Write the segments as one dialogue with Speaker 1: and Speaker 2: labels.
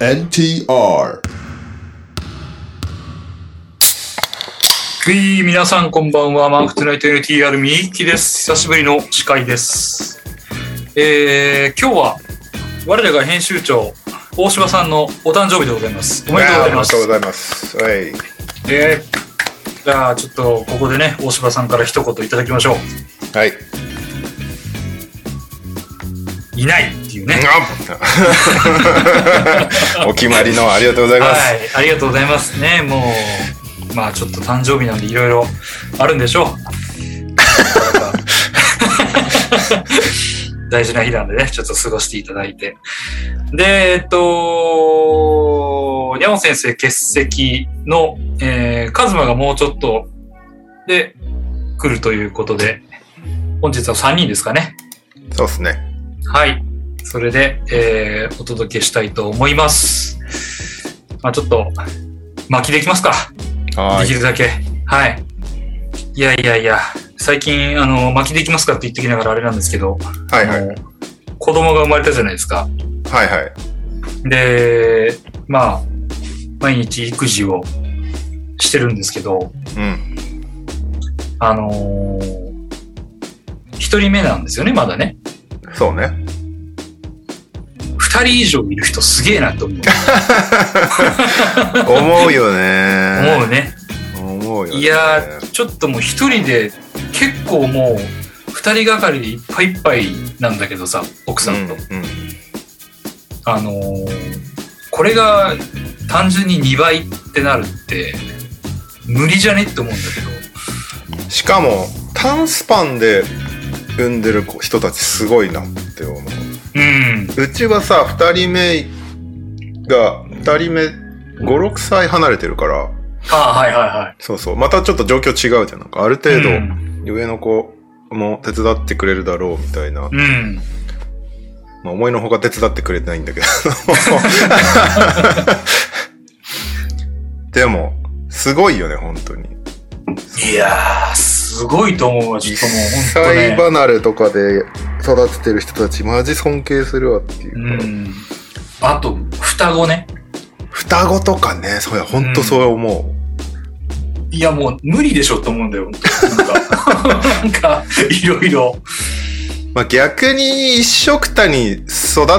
Speaker 1: NTR
Speaker 2: はい、皆さんこんばんは。マークトゥナイト NTR みゆきです。久しぶりの司会です。えー、今日は、我らが編集長、大島さんのお誕生日でございます。お
Speaker 3: お
Speaker 2: めでとうございます。
Speaker 3: おめでとうございます。はい。
Speaker 2: えーじゃあ、ちょっとここでね、大島さんから一言いただきましょう。
Speaker 3: はい。
Speaker 2: いないっていうね。
Speaker 3: お決まりのありがとうございま
Speaker 2: は
Speaker 3: す。
Speaker 2: い、ありがとうございますね。もう、まあちょっと誕生日なんでいろいろあるんでしょう。 大事な日なんでね、ちょっと過ごしていただいて。で、えっと、にゃおん先生欠席の、えー、カズマがもうちょっとで来るということで、本日は3人ですかね。
Speaker 3: そうですね。
Speaker 2: はい。それで、えーお届けしたいと思います。まあちょっと、巻きできますか。
Speaker 3: は
Speaker 2: でき
Speaker 3: い。
Speaker 2: るだけ。はい。いやいやいや、最近、あの、巻きできますかって言ってきながらあれなんですけど、
Speaker 3: はいはい。
Speaker 2: あ
Speaker 3: は
Speaker 2: の子供が生まれたじゃないですか。
Speaker 3: いはい。
Speaker 2: で、まあ、毎日育児をしてるんですけど、
Speaker 3: うん。
Speaker 2: あのー一人目なんですよね、まだね。
Speaker 3: そうね。
Speaker 2: 二人以上いる人すげえなと 思う。
Speaker 3: 思うよね。
Speaker 2: 思うね。
Speaker 3: 思うよね。
Speaker 2: いやー、ちょっともう一人で結構もう二人がかりでいっぱいいっぱいなんだけどさ奥
Speaker 3: う
Speaker 2: さ
Speaker 3: ん
Speaker 2: んと、
Speaker 3: うん。
Speaker 2: あのーこれが単純に2倍ってなるって無理じゃねって思うんだけ
Speaker 3: しかも短スパンで産んでる子人たちすごいなって思う。
Speaker 2: どうん
Speaker 3: うちはさ二人目が二人目五六歳離れてるから。
Speaker 2: ああはいはいはい
Speaker 3: そうそう。またちょっと状況違うじゃん。なんかある程度、
Speaker 2: うん、
Speaker 3: 上の子も手伝ってくれるだろうみたいな、
Speaker 2: うん
Speaker 3: まあ、思いのほか手伝ってくれてないんだ けどでもすごいよね本当に
Speaker 2: いやーすごいと思うわちょ
Speaker 3: 実
Speaker 2: っともう本当
Speaker 3: 際
Speaker 2: ね
Speaker 3: 離れとかで育ててる人たちマジ尊敬するわっていううか、
Speaker 2: んあと双子ね
Speaker 3: 双子とかねそうや本当そう思う、
Speaker 2: いやもう無理でしょって思うんだよなんか なんかいろいろ
Speaker 3: まあ、逆に一緒くたに育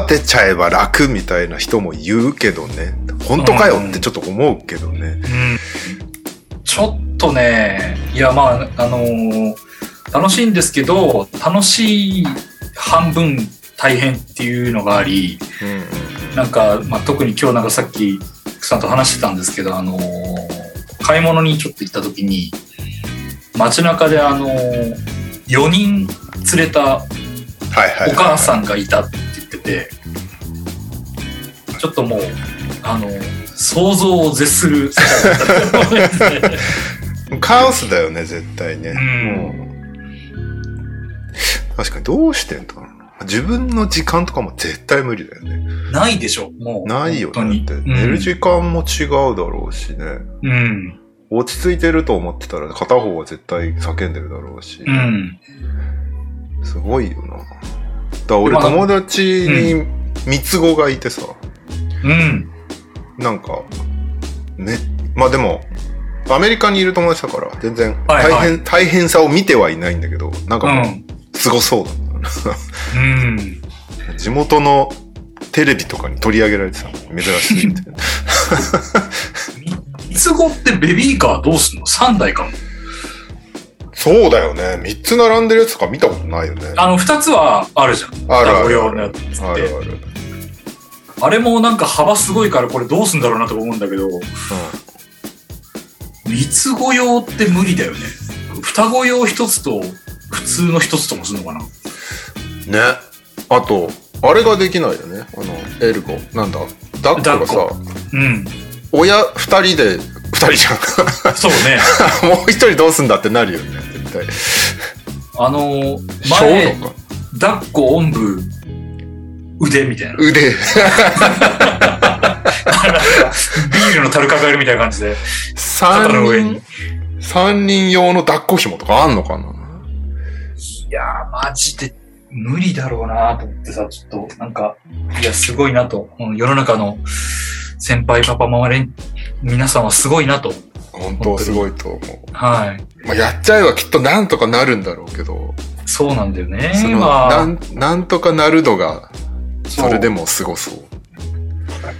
Speaker 3: てちゃえば楽みたいな人も言うけどね本当かよってちょっと思うけどね、
Speaker 2: うんちょっとね、いや、まあ、あのー楽しいんですけど、楽しい半分大変っていうのがあり、
Speaker 3: うんうん
Speaker 2: なんか、まあ、特に今日なんかさっき、奥さんと話してたんですけど、あのー買い物にちょっと行った時に、街中であのー、4人連れた
Speaker 3: はいはいはい、
Speaker 2: お母さんがいたって言ってて、ちょっともう、あのー想像を絶する世界だったと思いますね。
Speaker 3: カオスだよね、絶対ね。
Speaker 2: うん
Speaker 3: もう確かに、どうしてんのかな。自分の時間とかも絶対無理だよね。
Speaker 2: ないでしょ、もう。
Speaker 3: ないよ
Speaker 2: 本当
Speaker 3: ね。
Speaker 2: に
Speaker 3: だって、
Speaker 2: うん
Speaker 3: 寝る時間も違うだろうしね。
Speaker 2: うん。
Speaker 3: 落ち着いてると思ってたら、片方は絶対叫んでるだろうし。
Speaker 2: うん。
Speaker 3: すごいよな。だから俺、
Speaker 2: まあ
Speaker 3: 友達に三つ子がいてさ、
Speaker 2: うん。
Speaker 3: なんか、ね、まあでも、アメリカにいる友達だから、全然、
Speaker 2: は
Speaker 3: 大
Speaker 2: い
Speaker 3: 変、
Speaker 2: はい
Speaker 3: 大変さを見てはいないんだけど、なんか
Speaker 2: う
Speaker 3: もう、
Speaker 2: ん。
Speaker 3: すごそうだった。
Speaker 2: うん。
Speaker 3: 地元のテレビとかに取り上げられてた珍しい みたいな
Speaker 2: 三つ子ってベビーカーどうすんの ?3 台かも。
Speaker 3: そうだよね3つ並んでるやつとか見たことないよね
Speaker 2: あの、2つはあるじゃん。
Speaker 3: あるあ
Speaker 2: 双子
Speaker 3: る
Speaker 2: 用
Speaker 3: あ
Speaker 2: のや
Speaker 3: る
Speaker 2: つって
Speaker 3: あるある、
Speaker 2: あれもなんか幅すごいからこれどうすんだろうなとか思うんだけど、三つ子用って無理だよね。双子用1つと、普通の1つともするのかな
Speaker 3: うん、ねあとあれができないよねあのエルゴなんだ抱っこがさ
Speaker 2: 抱っうん。
Speaker 3: 親2人で2人じゃ
Speaker 2: そうね。
Speaker 3: ん もう1人どうすんだってなるよね絶対
Speaker 2: あの、
Speaker 3: 小
Speaker 2: 前、
Speaker 3: とか
Speaker 2: 抱っこ、おんぶ、腕みたいな。
Speaker 3: 腕
Speaker 2: ビールの樽抱えるみたいな感じで。
Speaker 3: 3
Speaker 2: の上に
Speaker 3: 人三人用の抱っこ紐とかあんのかない
Speaker 2: やー、マジで無理だろうなと思ってさ、ちょっと、なんか、いや、すごいなと、うん世の中の先輩パパ周り、皆さんはすごいなと。
Speaker 3: 本当すごいと思う。
Speaker 2: はい。
Speaker 3: まあ、やっちゃえばきっとなんとかなるんだろうけど、
Speaker 2: そうなんだよね。
Speaker 3: その
Speaker 2: まあ
Speaker 3: なん、なんとかなるのが、
Speaker 2: そ
Speaker 3: そうれでもすごそう。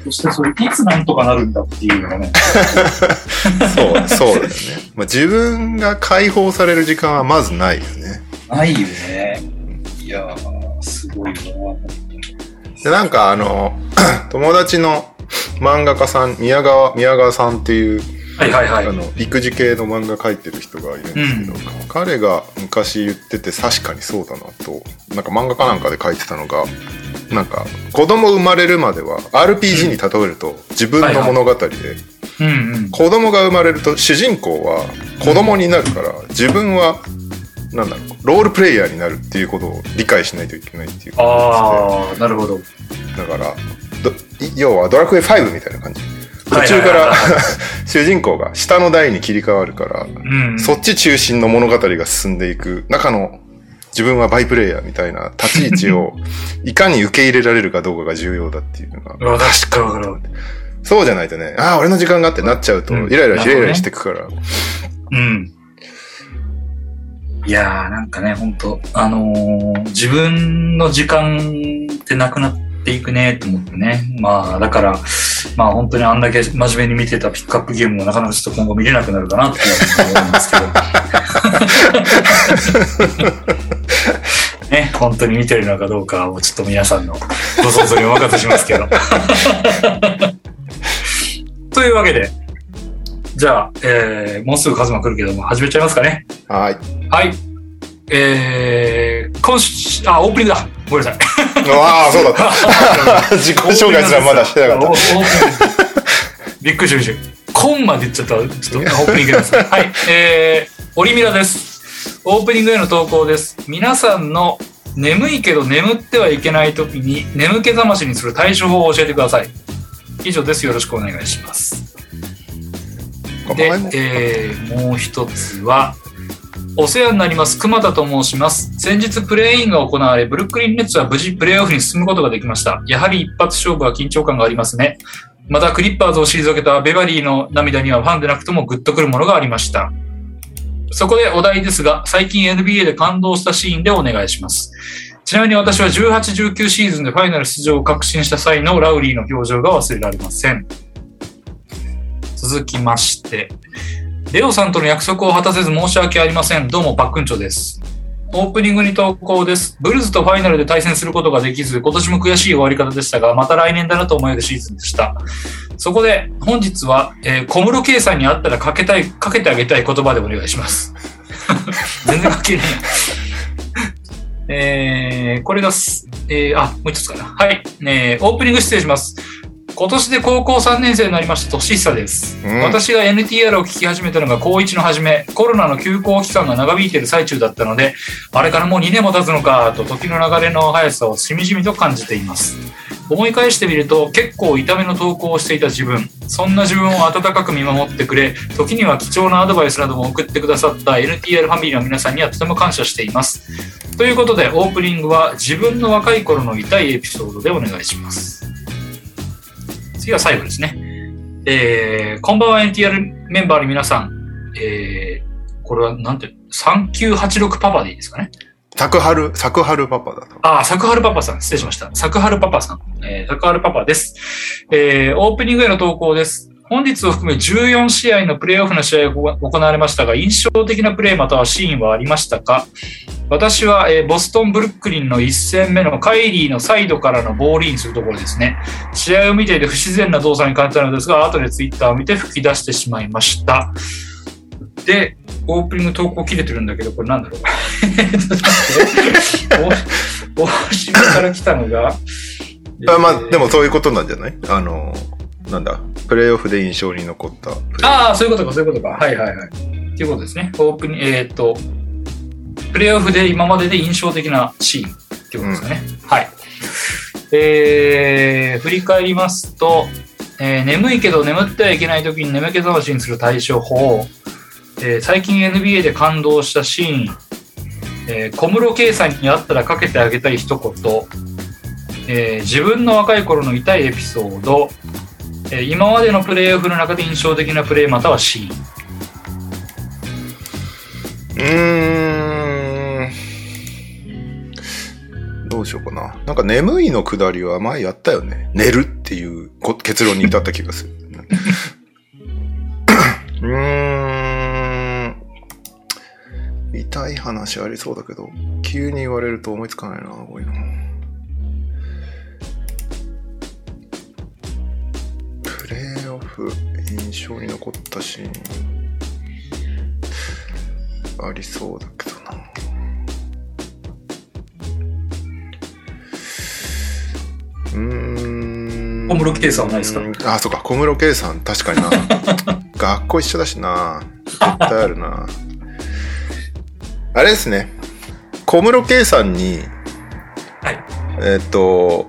Speaker 2: そしてそれ、いつなんとかなるんだっていうのがね。
Speaker 3: そう、 そうだよね。まあ、自分が解放される時間はまずないよね。
Speaker 2: ないよね。いやー、すごいよ
Speaker 3: で、なんかあの、 友達の漫画家さん、宮川、宮川さんっていう、
Speaker 2: な。はいはい
Speaker 3: あ
Speaker 2: はい。
Speaker 3: の、育児系の漫画描いてる人がいるんですけど、彼が昔言ってて確かにそうだなと、なんか漫画家なんかで書いてたのが、なんか子供生まれるまでは RPG に例えると自分の物語で、
Speaker 2: うんうん。
Speaker 3: 子供が生まれると主人公は子供になるから自分はなんだろうロールプレイヤーになるっていうことを理解しないといけないっていう感
Speaker 2: あー、なるほど。
Speaker 3: じでだからどい要は「ドラクエ5」みたいな感じ途中か
Speaker 2: はいはい
Speaker 3: ら
Speaker 2: はい
Speaker 3: 主人公が下の台に切り替わるから
Speaker 2: うん。
Speaker 3: そっち中心の物語が進んでいく中の自分はバイプレイヤーみたいな立ち位置 をいかに受け入れられるかどうかが重要だっていうのが
Speaker 2: わかるわかるわかる。
Speaker 3: そうじゃないとねああ俺の時間があってなっちゃうと
Speaker 2: うん
Speaker 3: イライライライラしてくから、
Speaker 2: うん。いやー、なんかね、ほんと、あのー自分の時間ってなくなっていくねと思ってね。まあ、だから、まあ本当にあんだけ真面目に見てたピックアップゲームもなかなかちょっと今後見れなくなるかなって思うんですけど。ね、本当に見てるのかどうかをちょっと皆さんのご想像にお任せしますけど。というわけで、じゃあ、えーもうすぐカズマ来るけども、始めちゃいますかね。
Speaker 3: はい
Speaker 2: はい。えー、今週、あ、オープニングだ。ごめんなさい。
Speaker 3: ああ、そうだ った。自己紹介すらまだしてなかっ
Speaker 2: オープニングですびっくりしました。コンまで言っちゃった。ちょっとオープニングです。はい。えー、オリミラです。オープニングへの投稿です。皆さんの眠いけど眠ってはいけない時に眠気覚ましにする対処法を教えてください。以上です。よろしくお願いします。
Speaker 3: た。
Speaker 2: で
Speaker 3: お前も、
Speaker 2: えーもう一つは、お世話になります、熊田と申します。先日プレーインが行われ、ブルックリンネッツは無事プレーオフに進むことができました。やはり一発勝負は緊張感がありますね。またクリッパーズを退けたベバリーの涙にはファンでなくともグッとくるものがありました。そこでお題ですが、最近 NBA で感動したシーンでお願いします。ちなみに私は18、19シーズンでファイナル出場を確信した際のラウリーの表情が忘れられません。続きまして、レオさんとの約束を果たせず申し訳ありません。どうも、パックンチョです。オープニングに投稿です。ブルーズとファイナルで対戦することができず、今年も悔しい終わり方でしたが、また来年だなと思えるシーズンでした。そこで、本日は、えー小室圭さんに会ったらかけたい、かけてあげたい言葉でお願いします。 全然かけない。 えー、これがす、えー、あ、もう一つかな。はい。えー、オープニング失礼します。今年で高校3年生になりました、年久です。
Speaker 3: うん
Speaker 2: 私が NTR を聞き始めたのが高1の初め、コロナの休校期間が長引いている最中だったので、あれからもう2年も経つのか、と時の流れの速さをしみじみと感じています。思い返してみると、結構痛めの投稿をしていた自分、そんな自分を温かく見守ってくれ、時には貴重なアドバイスなども送ってくださった NTR ファミリーの皆さんにはとても感謝しています。ということでオープニングは自分の若い頃の痛いエピソードでお願いします次は最後ですね、えー、こんばんは NTR メンバーの皆さん、えー、これはなんて3986パパでいいですかね
Speaker 3: サクハル、サクハルパパだと。。
Speaker 2: あ、サクハルパパさん、失礼しました。サクハルパパさん、えー、サクハルパパです。えー、オープニングへの投稿です。本日を含め14試合のプレーオフの試合が行われましたが、印象的なプレーまたはシーンはありましたか私は、えーボストン・ブルックリンの1戦目のカイリーのサイドからのボールインするところですね。試合を見ていて不自然な動作に感じたのですが、後でツイッターを見て吹き出してしまいました。で、オープニング投稿切れてるんだけど、これなんだろう。えっと待って大島から来たのが
Speaker 3: あまあ、でもそういうことなんじゃないあの、なんだ、プレイオフで印象に残ったプレー。
Speaker 2: ああ、そういうことか、そういうことか。はいはいはい。っていうことですね。オープン、えーっと、プレーオフで今までで印象的なシーンっていうことですかね。はい。えー、振り返りますと、えー眠いけど眠ってはいけない時に眠気覚ましにする対処法、えー最近 NBA で感動したシーン、えー小室圭さんに会ったらかけてあげたい一言、えー自分の若い頃の痛いエピソード、えー今までのプレーオフの中で印象的なプレーまたはシーン。
Speaker 3: うーん。どうしようかな。なんか眠いのくだりは前やったよね。寝るっていうこ結論に至った気がする。 うーん。痛い話ありそうだけど、急に言われると思いつかないな、こういうの。プレーオフ、印象に残ったシーン。ありそうだけどな。うーん。
Speaker 2: 小室圭さんはないですか
Speaker 3: あ、そうか。小室圭さん、確か にな。学校一緒だしな。絶対あるな。あれですね。小室圭さんに、
Speaker 2: はい
Speaker 3: えっ、と、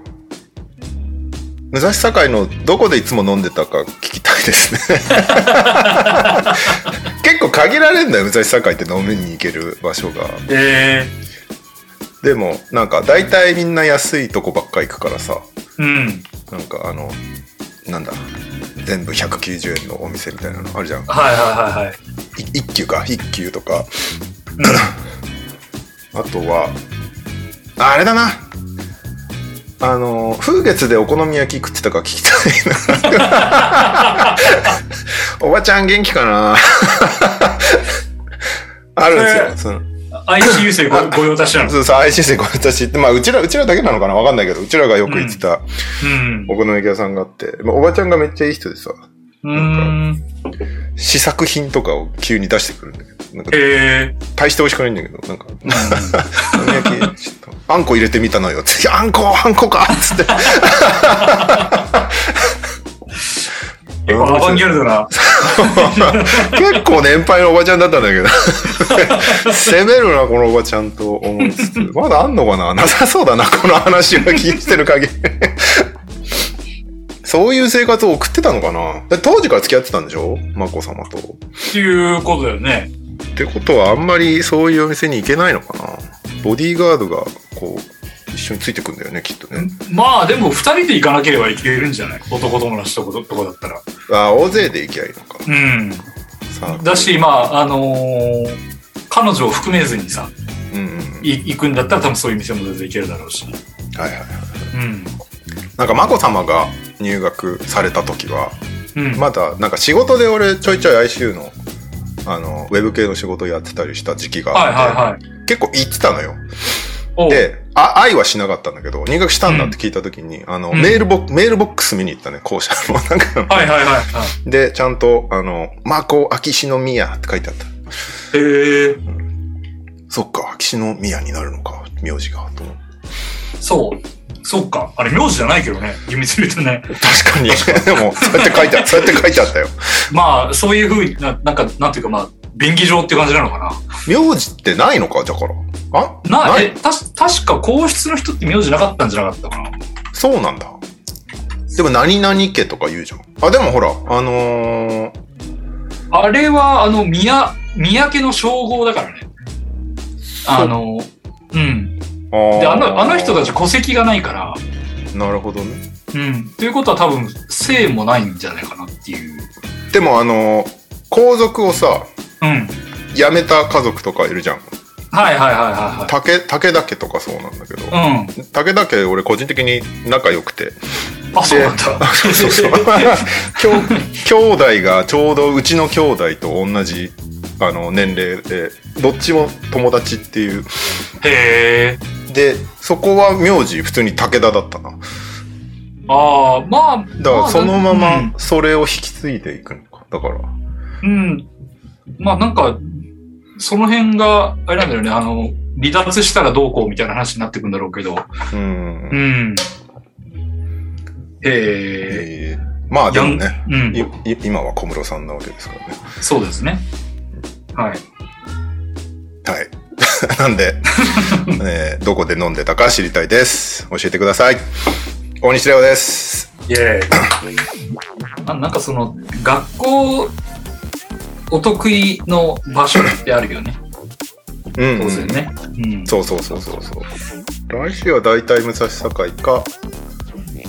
Speaker 3: 武蔵境のどこでいつも飲んでたか聞きたいです ね。結構限られるんだよ武蔵境って飲みに行ける場所が
Speaker 2: え
Speaker 3: でもなんか大体みんな安いとこばっか行くからさ
Speaker 2: ー、うん。
Speaker 3: なんかあのなんだ全部190円のお店みたいなのあるじゃんい
Speaker 2: はいはいはいはい。
Speaker 3: 一級か一級とかあとはああれだなあの風月でお好み焼き食ってたか聞きたい なおばちゃん元気かなあるんですよその
Speaker 2: ICU 生ご ご用達なの。
Speaker 3: そうそう、IC 生私って、まあ、うちら、うちらだけなのかなわかんないけど、うちらがよく行ってた
Speaker 2: うん。
Speaker 3: お好み焼き屋さんがあって、まあ、おばちゃんがめっちゃいい人でさ、
Speaker 2: うーん。
Speaker 3: 試作品とかを急に出してくるんだけど、なんか、
Speaker 2: え
Speaker 3: 大して美味しくないんだけど、なんか、お好み焼き、ちょっと、あんこ入れてみたのよ。つって、あんこ、あんこかつって。
Speaker 2: ー、結構アバンギャルドな。
Speaker 3: 結構年配のおばちゃんだったんだけど攻めるなこのおばちゃんと思いつつまだあんのかななさそうだなこの話を聞いてる限りそういう生活を送ってたのかなで当時から付き合ってたんでしょ眞子さまとっ
Speaker 2: っていうことだよね。
Speaker 3: てことはあんまりそういうお店に行けないのかなボディーガードがこう一緒についてくんだよねきっとね
Speaker 2: まあでも二人で行かなければいけるんじゃない男友達とことこだったら。
Speaker 3: あ大勢で行きゃいいのか
Speaker 2: うん。
Speaker 3: サークル
Speaker 2: だし、まあ、あのー彼女を含めずにさ、
Speaker 3: うんうんうん
Speaker 2: い行くんだったら多分そういう店も全然行けるだろうし。
Speaker 3: はいはいはい
Speaker 2: うん。
Speaker 3: なんか眞子さまが入学された時は
Speaker 2: うん。
Speaker 3: まだなんか仕事で俺ちょいちょい ICU のあのウェブ系の仕事やってたりした時期があ
Speaker 2: はい
Speaker 3: って、
Speaker 2: はいはい。
Speaker 3: 結構行ってたのよ
Speaker 2: おう
Speaker 3: であ愛はしなかったんだけど入学したんだって聞いた時に、あの
Speaker 2: うん
Speaker 3: メールボックメールボックス見に行ったね校舎 のなんか
Speaker 2: はいはいはいはい。
Speaker 3: でちゃんとあの「マコ秋篠宮」って書いてあった
Speaker 2: へえー、
Speaker 3: そっか秋篠宮になるのか名字がと思って
Speaker 2: そう。そっか。あれ、名字じゃないけどね。厳密に言うとね。
Speaker 3: 確かに でもそうやって書いてあそうやって書いてあったよ
Speaker 2: まあ、そういうふうにな、なんか、なんていうか、まあ、便宜上って感じなのかな。
Speaker 3: 名字ってないのかだからあ
Speaker 2: な、
Speaker 3: ない
Speaker 2: え、たし、確か皇室の人って名字なかったんじゃなかったかな。
Speaker 3: そうなんだ。でも、何々家とか言うじゃん。あ、でもほら、あのー、
Speaker 2: あれは、あの、宮、宮家の称号だからね。あの、うん。
Speaker 3: あ
Speaker 2: で、
Speaker 3: ー
Speaker 2: あの、あの人たち戸籍がないから、
Speaker 3: なるほどね。
Speaker 2: うん。ということは多分、姓もないんじゃないかなっていう。
Speaker 3: でも、あのー皇族をさ、
Speaker 2: うん。
Speaker 3: 辞めた家族とかいるじゃん。
Speaker 2: はいはいはいは
Speaker 3: 竹、武田家とかそうなんだけど
Speaker 2: い。はい。
Speaker 3: 武田家、俺個人的に仲良くて。
Speaker 2: うん。あ、そうなんだ。
Speaker 3: そうそう。 兄弟がちょうどうちの兄弟と同じ、あの、年齢で、どっちも友達っていう。
Speaker 2: へえ。
Speaker 3: で、そこは名字、普通に武田だったな。
Speaker 2: ああ、まあ、
Speaker 3: だからそのま
Speaker 2: うん
Speaker 3: まそれを引き継いでいくのか。だから。
Speaker 2: うん。まあなんか、その辺が、あれなんだよね、あの、離脱したらどうこうみたいな話になってくんだろうけど。
Speaker 3: うん。
Speaker 2: うん。へえ。
Speaker 3: えーまあでもね、
Speaker 2: う
Speaker 3: い
Speaker 2: ん。
Speaker 3: い今は小室さんなわけですからね。
Speaker 2: そうですね。はい。
Speaker 3: はい。 なんで、 えーどこで飲んでたか知りたいです。教えてください。大西レオです。
Speaker 2: イェーイ。ななんかその、学校、お得意の場所ってあるよね。
Speaker 3: うん、
Speaker 2: 当然ね。うん。
Speaker 3: そうそうそうそうそう。来週は大体武蔵境か、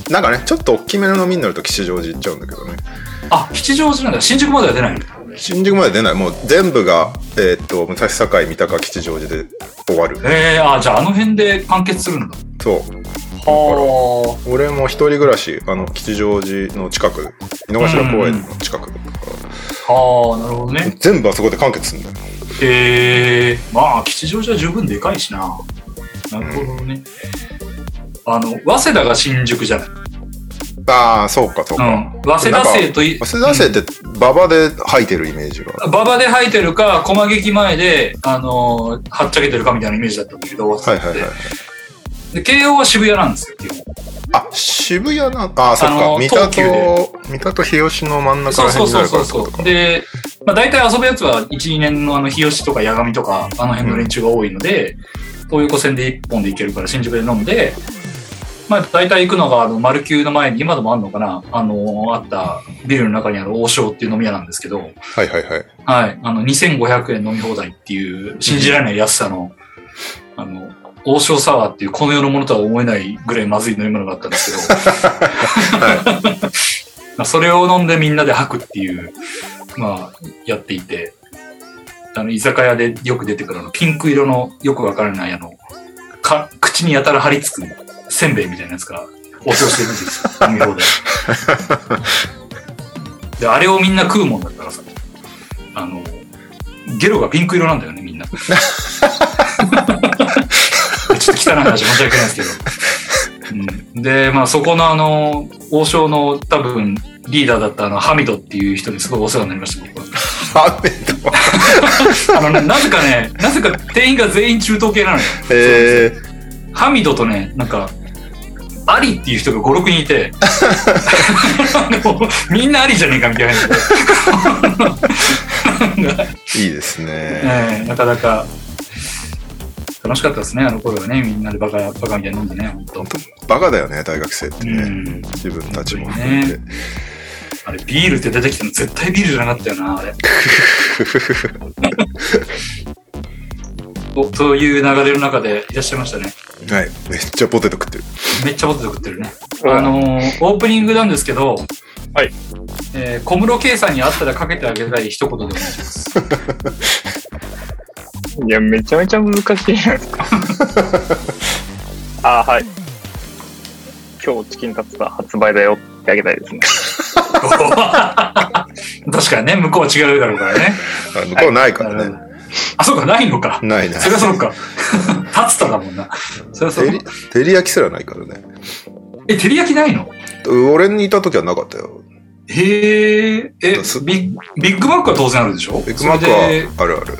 Speaker 3: なんかねちょっと大きめの飲みになると吉祥寺行っちゃうんだけどね
Speaker 2: あ、吉祥寺なんだ。新宿までは出ないの
Speaker 3: 新宿まで出ないもう全部がえーっと武蔵境三鷹吉祥寺で終わる
Speaker 2: えー、あ、じゃああの辺で完結するんだ。
Speaker 3: そう
Speaker 2: は
Speaker 3: 俺も一人暮らしあの吉祥寺の近く井の頭公園の近くだったから、
Speaker 2: あ。はあ、なるほどね。
Speaker 3: 全部あそこで完結するんだよ
Speaker 2: えー、まあ、吉祥寺は十分でかいしな。なるほどね。あの、早稲田が新宿じゃない。
Speaker 3: ああそうかそう
Speaker 2: う
Speaker 3: か、
Speaker 2: ん。早稲田生とい、
Speaker 3: 早稲田生って馬場で吐いてるイメージがある、
Speaker 2: 馬場で吐いてるか、駒劇前で、あのーはっちゃけてるかみたいなイメージだったんだけど、
Speaker 3: は
Speaker 2: 早
Speaker 3: い
Speaker 2: 稲田
Speaker 3: は
Speaker 2: って
Speaker 3: いはい
Speaker 2: で、慶応は渋谷なんですよ、基本
Speaker 3: あ渋谷なああそっ
Speaker 2: あ
Speaker 3: か
Speaker 2: の
Speaker 3: 三田
Speaker 2: 東急で
Speaker 3: と三田と日吉の真ん中
Speaker 2: そう
Speaker 3: ら
Speaker 2: そう
Speaker 3: 辺にな
Speaker 2: そう
Speaker 3: るか
Speaker 2: そ
Speaker 3: ら
Speaker 2: う
Speaker 3: ってこと
Speaker 2: そ
Speaker 3: か
Speaker 2: う。で、まあ、大体遊ぶやつは1、2年のあの日吉とか八神とか、あの辺の連中が多いので、東横線で1本で行けるから新宿で飲んで、まあ、大体行くのが、あの、丸級の前に、今でもあるのかな、あの、あったビルの中にある王将っていう飲み屋なんですけど、
Speaker 3: はいはいはい
Speaker 2: はい、あの、2500円飲み放題っていう、信じられない安さの、あの、王将サワーっていうこの世のものとは思えないぐらいまずい飲み物があったんですけど、 まあそれを飲んでみんなで吐くっていう、まあ、やっていて、あの、居酒屋でよく出てくるあの、ピンク色のよくわからないあの、か、口にやたら張り付くせんべいみたいなやつが、お世話してるんですよ、飲み放題。で、あれをみんな食うもんだからさ、あの、ゲロがピンク色なんだよね、みんな。ちょっと汚い話申し訳ないですけど。うんで、まあ、そこのあの、王将の多分、リーダーだったあの、ハミドっていう人にすごいお世話になりました、僕は。
Speaker 3: ハ メと
Speaker 2: あのね、なぜかね、なぜか店員が全員中東系なのよ。
Speaker 3: えー、
Speaker 2: ハミドとね、なんか、アリっていう人が5、6人いて、あのみんなアリじゃねえかみたいな。
Speaker 3: いいですね
Speaker 2: ええなかなか、楽しかったですね、あの頃はね、みんなでバカ、バカみたいに飲んでね、本当。
Speaker 3: バカだよね大学生って
Speaker 2: う
Speaker 3: ね、
Speaker 2: ん。
Speaker 3: 自分たちも含めて、
Speaker 2: あれ、ビールって出てきたの絶対ビールじゃなかったよな、あれ。おそういう流れの中でいらっしゃいましたね。
Speaker 3: はいめっちゃポテト食ってる
Speaker 2: めっちゃポテト食ってるね。
Speaker 1: うん
Speaker 2: あのーオープニングなんですけど、
Speaker 1: はい。
Speaker 2: えー小室圭さんに会ったらかけてあげたい一言でお願いします。
Speaker 1: いや、めちゃめちゃ難しいじゃないですか。 あー、はい。今日チキンタツタ発売だよってあげたいですね。
Speaker 2: 確かにね、向こうは違うだろうからね。
Speaker 3: あ向こうないからね、
Speaker 2: あ、そうか、ないのか。
Speaker 3: ないない
Speaker 2: そりゃそうか。立つただもんな。そりゃそう
Speaker 3: 照り照り焼きすらないからね
Speaker 2: え、照り焼きないの
Speaker 3: 俺にいた時はなかったよ
Speaker 2: へえ。え、ビッビッグマックは当然あるでしょ
Speaker 3: ビッグマック
Speaker 2: それで
Speaker 3: はあるある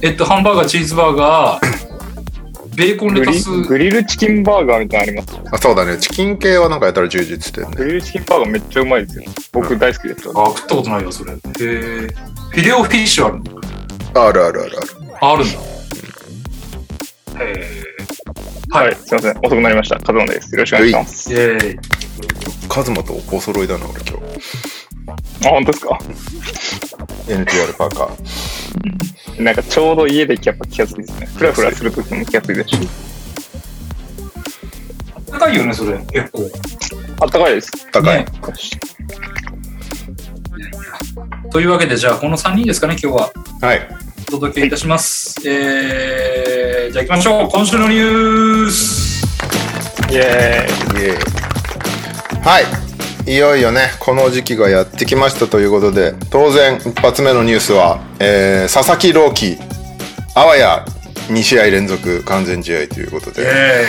Speaker 2: えっと、ハンバーガー、チーズバーガー、ベーコン
Speaker 1: グ
Speaker 2: レタ
Speaker 1: リ
Speaker 2: ス。
Speaker 1: グリルチキンバーガーみたいなのあります。
Speaker 3: あそうだねチキン系はなんかやたら充実してる
Speaker 1: グ
Speaker 3: ね
Speaker 1: リルチキンバーガーめっちゃうまいですよ。僕大好きですよ。
Speaker 2: あ、食ったことないよ、それ。へえ。フィレオフィッシュあるの
Speaker 3: あるあるあるある
Speaker 2: ああるんだ。へ
Speaker 1: はい、すいません。遅くなりました。カズマです。よろしくお願いします。
Speaker 2: え。イェーイ。
Speaker 3: カズマとお揃いだな俺今
Speaker 1: あ、本当ですか
Speaker 3: 日 NTR パーカー
Speaker 1: なんかちょうど家でやっぱ気がついですね。フラフラするときも気がついですし。
Speaker 2: 高いよね、それ。結構。
Speaker 1: あったかいです。
Speaker 3: 高い、
Speaker 2: ねというわけで、じゃあ、この3人ですかね、今日は。
Speaker 3: はい
Speaker 2: お届けいたします。えー、じゃあ行きましょう。今週のニュース。
Speaker 1: イエ
Speaker 3: イエーイはいいよいよねこの時期がやってきましたということで当然一発目のニュースは、えー佐々木朗希あわや2試合連続完全試合ということで、
Speaker 2: え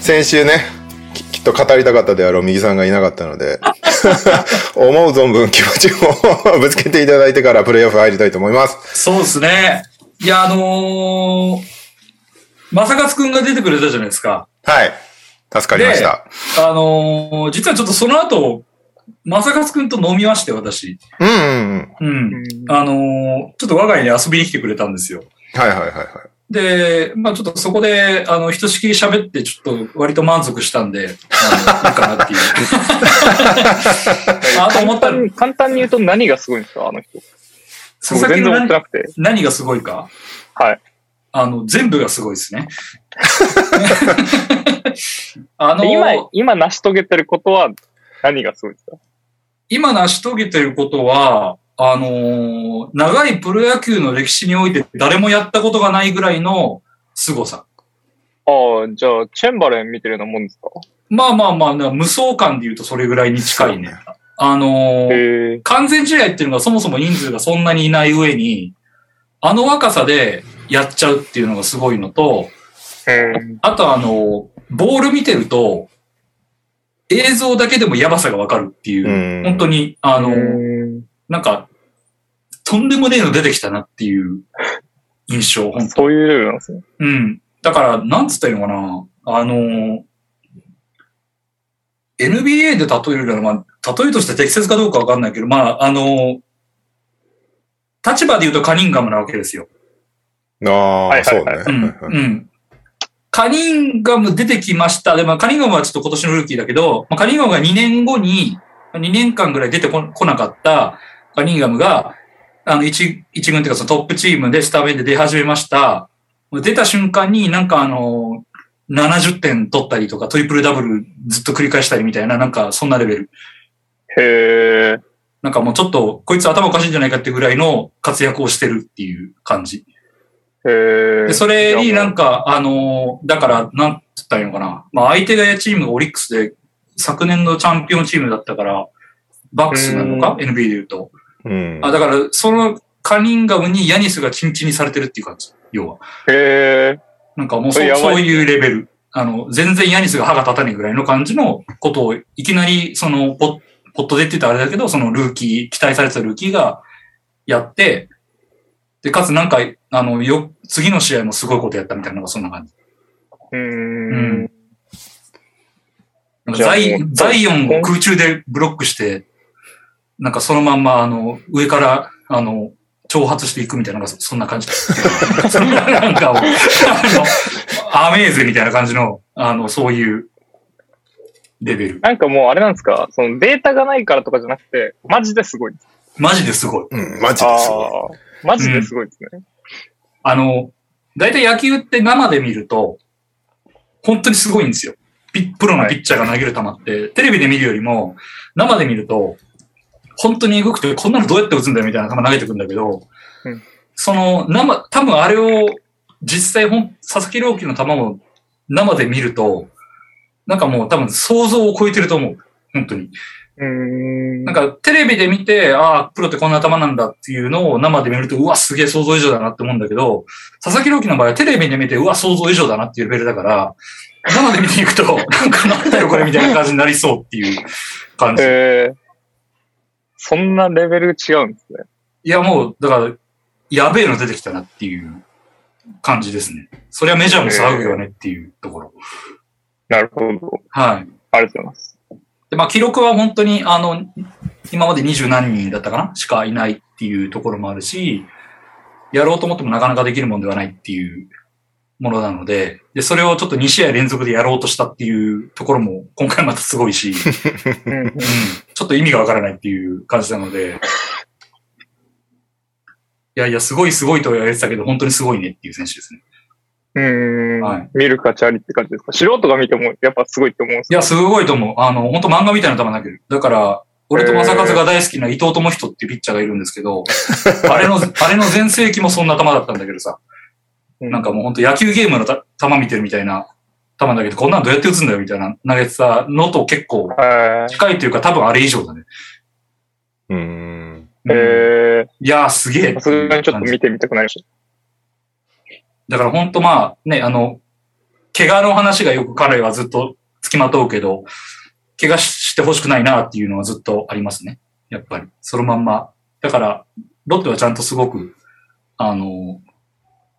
Speaker 3: 先週ねききっと語りたかったであろう右さんがいなかったの で思う存分気持ちを ぶつけていただいてからプレーオフ入りたいと思います
Speaker 2: そうですね。いや、あのー、正勝くんが出てくれたじゃないですか。
Speaker 3: はい助かりました
Speaker 2: あのー、実はちょっとその後、正勝くんと飲みまして、私。
Speaker 3: うんうんうん
Speaker 2: うん。
Speaker 1: ーイ。
Speaker 2: あのー、ちょっと我が家に遊びに来てくれたんですよ。
Speaker 3: はいはいはいはい
Speaker 2: で、まあちょっとそこで、あの、ひとしきり喋って、ちょっと割と満足したんで、あの、いいかな っていう。あと思ったら
Speaker 1: 簡単に簡単に言うと何がすごいんですかあの人。
Speaker 2: 佐
Speaker 1: 僕
Speaker 2: 々木
Speaker 1: 全然
Speaker 2: の
Speaker 1: 思っ
Speaker 2: 何
Speaker 1: てなくて。
Speaker 2: 何がすごいか
Speaker 1: はい。
Speaker 2: あの、全部がすごいですね。あの、
Speaker 1: で今、今成し遂げてることは何がすごいですか
Speaker 2: 今成し遂げてることは、あのー長いプロ野球の歴史において誰もやったことがないぐらいの凄さ。
Speaker 1: ああ、じゃあ、チェンバレン見てるようなもんですか
Speaker 2: まあまあまあ、な無双感で言うとそれぐらいに近いね
Speaker 3: そう。
Speaker 2: あのー
Speaker 1: へえ。
Speaker 2: 完全試合っていうのがそもそも人数がそんなにいない上に、あの若さでやっちゃうっていうのがすごいのと、
Speaker 1: うん。
Speaker 2: あとあの、ボール見てると、映像だけでもやばさがわかるっていう、
Speaker 3: うん
Speaker 2: 本当に、あの、
Speaker 1: うん
Speaker 2: なんか、とんでもねえの出てきたなっていう印象、本当
Speaker 1: そういうレベルなんですね。
Speaker 2: うん。だから、なんつったらいいのかな。あの、NBA で例えるなら、まあ、例えとして適切かどうかわかんないけど、まあ、あの、立場で言うとカニンガムなわけですよ。
Speaker 3: ああ、
Speaker 1: はいは
Speaker 3: そう
Speaker 1: い
Speaker 3: ね
Speaker 1: は。
Speaker 2: うん。うん。カニンガム出てきました。で、まあ、カニンガムはちょっと今年のルーキーだけど、まあ、カニンガムが2年後に、2年間ぐらい出てこ来なかったカニンガムが、あの、一、一軍っていうかそのトップチームでスタメンで出始めました。出た瞬間になんかあの、70点取ったりとか、トリプルダブルずっと繰り返したりみたいな、なんかそんなレベル。
Speaker 1: へえ。
Speaker 2: なんかもうちょっと、こいつ頭おかしいんじゃないかってぐらいの活躍をしてるっていう感じ。
Speaker 1: へえ。
Speaker 2: でそれになん
Speaker 1: か。
Speaker 2: か、あのーだから、なんつったらいいのかな。まあ、相手がチームがオリックスで、昨年のチャンピオンチームだったから、バックスなのか ?NB で言うと。
Speaker 3: うん。
Speaker 2: あだから、そのカニンガムにヤニスがチンチンにされてるっていう感じ。要は。
Speaker 1: へえ。
Speaker 2: なんかもうそ
Speaker 1: それやばい
Speaker 2: そういうレベル。あの、全然ヤニスが歯が立たないぐらいの感じのことを、いきなり、そのポッ、ポットでって言ったらあれだけど、そのルーキー、期待されてたルーキーがやって、で、かつなんか、あの、よ、次の試合もすごいことやったみたいなのがそんな感じ。
Speaker 1: う。
Speaker 2: うんなんか
Speaker 1: じゃあ
Speaker 2: ザイ
Speaker 1: もう
Speaker 2: ザイオンを空中でブロックして、なんかそのまんま、あの、上から、あの、挑発していくみたいなのがそそんな感じ だそんななんかもう、あの、アメーズみたいな感じの、あの、そういうレベル。
Speaker 1: なんかもうあれなんですか、そのデータがないからとかじゃなくて、マジですごい。
Speaker 2: マジですごい。
Speaker 3: うん、マジで
Speaker 1: あ
Speaker 3: すご
Speaker 1: あー、マジですごいですね。
Speaker 2: あの、大体野球って生で見ると、本当にすごいんですよ。ピプロのピッチャーが投げる球って、テレビで見るよりも、生で見ると、本当にエグくて、こんなのどうやって打つんだよみたいな球投げてくんだけど、
Speaker 1: うん
Speaker 2: その生、多分あれを実際ほん、佐々木朗希の球を生で見ると、なんかもう多分想像を超えてると思う。本当に。
Speaker 1: うーん。
Speaker 2: なんかテレビで見て、ああ、プロってこんな頭なんだっていうのを生で見ると、うわ、すげえ想像以上だなって思うんだけど、佐々木朗希の場合はテレビで見て、うわ、想像以上だなっていうレベルだから、生で見ていくと、 なんかなんだよこれみたいな感じになりそうっていう感じ。
Speaker 1: へえ。そんなレベル違うんですね。
Speaker 2: いや、もう、だから、やべえの出てきたなっていう感じですね。そりゃメジャーも騒ぐよねっていうところ。
Speaker 1: なるほど。
Speaker 2: はい。
Speaker 1: ありがとうございます。
Speaker 2: で、まあ、記録は本当に、あの、今まで二十何人だったかなしかいないっていうところもあるし、やろうと思ってもなかなかできるもんではないっていうものなので、で、それをちょっと2試合連続でやろうとしたっていうところも、今回またすごいし、うん
Speaker 1: うん
Speaker 2: ちょっと意味がわからないっていう感じなので、いやいや、すごいすごいとは言われてたけど、本当にすごいねっていう選手ですね。
Speaker 1: うーん、
Speaker 2: はい
Speaker 1: 見る価値ありって感じですか素人が見てもやっぱすごいって思うんです
Speaker 2: いや、すごいと思う。あの、本当漫画みたいな球投げる。だから、俺と正和が大好きな伊藤智人っていうピッチャーがいるんですけ ど、あれの、あれの全盛期もそんな球だったんだけどさ、
Speaker 1: よ。
Speaker 2: なんかもう本当野球ゲームのた球見てるみたいな球だけど、こんなんどうやって打つんだよみたいな投げてたのと結構
Speaker 1: へ
Speaker 2: 近いというか多分あれ以上だね。
Speaker 3: い。うん。
Speaker 1: え。へえ。
Speaker 2: いやーすげえ
Speaker 1: さすがにちょっと見てみたくなりまし
Speaker 2: だから本当まあね、あの、怪我の話がよく彼はずっと付きまとうけど、怪我してほしくないなっていうのはずっとありますね。やっぱり。そのまんま。だから、ロッテはちゃんとすごく、あの、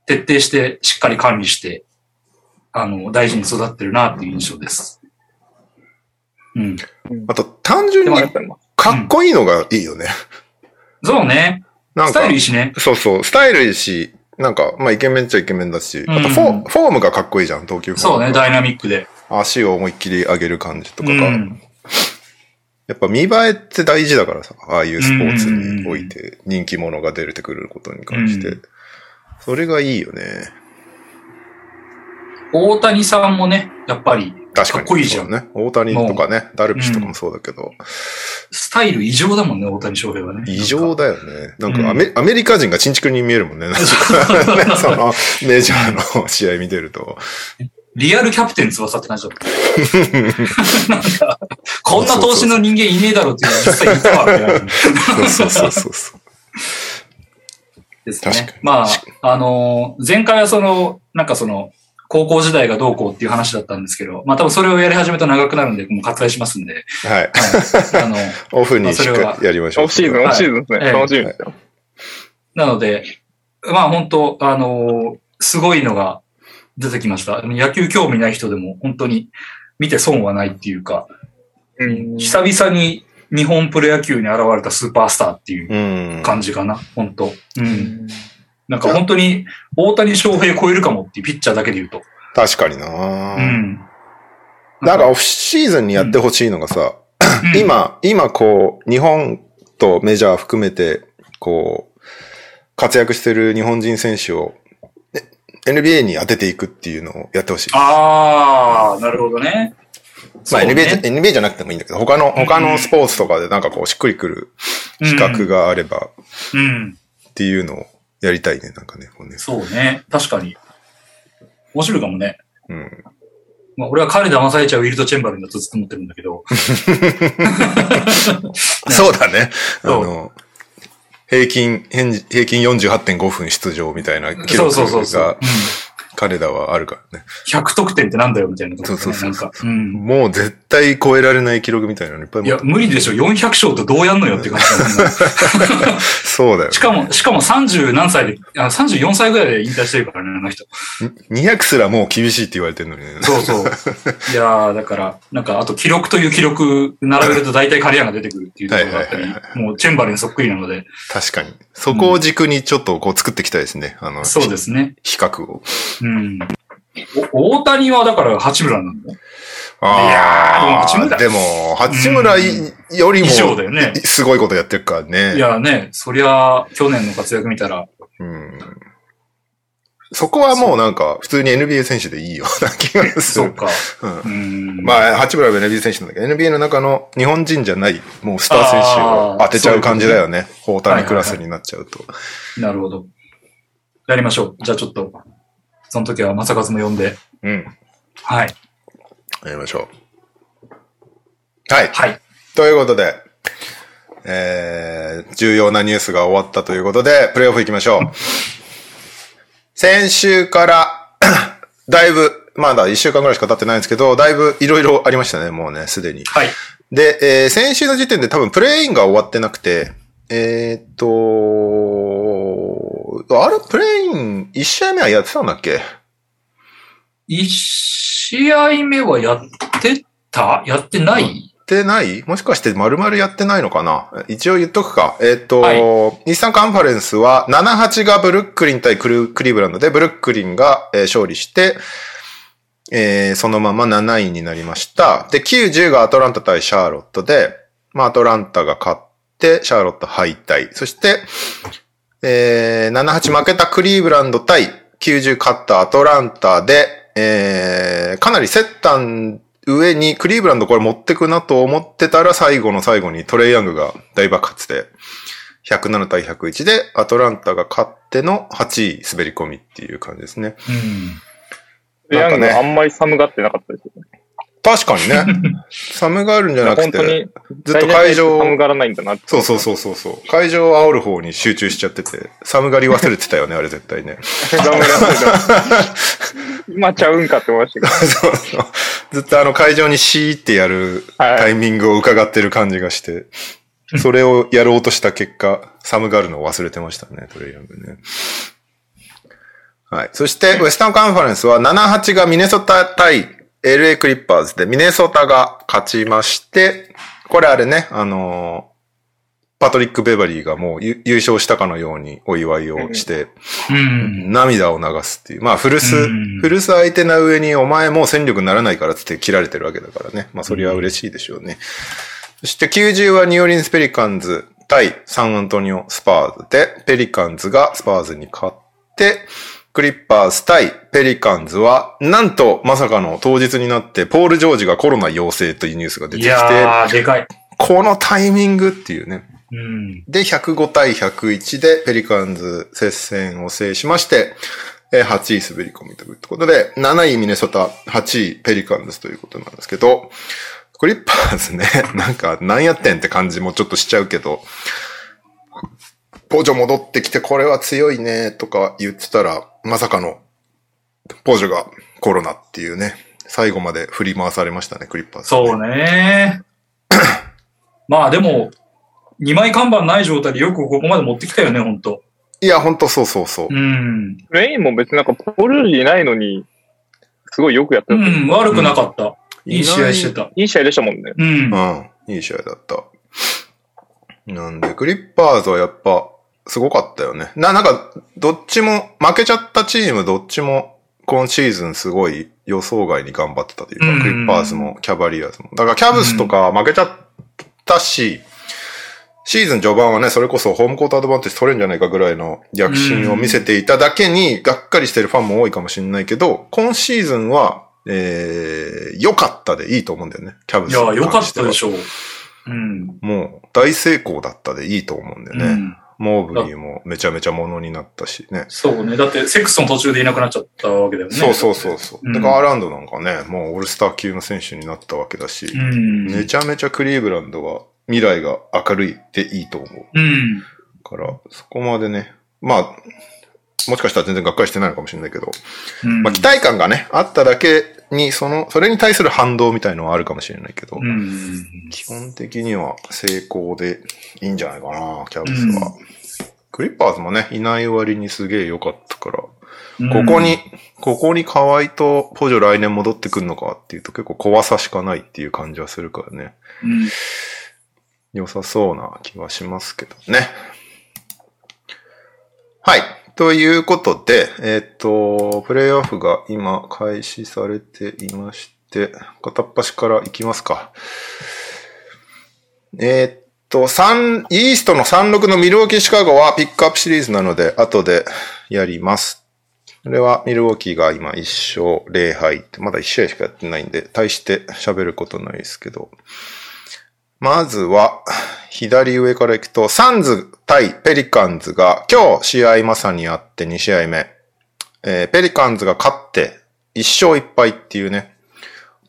Speaker 2: 徹底して、しっかり管理して、あの、大事に育ってるなっていう印象です。うん。
Speaker 3: あと、単純
Speaker 1: た。
Speaker 3: に
Speaker 1: ありがとうござい
Speaker 3: かっこいいのがいいよね。
Speaker 2: そうね。
Speaker 3: な
Speaker 2: ス
Speaker 3: んか
Speaker 2: タイ、ルいいしね。
Speaker 3: そうそう、スタイルいいし、なんか、まあ、イケメンっちゃイケメンだし、あとフォー、
Speaker 2: うん
Speaker 3: フォームがかっこいいじゃん、投球フォーム
Speaker 2: そう
Speaker 3: が。
Speaker 2: ね、ダイナミックで。
Speaker 3: 足を思いっきり上げる感じとか
Speaker 2: う
Speaker 3: が、
Speaker 2: ん。
Speaker 3: やっぱ見栄えって大事だからさ、ああいうスポーツにおいて人気者が出れてくることに関して、
Speaker 2: うん
Speaker 3: それがいいよね。
Speaker 2: 大谷さんもね、やっぱり、
Speaker 3: 確か
Speaker 2: かっ
Speaker 3: に。
Speaker 2: こいいじゃん
Speaker 3: そうね。大谷とかね、ダルビッシュとかもそうだけど、
Speaker 2: スタイル異常だもんね、大谷翔平はね。
Speaker 3: 異常
Speaker 2: だ。
Speaker 3: だよね。なんかアメ,、アメリカ人がチンチクに見えるもん ね。なんかねそのメジャーの試合見てると。
Speaker 2: リアルキャプテン翼って感じだった。 なんか、こんな投資の人間いねえだろっていうのは実際いたわけない
Speaker 3: そうそうそうそうそう。
Speaker 2: ですね。
Speaker 3: 確かに
Speaker 2: まあ、あのー前回はその、なんかその、高校時代がどうこうっていう話だったんですけど、まあ多分それをやり始めたら長くなるんで、もう割愛しますんで、
Speaker 3: はい。
Speaker 2: はい。あの、
Speaker 3: オフにし
Speaker 2: まあそれは
Speaker 3: っかりやりましょう。
Speaker 1: オフシーズン、オフシーズンですね。
Speaker 2: はい
Speaker 1: 楽しみですよ。
Speaker 2: なので、まあ本当、あのーすごいのが出てきました。野球興味ない人でも本当に見て損はないっていうか、
Speaker 1: うん
Speaker 2: 久々に日本プロ野球に現れたスーパースターっていう
Speaker 3: うん。
Speaker 2: 感じかな、本当。うん。なんか本当に大谷翔平超えるかもっていうピッチャーだけで言うと。
Speaker 3: 確かにな、
Speaker 2: うん。
Speaker 3: なんかオフシーズンにやってほしいのがさ、
Speaker 2: うん、
Speaker 3: 今、今こう、日本とメジャー含めて、こう、活躍してる日本人選手を、ね NBA に当てていくっていうのをやってほしい。
Speaker 2: ああ、なるほどね。
Speaker 3: まあ
Speaker 2: そう
Speaker 3: NBA
Speaker 2: ね
Speaker 3: じゃ、NBA じゃなくてもいいんだけど、他の、他のスポーツとかでなんかこう、しっくりくる比較があれば
Speaker 2: うん。
Speaker 3: っていうのをやりたいね、なんかね、こうね。
Speaker 2: そうね。確かに。面白いかもね。
Speaker 3: うん。
Speaker 2: まあ、俺は彼騙されちゃうウィルド・チェンバルンだとずっと思ってるんだ けど。
Speaker 3: そうだね。あ
Speaker 2: そう
Speaker 3: の、平均、平平均48.5分出場みたいな記
Speaker 2: そう
Speaker 3: 録
Speaker 2: そうそうそう。うん
Speaker 3: が、彼らはあるからね。
Speaker 2: 100得点ってなんだよみたいなとこ、ね。
Speaker 3: そうそう
Speaker 2: なんか。うん。
Speaker 3: もう絶対超えられない記録みたいなのいっぱい
Speaker 2: い
Speaker 3: 持っ
Speaker 2: や、
Speaker 3: てる
Speaker 2: 無理でしょ。400勝ってどうやんのよって感じだもん ね
Speaker 3: そうだよ
Speaker 2: し。かも、しかも30何歳で、あ34歳ぐらいで引退してるからね、あの人。
Speaker 3: 200すらもう厳しいって言われてるのにね。
Speaker 2: そうそう。いやー、だから、なんか、あと記録という記録並べると大体カリアが出てくるっていうところがあったり
Speaker 3: はいは、
Speaker 2: もうチェンバレンそっくりなので、
Speaker 3: 確かに。そこを軸にちょっとこう作っていきたいですね。あの、
Speaker 2: そうですね。
Speaker 3: 比較を。
Speaker 2: うん。お大谷はだから八村なんだよ。
Speaker 3: あ
Speaker 2: いやー
Speaker 3: あ、でも、八村いよりも
Speaker 2: 以、上だよね。
Speaker 3: すごいことやってるからね。
Speaker 2: いやね、そりゃ、去年の活躍見たら、
Speaker 3: うんそこはもうなんか、普通に NBA 選手でいいような気がす
Speaker 2: そ
Speaker 3: る
Speaker 2: っ。か。
Speaker 3: うん
Speaker 2: うん。あ、
Speaker 3: まあ、八村は NBA 選手なんだけど、NBA の中の日本人じゃない、もうスター選手を当てちゃう感じだよね。ホータニクラスになっちゃうと。
Speaker 2: なるほど。やりましょう。じゃあちょっと、その時は正和も呼んで、
Speaker 3: うん。
Speaker 2: はい。
Speaker 3: やりましょう。はい。
Speaker 2: はい。
Speaker 3: ということで、えー、重要なニュースが終わったということで、プレイオフ行きましょう。 先週から、 だいぶ、まだ1週間ぐらいしか経ってないんですけど、だいぶいろいろありましたね、もうね、すでに。
Speaker 2: はい。
Speaker 3: で、えー先週の時点で多分プレイインが終わってなくて、えーっと、あれプレイイン1試合目はやってたんだっけ
Speaker 2: 一試合目はやってたやってない
Speaker 3: やってないもしかして丸々やってないのかな一応言っとくか。えっ、と、
Speaker 2: はい
Speaker 3: 日産カンファレンスは7-8がブルックリン対クルクリーブランドで、ブルックリンが、えー勝利して、えーそのまま7位になりました。で、9-10がアトランタ対シャーロットで、まあ、アトランタが勝って、シャーロット敗退。そして、えー、7-8負けたクリーブランド対90勝ったアトランタで、えー、かなり接端上にクリーブランドこれ持ってくなと思ってたら最後の最後にトレイヤングが大爆発で、107対101でアトランタが勝っての8位滑り込みっていう感じですね。
Speaker 2: うん。
Speaker 1: でヤン
Speaker 3: なん
Speaker 1: グ
Speaker 3: かね
Speaker 1: あんまり寒がってなかったですよね。
Speaker 3: 確かにね。 寒があるんじゃなく
Speaker 1: 本当
Speaker 3: て、
Speaker 1: に、
Speaker 3: ずっと会場
Speaker 1: 寒がらないんだなって。
Speaker 3: そうそうそうそうそう。会場を煽る方に集中しちゃってて、寒がり忘れてたよね、あれ絶対ね。
Speaker 1: ダメだダメだ 今ちゃうんかって思いましたけど。
Speaker 3: そうそう。ずっとあの会場にシーってやる
Speaker 1: はい
Speaker 3: タイミングを伺ってる感じがして、それをやろうとした結果、寒がるのを忘れてましたね、トレイヤングね。はい。そして、ウェスタンカンファレンスは7-8がミネソタ対 LA クリッパーズで、ミネソタが勝ちまして、これあれね、あのーパトリック・ベバリーがもうゆ優勝したかのようにお祝いをして、
Speaker 2: うん。
Speaker 3: 涙を流すっていう。まあ、古
Speaker 2: う
Speaker 3: 巣
Speaker 2: ん、
Speaker 3: 古巣相手な上に、お前もう戦力にならないからっつって切られてるわけだからね。まあ、それは嬉しいでしょうね。そして90はニューオリンスペリカンズ対サンアントニオスパーズで、ペリカンズがスパーズに勝って、クリッパース対ペリカンズは、なんとまさかの当日になって、ポール・ジョージがコロナ陽性というニュースが出て
Speaker 2: い
Speaker 3: きて、
Speaker 2: やー、でかい。
Speaker 3: このタイミングっていうね。
Speaker 2: うん。
Speaker 3: で、105対101でペリカンズ接戦を制しまして、えー8位滑り込みということで、7位ミネソタ、8位ペリカンズということなんですけど、クリッパーズね、 なんか何やってんって感じもちょっとしちゃうけど、ポジョ戻ってきてこれは強いねとか言ってたら、まさかのポジョがコロナっていうね、最後まで振り回されましたね、クリッパーズ、
Speaker 2: そ うね。まあでも、2枚看板ない状態でよくここまで持ってきたよね、ほんと。
Speaker 3: いや、ほんとそうそうそう。
Speaker 2: うん。
Speaker 1: レインも別になんかポールいないのに、すごいよくやって
Speaker 2: う
Speaker 1: る。
Speaker 2: ん、悪くなかった。いい試合してた。
Speaker 1: いい試合でしたもんね。
Speaker 2: うん。
Speaker 3: うん。いい試合だった。なんで、クリッパーズはやっぱ、すごかったよね。な、なんか、どっちも、負けちゃったチーム、どっちも、今シーズンすごい予想外に頑張ってたというか、
Speaker 2: うん
Speaker 3: クリッパーズもキャバリアーズも。だから、キャブスとか負けちゃったし、シーズン序盤はね、それこそホームコートアドバンテージ取れんじゃないかぐらいの逆進を見せていただけに、がっかりしてるファンも多いかもしれないけど、今シーズンは、えー、良かったでいいと思うんだよね、キャブ
Speaker 2: い
Speaker 3: スに関
Speaker 2: や、
Speaker 3: しては。
Speaker 2: よかったでしょう。うん。
Speaker 3: もう大成功だったでいいと思うんだよ
Speaker 2: う
Speaker 3: ね。
Speaker 2: ん。
Speaker 3: モーブリーもめちゃめちゃものになったしね。
Speaker 2: そうね。だって、セックスの途中でいなくなっちゃったわけだよね。
Speaker 3: そうそうそうそう。
Speaker 2: うん
Speaker 3: だからアーランドなんかね、もうオールスター級の選手になったわけだし、
Speaker 2: うん。
Speaker 3: めちゃめちゃクリーブランドは未来が明るいでいいと思う
Speaker 2: うん。
Speaker 3: から、そこまでね、まあ、もしかしたら全然がっかりしてないのかもしれないけど、
Speaker 2: うん。
Speaker 3: まあ期待感がね、あっただけに、その、それに対する反動みたいのはあるかもしれないけど、
Speaker 2: うん。
Speaker 3: 基本的には成功でいいんじゃないかな、キャベツは。クリッパーズもね、いない割にすげえ良かったから、こ
Speaker 2: うん
Speaker 3: こに、ここに河合とポジョ来年戻ってくんのかっていうと結構怖さしかないっていう感じはするからね。
Speaker 2: うん
Speaker 3: 良さそうな気はしますけどね。はい。ということで、えっ、と、プレイオフが今開始されていまして、片っ端からいきますか。えっ、と、三イーストの36のミルウォーキーシカゴはピックアップシリーズなので、後でやります。これはミルウォーキーが今1勝0敗って、まだ1試合しかやってないんで、大して喋ることないですけど、まずは、左上から行くと、サンズ対ペリカンズが、今日試合まさにあって2試合目。えーペリカンズが勝って、1勝1敗っていうね。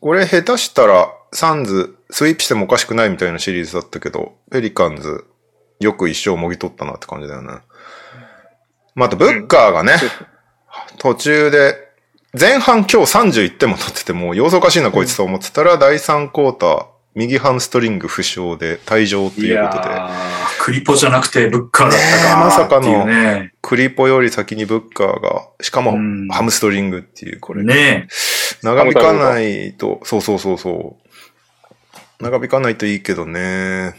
Speaker 3: これ下手したら、サンズスイープしてもおかしくないみたいなシリーズだったけど、ペリカンズ、よく1勝もぎ取ったなって感じだよね。また、ブッカーがね、途中で、前半今日31点も取ってて、もう様子おかしいなこいつと思ってたら、第3クォーター、右ハムストリング負傷で退場と
Speaker 2: い
Speaker 3: いう
Speaker 2: や
Speaker 3: ことで。
Speaker 2: ークリポじゃなくてブッカーだった
Speaker 3: ねえ
Speaker 2: か。
Speaker 3: まさかの
Speaker 2: っていうね。
Speaker 3: クリポより先にブッカーが、しかも
Speaker 2: うん
Speaker 3: ハムストリングっていう、これ、
Speaker 2: ね
Speaker 3: 長引かないと、そうそうそうそう。長引かないといいけどね。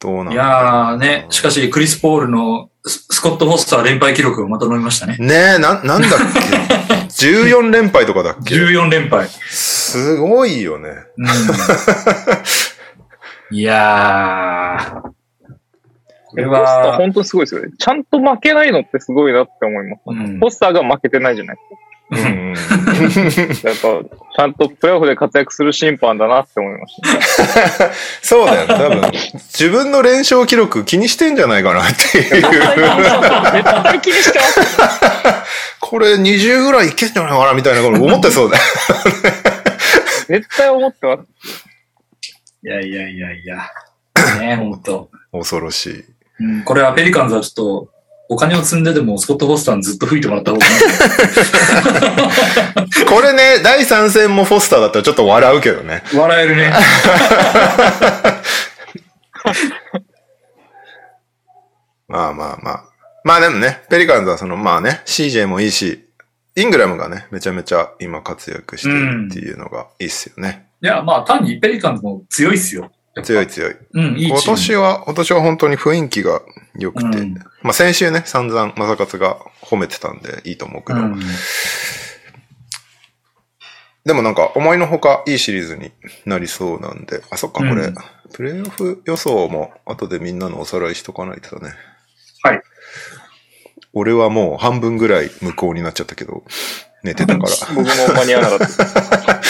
Speaker 3: どうなん
Speaker 2: え。い
Speaker 3: だろうな
Speaker 2: やーね。しかし、クリス・ポールのススコット・フォスター連敗記録をまた伸びましたね。
Speaker 3: ねえ、な、なんだっけ ?14 連敗とかだっけ
Speaker 2: 14連敗。
Speaker 3: すごいよね。
Speaker 2: うんいやー。これ
Speaker 1: ポスター
Speaker 2: は、
Speaker 1: 本当すごいですよね。ちゃんと負けないのってすごいなって思います。
Speaker 2: うん
Speaker 1: ポスターが負けてないじゃない
Speaker 3: うんうんうん。
Speaker 1: ですか。やっぱ、ちゃんとプレイオフで活躍する審判だなって思いました。
Speaker 3: そうだよね、多分。自分の連勝記録気にしてんじゃないかなっていう。
Speaker 1: 絶 対気にしてます。
Speaker 3: これ20ぐらいいけんじゃないかなみたいなこと思って そうだよ。
Speaker 1: 絶対思ってます。
Speaker 2: いやいやいやいや。ねえ、ほんと。
Speaker 3: 恐ろしい。
Speaker 2: うんこれはペリカンズはちょっと、お金を積んででもスコット・フォスターにずっと吹いてもらった方がいい。
Speaker 3: これね、第3戦もフォスターだったらちょっと笑うけどね。
Speaker 2: 笑えるね。
Speaker 3: まあまあまあ。まあでもね、ペリカンズはその、まあね、CJ もいいし、イングラムがね、めちゃめちゃ今活躍してるっていうのがいいっすよね。
Speaker 2: いや、まあ単にペリカンズも強いっすよ。やっぱ
Speaker 3: 強い。強い。
Speaker 2: うん、いいチー
Speaker 3: 今
Speaker 2: ム。
Speaker 3: 年は、今年は本当に雰囲気が良くて、
Speaker 2: うん
Speaker 3: まあ先週ね、散々正勝が褒めてたんでいいと思うけど、
Speaker 2: うん
Speaker 3: でもなんか思いのほかいいシリーズになりそうなんで、あ、そっか、これ、
Speaker 2: うん
Speaker 3: プレイオフ予想も後でみんなのおさらいしとかないとだね。
Speaker 2: はい。
Speaker 3: 俺はもう半分ぐらい無効になっちゃったけど、寝てた から。
Speaker 1: 僕も間に合わなかった。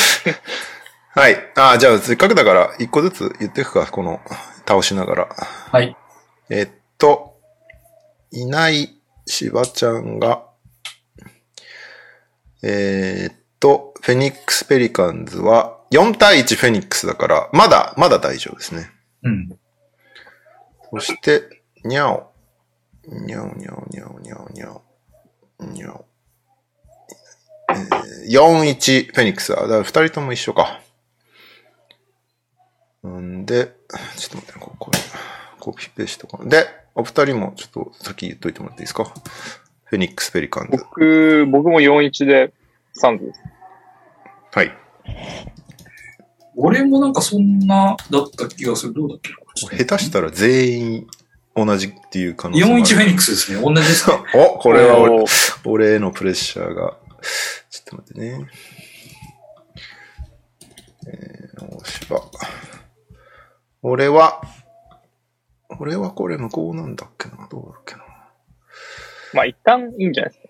Speaker 3: はい。あーじゃあ、せっかくだから、一個ずつ言っていくか、この、倒しながら。
Speaker 2: はい。
Speaker 3: えっと、いないしばちゃんが、えーっと、フェニックス・ペリカンズは4対1フェニックスだから、まだ、まだ大丈夫ですね。
Speaker 2: うん。
Speaker 3: そして、にゃお。にゃおにゃおにゃおにゃおにゃお。にゃお。えー、4-1フェニックスだ。だから2人とも一緒か。んで、ちょっと待ってね、ここにコピペしとかな。で、お二人もちょっと先言っといてもらっていいですか。フェニックス・ペリカンズ。
Speaker 1: 僕、僕も4-1でサンズです。
Speaker 3: はい。
Speaker 2: 俺もなんかそんなだった気がする。どうだっけ
Speaker 3: 下手したら全員同じっていう可能性もある
Speaker 2: ?41 フェニックスですね。同じですね。
Speaker 3: お、これは俺
Speaker 1: おー
Speaker 3: 俺へのプレッシャーが。ちょっと待ってね。えー、大芝。俺は、俺はこれ向こうなんだっけなどうだっけな
Speaker 1: まあ一旦いいんじゃないですか。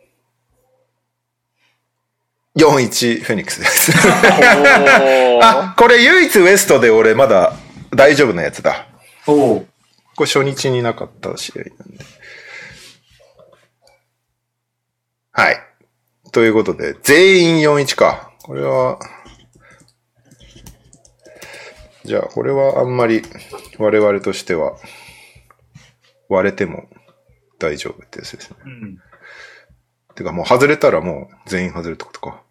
Speaker 3: ?4-1 フェニックスです。
Speaker 1: おー
Speaker 3: あ、 これ唯一ウエストで俺まだ大丈夫なやつだ。
Speaker 2: おう
Speaker 3: これ初日になかった試合なんで。はい。ということで、全員41か。これは、じゃあ、これはあんまり我々としては割れても大丈夫ってやつですね。
Speaker 2: うん。
Speaker 3: てかもう外れたらもう全員外れってことか。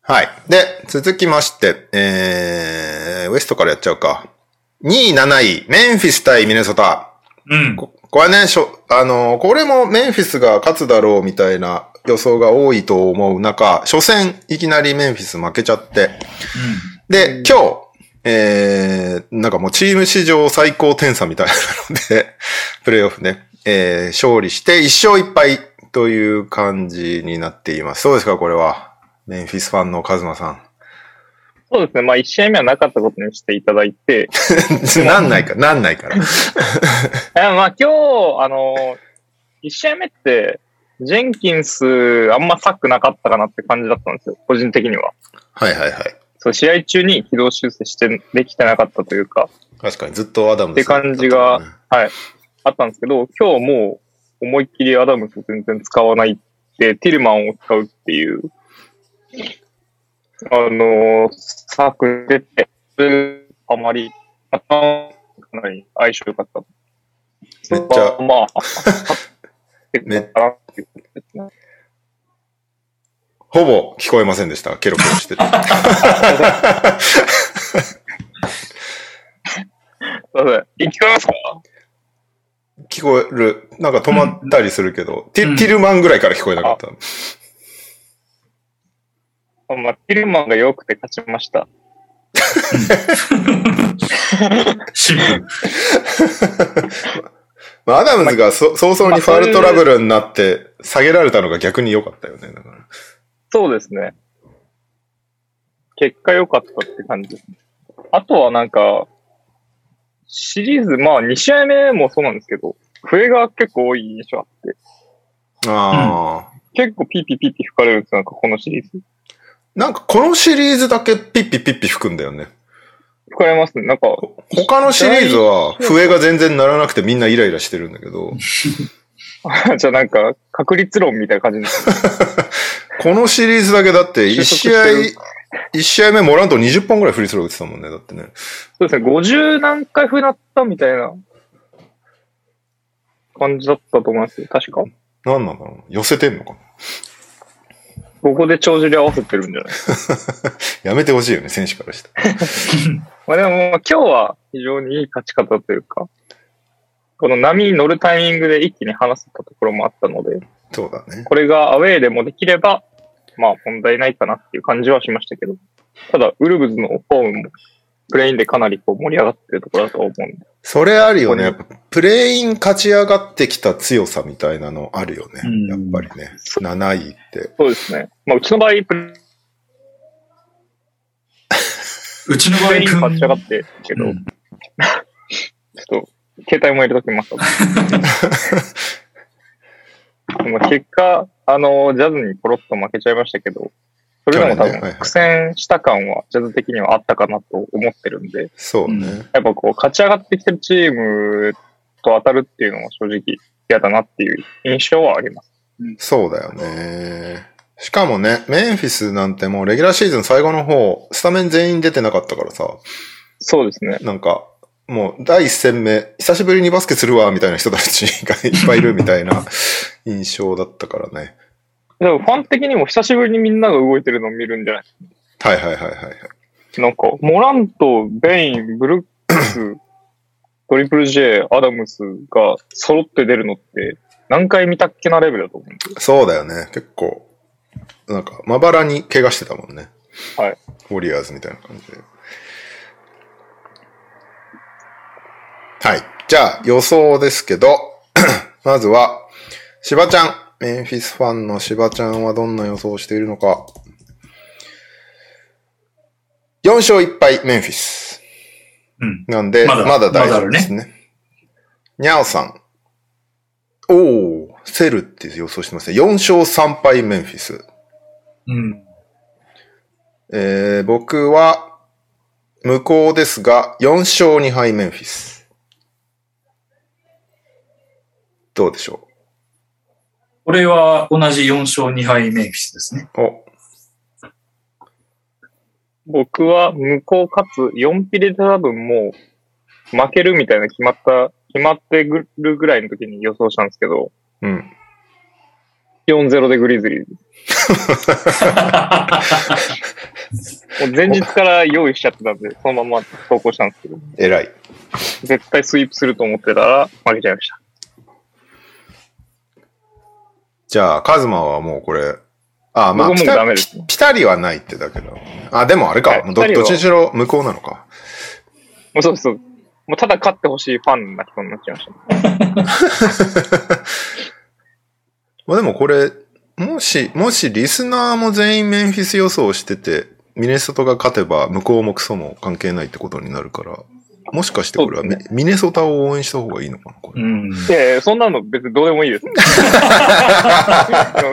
Speaker 3: はい。で、続きまして、えー、ウエストからやっちゃうか。2位、7位、メンフィス対ミネソタ。
Speaker 2: うん。
Speaker 3: ここれはね、しょ、あの、これもメンフィスが勝つだろうみたいな予想が多いと思う中、初戦いきなりメンフィス負けちゃって。で、今日、えー、なんかもうチーム史上最高点差みたいなので、 プレイオフね、えー、勝利して1勝1敗という感じになっています。そうですか、これは。メンフィスファンのカズマさ
Speaker 1: そうですね。まあ1試合目はなかったことにしていただいて、
Speaker 3: ん。 なんないか、なんないから。
Speaker 1: いやまあ今日、あの、1試合目って、ジェンキンス、あんまサックなかったかなって感じだったんですよ。個人的には。
Speaker 3: はいはいはい。
Speaker 1: そう、試合中に軌道修正して、できてなかったというか、
Speaker 3: 確かにずっとアダムズ
Speaker 1: って感じがはい、あったんですけど、今日もう思いっきりアダムスを全然使わないで、ティルマンを使うっていう、あのー、サークル出て、あまり、あかなり相性良かった。
Speaker 3: めっちゃ
Speaker 1: まあ、勝ってくれたなっていうことですね。
Speaker 3: ほぼ聞こえませんでした。ケロケロしてて。
Speaker 1: すいません。聞こえますか
Speaker 3: 聞こえる。なんか止まったりするけど、ティティルマンぐらいから聞こえなかった。
Speaker 1: まあ、ティルマンが良くて勝ちました。
Speaker 2: シンプル。
Speaker 3: まあ、アダムズがそ早々にファウルトラブルになって下げられたのが逆に良かったよね。だから
Speaker 1: そうですね。結果良かったって感じですね。あとはなんか、シリーズ、まあ2試合目もそうなんですけど、笛が結構多い印象あって、
Speaker 3: ああ、
Speaker 1: 結構ピーピーピーピー吹かれるんですよ、なんかこのシリーズ。
Speaker 3: なんかこのシリーズだけピッピピッピ吹くんだよね。
Speaker 1: 吹かれますね。なんか、
Speaker 3: 他のシリーズは笛が全然鳴らなくてみんなイライラしてるんだけど、
Speaker 1: じゃあなんか、確率論みたいな感じです。
Speaker 3: このシリーズだけだって1試合
Speaker 1: 収束し、
Speaker 3: 1試合目もらうと20本ぐらいフリースロー打ってたもんね。だってね。
Speaker 1: そうですね、50何回笛鳴ったみたいな感じだったと思いますよ確か。
Speaker 3: なんなんだろうな。寄せてんのかな。
Speaker 1: ここで帳尻合わせてるんじゃない
Speaker 3: やめてほしいよね、選手からして。
Speaker 1: まあでも、今日は非常にいい勝ち方というか、この波に乗るタイミングで一気に離せたところもあったので、
Speaker 3: そうだね。
Speaker 1: これがアウェーでもできれば、まあ問題ないかなっていう感じはしましたけど、ただ、ウルブズのフォームも、プレインでかなりこう盛り上がってるところだと思うんで、
Speaker 3: それあるよね。や
Speaker 1: こ
Speaker 3: っぱ、プレイン勝ち上がってきた強さみたいなのあるよね
Speaker 2: う。ん
Speaker 3: やっぱりね。7位って。
Speaker 1: そうですね。まあうちの場合、プレ
Speaker 2: うちの場合
Speaker 1: イン
Speaker 2: くん
Speaker 1: 勝ち上がってるけど、
Speaker 2: う
Speaker 1: ち
Speaker 2: ん
Speaker 1: ょっと、携帯も入れときました。でも結果、あの、ジャズにポロッと負けちゃいましたけど、それでも多
Speaker 3: 去年ねはいは
Speaker 1: 分
Speaker 3: い
Speaker 1: 苦戦した感はジャズ的にはあったかなと思ってるんで、
Speaker 3: そうね。
Speaker 2: うん
Speaker 1: やっぱこう、勝ち上がってきてるチームと当たるっていうのは正直嫌だなっていう印象はあります。
Speaker 3: そうだよね。しかもね、メンフィスなんてもうレギュラーシーズン最後の方、スタメン全員出てなかったからさ、
Speaker 1: そうですね。
Speaker 3: なんか、もう第一戦目、久しぶりにバスケするわ、みたいな人たちがいっぱいいるみたいな印象だったからね。
Speaker 1: でもファン的にも久しぶりにみんなが動いてるのを見るんじゃない
Speaker 3: はいはいはいはいはい。
Speaker 1: なんか、モラント、ベイン、ブルックス、トリプル J、アダムスが揃って出るのって何回見たっけなレベルだと思うんですよ
Speaker 3: そうだよね。結構、なんか、まばらに怪我してたもんね。
Speaker 1: はい。
Speaker 3: ウォリアーズみたいな感じで。はい。じゃあ、予想ですけど、 まずは、しばちゃん。メンフィスファンのしばちゃんはどんな予想をしているのか。4勝1敗、メンフィス。
Speaker 2: うん。
Speaker 3: なんで、ま
Speaker 2: ま
Speaker 3: だ
Speaker 2: だ
Speaker 3: 大丈夫ですね。にゃおさん。おおセルって予想してますね。4勝3敗メンフィス。
Speaker 2: うん。
Speaker 3: えー、僕は、無効ですが、4勝2敗メンフィス。どうでしょ
Speaker 2: これは同じ4勝2敗メンフィスですね。
Speaker 3: うお、
Speaker 1: 僕は無効かつ4ピリで多分もう負けるみたいな決まった、決まってくるぐらいの時に予想したんですけど、
Speaker 3: うん。
Speaker 1: 4-0でグリズリーズ。もう前日から用意しちゃってたんで、そのまま投稿したんですけど、
Speaker 3: 偉い。
Speaker 1: 絶対スイープすると思ってたら負けちゃいました。
Speaker 3: じゃあ、カズマはもうこれ、あ、まあ、
Speaker 1: 僕もう
Speaker 3: ピタ
Speaker 1: ダメですね
Speaker 3: ピタリはないってだけど。あ、でもあれ
Speaker 1: は
Speaker 3: か。
Speaker 1: い
Speaker 3: もうど
Speaker 1: ピタリ
Speaker 3: どっ
Speaker 1: は
Speaker 3: ちにしろ無効なのか。
Speaker 1: もうそうそう。もうただ勝ってほしいファンな人になっちゃいました。
Speaker 3: まあでもこれ、もし、もしリスナーも全員メンフィス予想してて、ミネソトが勝てば向こうもクソも関係ないってことになるから、もしかしてこれはミ,、
Speaker 1: そう
Speaker 3: ミネソタを応援した方がいいのかなこれ。
Speaker 2: うん。
Speaker 1: いやいやそんなの別にどうでもいいです。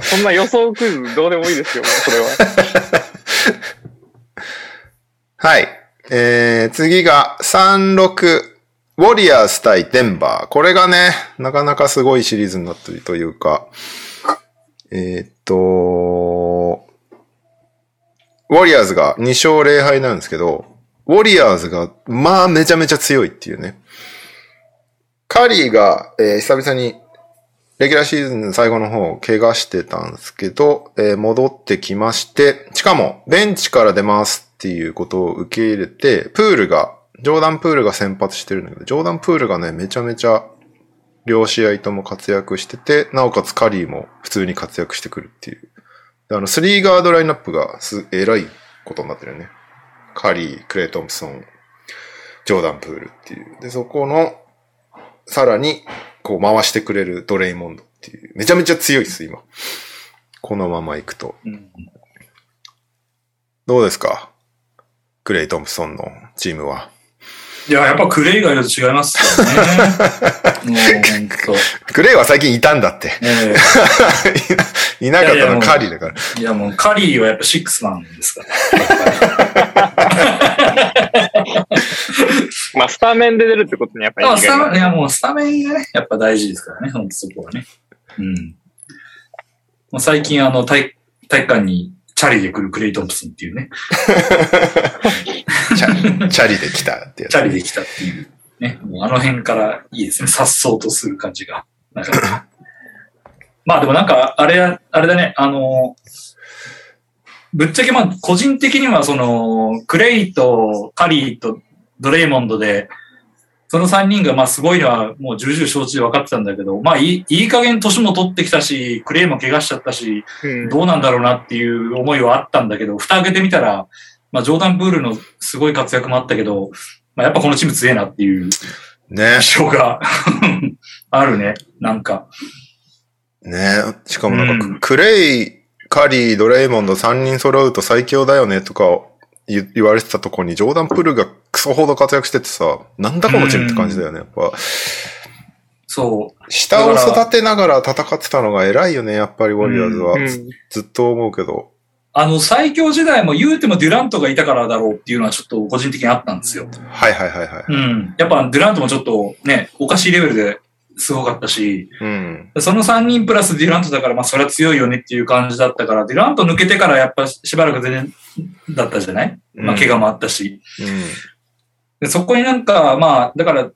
Speaker 1: そんな予想クイズどうでもいいですよ、それは。
Speaker 3: はい。えー、次が36、ウォリアーズ対デンバー。これがね、なかなかすごいシリーズになってるというか、えーっと、ウォリアーズが2勝0敗なんですけど、ウォリアーズが、まあ、めちゃめちゃ強いっていうね。カリーが、えー久々に、レギュラーシーズンの最後の方、怪我してたんですけど、えー戻ってきまして、しかも、ベンチから出ますっていうことを受け入れて、プールが、ジョーダンプールが先発してるんだけど、ジョーダンプールがね、めちゃめちゃ、両試合とも活躍してて、なおかつカリーも普通に活躍してくるっていう。であの、スリーガードラインナップがす、えらいことになってるよね。カリー、クレイ・トンプソン、ジョーダン・プールっていう。で、そこの、さらに、こう回してくれるドレイモンドっていう。めちゃめちゃ強いです、今。このまま行くと。
Speaker 2: うん
Speaker 3: どうですかクレイ・トンプソンのチームは。
Speaker 2: いや、やっぱクレイがいると違います よね。もう本当。
Speaker 3: クレイは最近いたんだって。
Speaker 2: え
Speaker 3: いなかっ
Speaker 2: いや
Speaker 3: た
Speaker 2: いやも
Speaker 3: の
Speaker 2: う
Speaker 3: カリーだから。
Speaker 2: えいや、もうカリーはやっぱシックスマンですから。
Speaker 1: まあ、スタメンで出るってことにやっぱり意
Speaker 2: まあ
Speaker 1: 味
Speaker 2: ス
Speaker 1: があ
Speaker 2: タメン
Speaker 1: りま
Speaker 2: いや、もうスタメンがね、やっぱ大事ですからね、ほんとそこはね。うん。まあ、最近、あの、体、体育館にチャリで来るクレイトンプソンっていうね、
Speaker 3: チャチャリで来たってや
Speaker 2: チ
Speaker 3: つ。
Speaker 2: ャリで来たっていう、ね、もうあの辺からいいですね、颯爽とする感じが。なかな かまあでもなんか、あれや、あれだね、あの、ぶっちゃけまあ、個人的にはその、クレイとカリーとドレイモンドで、その3人がまあすごいのはもう重々承知で分かってたんだけど、まあいいいい加減年も取ってきたし、クレイも怪我しちゃったし、
Speaker 1: すうん
Speaker 2: どうなんだろうなっていう思いはあったんだけど、蓋開けてみたら、まあ、ジョーダン・プールのすごい活躍もあったけど、まあ、やっぱこのチーム強えなっていう
Speaker 3: ね。
Speaker 2: 印象が あるね。なんか。
Speaker 3: ねしかもなんか、
Speaker 2: うん
Speaker 3: クレイ、カリー、ドレイモンド3人揃うと最強だよねとか言言われてたとこに、ジョーダン・プールがクソほど活躍しててさ、なんだこのチームって感じだよね、やっぱ。
Speaker 2: そう。
Speaker 3: 下を育てながら戦ってたのが偉いよね、やっぱりウォリアーズは。
Speaker 1: うん。
Speaker 3: ずっと思うけど。
Speaker 2: あの、最強時代も言うてもデュラントがいたからだろうっていうのはちょっと個人的にあったんですよ。
Speaker 3: はいはいはいはい。
Speaker 2: うん。やっぱデュラントもちょっとね、おかしいレベルですごかったし、
Speaker 3: うん。
Speaker 2: その3人プラスデュラントだから、まあそれは強いよねっていう感じだったから、デュラント抜けてからやっぱしばらく全然だったじゃないまあ怪我もあったし。でそこになんか、まあ、だから、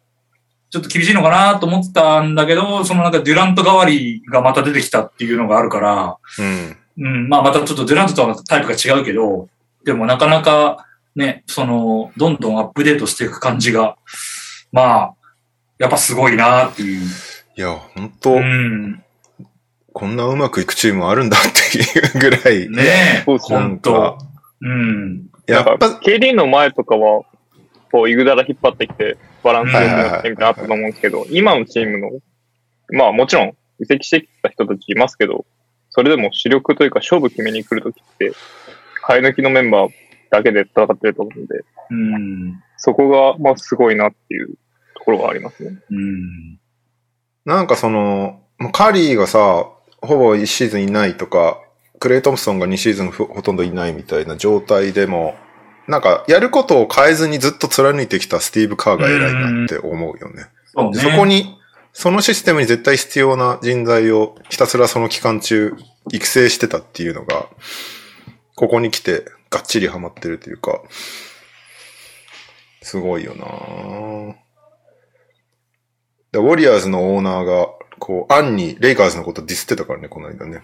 Speaker 2: ちょっと厳しいのかなと思ってたんだけど、そのなんかデュラント代わりがまた出てきたっていうのがあるから、
Speaker 3: うん。
Speaker 2: うん、まあまたちょっとデュラントとはまたタイプが違うけど、でもなかなかね、その、どんどんアップデートしていく感じが、まあ、やっぱすごいなっていう。
Speaker 3: いや、本当、
Speaker 2: うん。
Speaker 3: こんなうまくいくチームあるんだっていうぐらい。
Speaker 2: ねえ、
Speaker 1: そうそう
Speaker 3: なん
Speaker 2: 本
Speaker 3: か
Speaker 2: 当、うん。
Speaker 1: な
Speaker 3: や
Speaker 1: んか
Speaker 3: っぱ、
Speaker 1: KD の前とかは、こう、イグダラ引っ張ってきて、バランス良くなってみたいなのあったと思うんですけど、今のチームの、まあもちろん、移籍してきた人たちいますけど、それでも主力というか勝負決めに来るときって、替え抜きのメンバーだけで戦ってると思うんで、
Speaker 2: うん。
Speaker 1: そこが、まあすごいなっていうところがありますね。
Speaker 2: うん。
Speaker 3: なんかその、カリーがさ、ほぼ1シーズンいないとか、クレイ・トムソンが2シーズンほほとんどいないみたいな状態でも、なんか、やることを変えずにずっと貫いてきたスティーブ・カーが偉いなって思うよね。
Speaker 2: そうね。
Speaker 3: そこに、そのシステムに絶対必要な人材をひたすらその期間中育成してたっていうのが、ここに来てがっちりハマってるというか、すごいよなぁでウォリアーズのオーナーが、こう、アンにレイカーズのことディスってたからね、この間ね。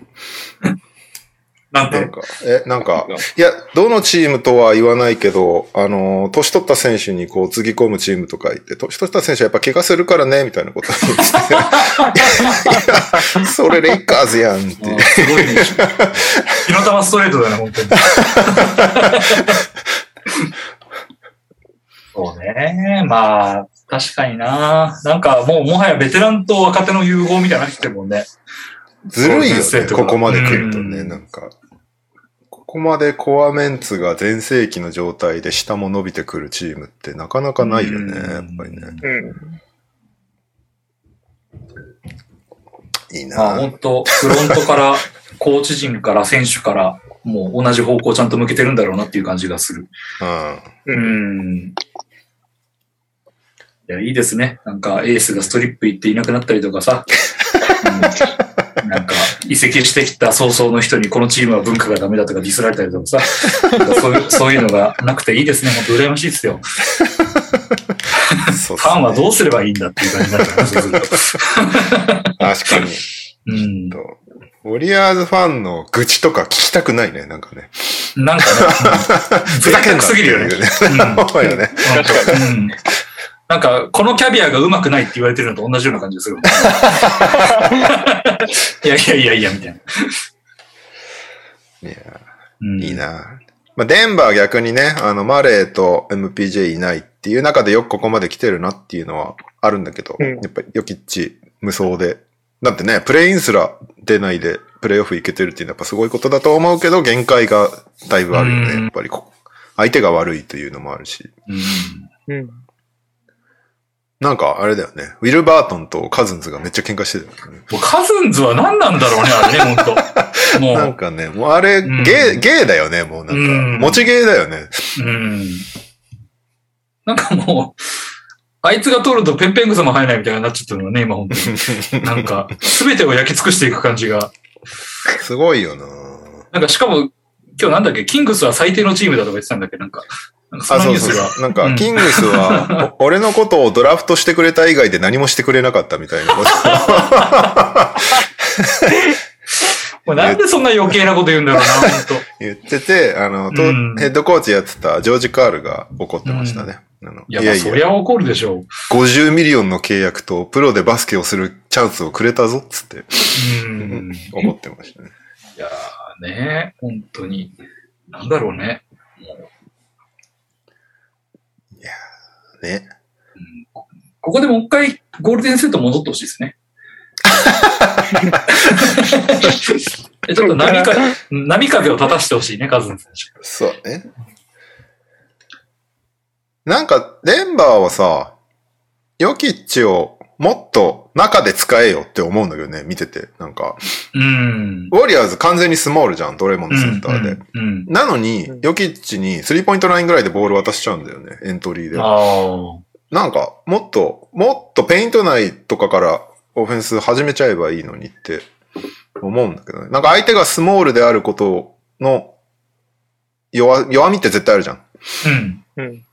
Speaker 2: なん
Speaker 3: な
Speaker 2: て
Speaker 3: ん、か、え、なんか、いや、どのチームとは言わないけど、あのー、年取った選手にこう、つぎ込むチームとかいて、年取った選手はやっぱ怪我するからね、みたいなことを言 ってていやそれレイカーズやんって。
Speaker 2: あーすごいね。 火の玉ストレートだね、本 当に。そうね。まあ、確かにな。なんかもう、もはやベテランと若手の融合みたいになってきてるもんね。
Speaker 3: ずるいよ
Speaker 2: そう
Speaker 3: ね、
Speaker 2: ですね
Speaker 3: ここまで来るとね、
Speaker 2: うん
Speaker 3: なんか。ここまでコアメンツが全盛期の状態で下も伸びてくるチームってなかなかないよね、
Speaker 2: うん
Speaker 3: やっぱりね。
Speaker 1: うん。
Speaker 3: いい
Speaker 2: まあ、
Speaker 3: なぁ
Speaker 2: 本当フロントから、コーチ陣から、選手から、もう同じ方向をちゃんと向けてるんだろうなっていう感じがする。
Speaker 3: うん。
Speaker 2: うん。いや、いいですね。なんか、エースがストリップ行っていなくなったりとかさ。うんなんか、移籍してきた早々の人にこのチームは文化がダメだとかディスられたりとかさ。なんかそういう、そういうのがなくていいですね。本当羨ましいですよ。
Speaker 3: そうっ
Speaker 2: フ
Speaker 3: すね
Speaker 2: ァンはどうすればいいんだっていう感じになっちゃいますよずっと
Speaker 3: 確かに。
Speaker 2: うん。
Speaker 3: とウォリアーズファンの愚痴とか聞きたくないね、なんかね。
Speaker 2: なんかね、
Speaker 3: ふざけんなって
Speaker 2: 贅沢すぎるよね
Speaker 3: いうね。
Speaker 2: うん
Speaker 3: 思うよね。
Speaker 1: 確かに。
Speaker 2: うんなんか、このキャビアがうまくないって言われてるのと同じような感じがす るもんね。いやいやいやいや、みたいな。
Speaker 3: いや
Speaker 2: うん
Speaker 3: いい。な。まあ、デンバーは逆にね、あの、マレーと MPJ いないっていう中でよくここまで来てるなっていうのはあるんだけど、
Speaker 1: うん
Speaker 3: やっぱりヨキッチ無双で。だってね、プレイインすら出ないでプレイオフ行けてるっていうのはやっぱすごいことだと思うけど、限界がだいぶあるよ
Speaker 2: うん
Speaker 3: ね。やっぱりこ相手が悪いというのもあるし。
Speaker 2: うん
Speaker 1: うん。
Speaker 3: なんかあれだよね。ウィルバートンとカズンズがめっちゃ喧嘩してたよね。
Speaker 2: もうカズンズは何なんだろうね、あれね、本当も
Speaker 3: なん
Speaker 2: う、
Speaker 3: かね、もうあれ、
Speaker 2: うん
Speaker 3: ゲー、ゲーだよね、もうな
Speaker 2: うん
Speaker 3: んか。持ちゲーだよね。
Speaker 2: うん。なんかもう、あいつが通るとペンペン草も生えないみたいになっちゃってるのね、今本当に。なんか、すべてを焼き尽くしていく感じが。
Speaker 3: すごいよな
Speaker 2: なんかしかも、今日なんだっけ、キングスは最低のチームだとか言ってたんだっけ、なんか。なんかそ
Speaker 3: あ、
Speaker 2: の
Speaker 3: そ
Speaker 2: ニュ
Speaker 3: う
Speaker 2: ース
Speaker 3: そう
Speaker 2: が。
Speaker 3: そう。なん
Speaker 2: う
Speaker 3: か、
Speaker 2: ん
Speaker 3: キングス は、お俺のことをドラフトしてくれた以外で何もしてくれなかったみたいなこと。
Speaker 2: もうなんでそんな余計なこと言うんだろうな、 本
Speaker 3: 言ってて、あの、と
Speaker 2: うん
Speaker 3: ヘッドコーチやってたジョージ・カールが怒ってましたね。あの
Speaker 2: 当。いや、まあ、そりゃ怒るでしょう。
Speaker 3: 50ミリオンの契約とプロでバスケをするチャンスをくれたぞっつって
Speaker 2: うん。い
Speaker 3: 怒ってま したね。
Speaker 2: やーね、本当に。なんだろうね。
Speaker 3: ね。
Speaker 2: ここでもう一回ゴールデンセット戻ってほしいですね。 ちょっと波風、波風を立たしてほしいね、カズン選
Speaker 3: そうね。なんか、デンバーはさ、ヨキッチをもっと中で使えよって思うんだけどね、見てて。なんか、
Speaker 2: うん。
Speaker 3: ウォリアーズ完全にスモールじゃん、ドレモンのセンターで。
Speaker 2: うんうんうん
Speaker 3: なのに
Speaker 1: うん、
Speaker 3: ヨキッチにスリーポイントラインぐらいでボール渡しちゃうんだよね、エントリーで。
Speaker 2: ああ。
Speaker 3: なんか、もっと、もっとペイント内とかからオフェンス始めちゃえばいいのにって思うんだけどね。なんか相手がスモールであることの弱、弱みって絶対あるじゃん。
Speaker 2: うん。
Speaker 1: うん。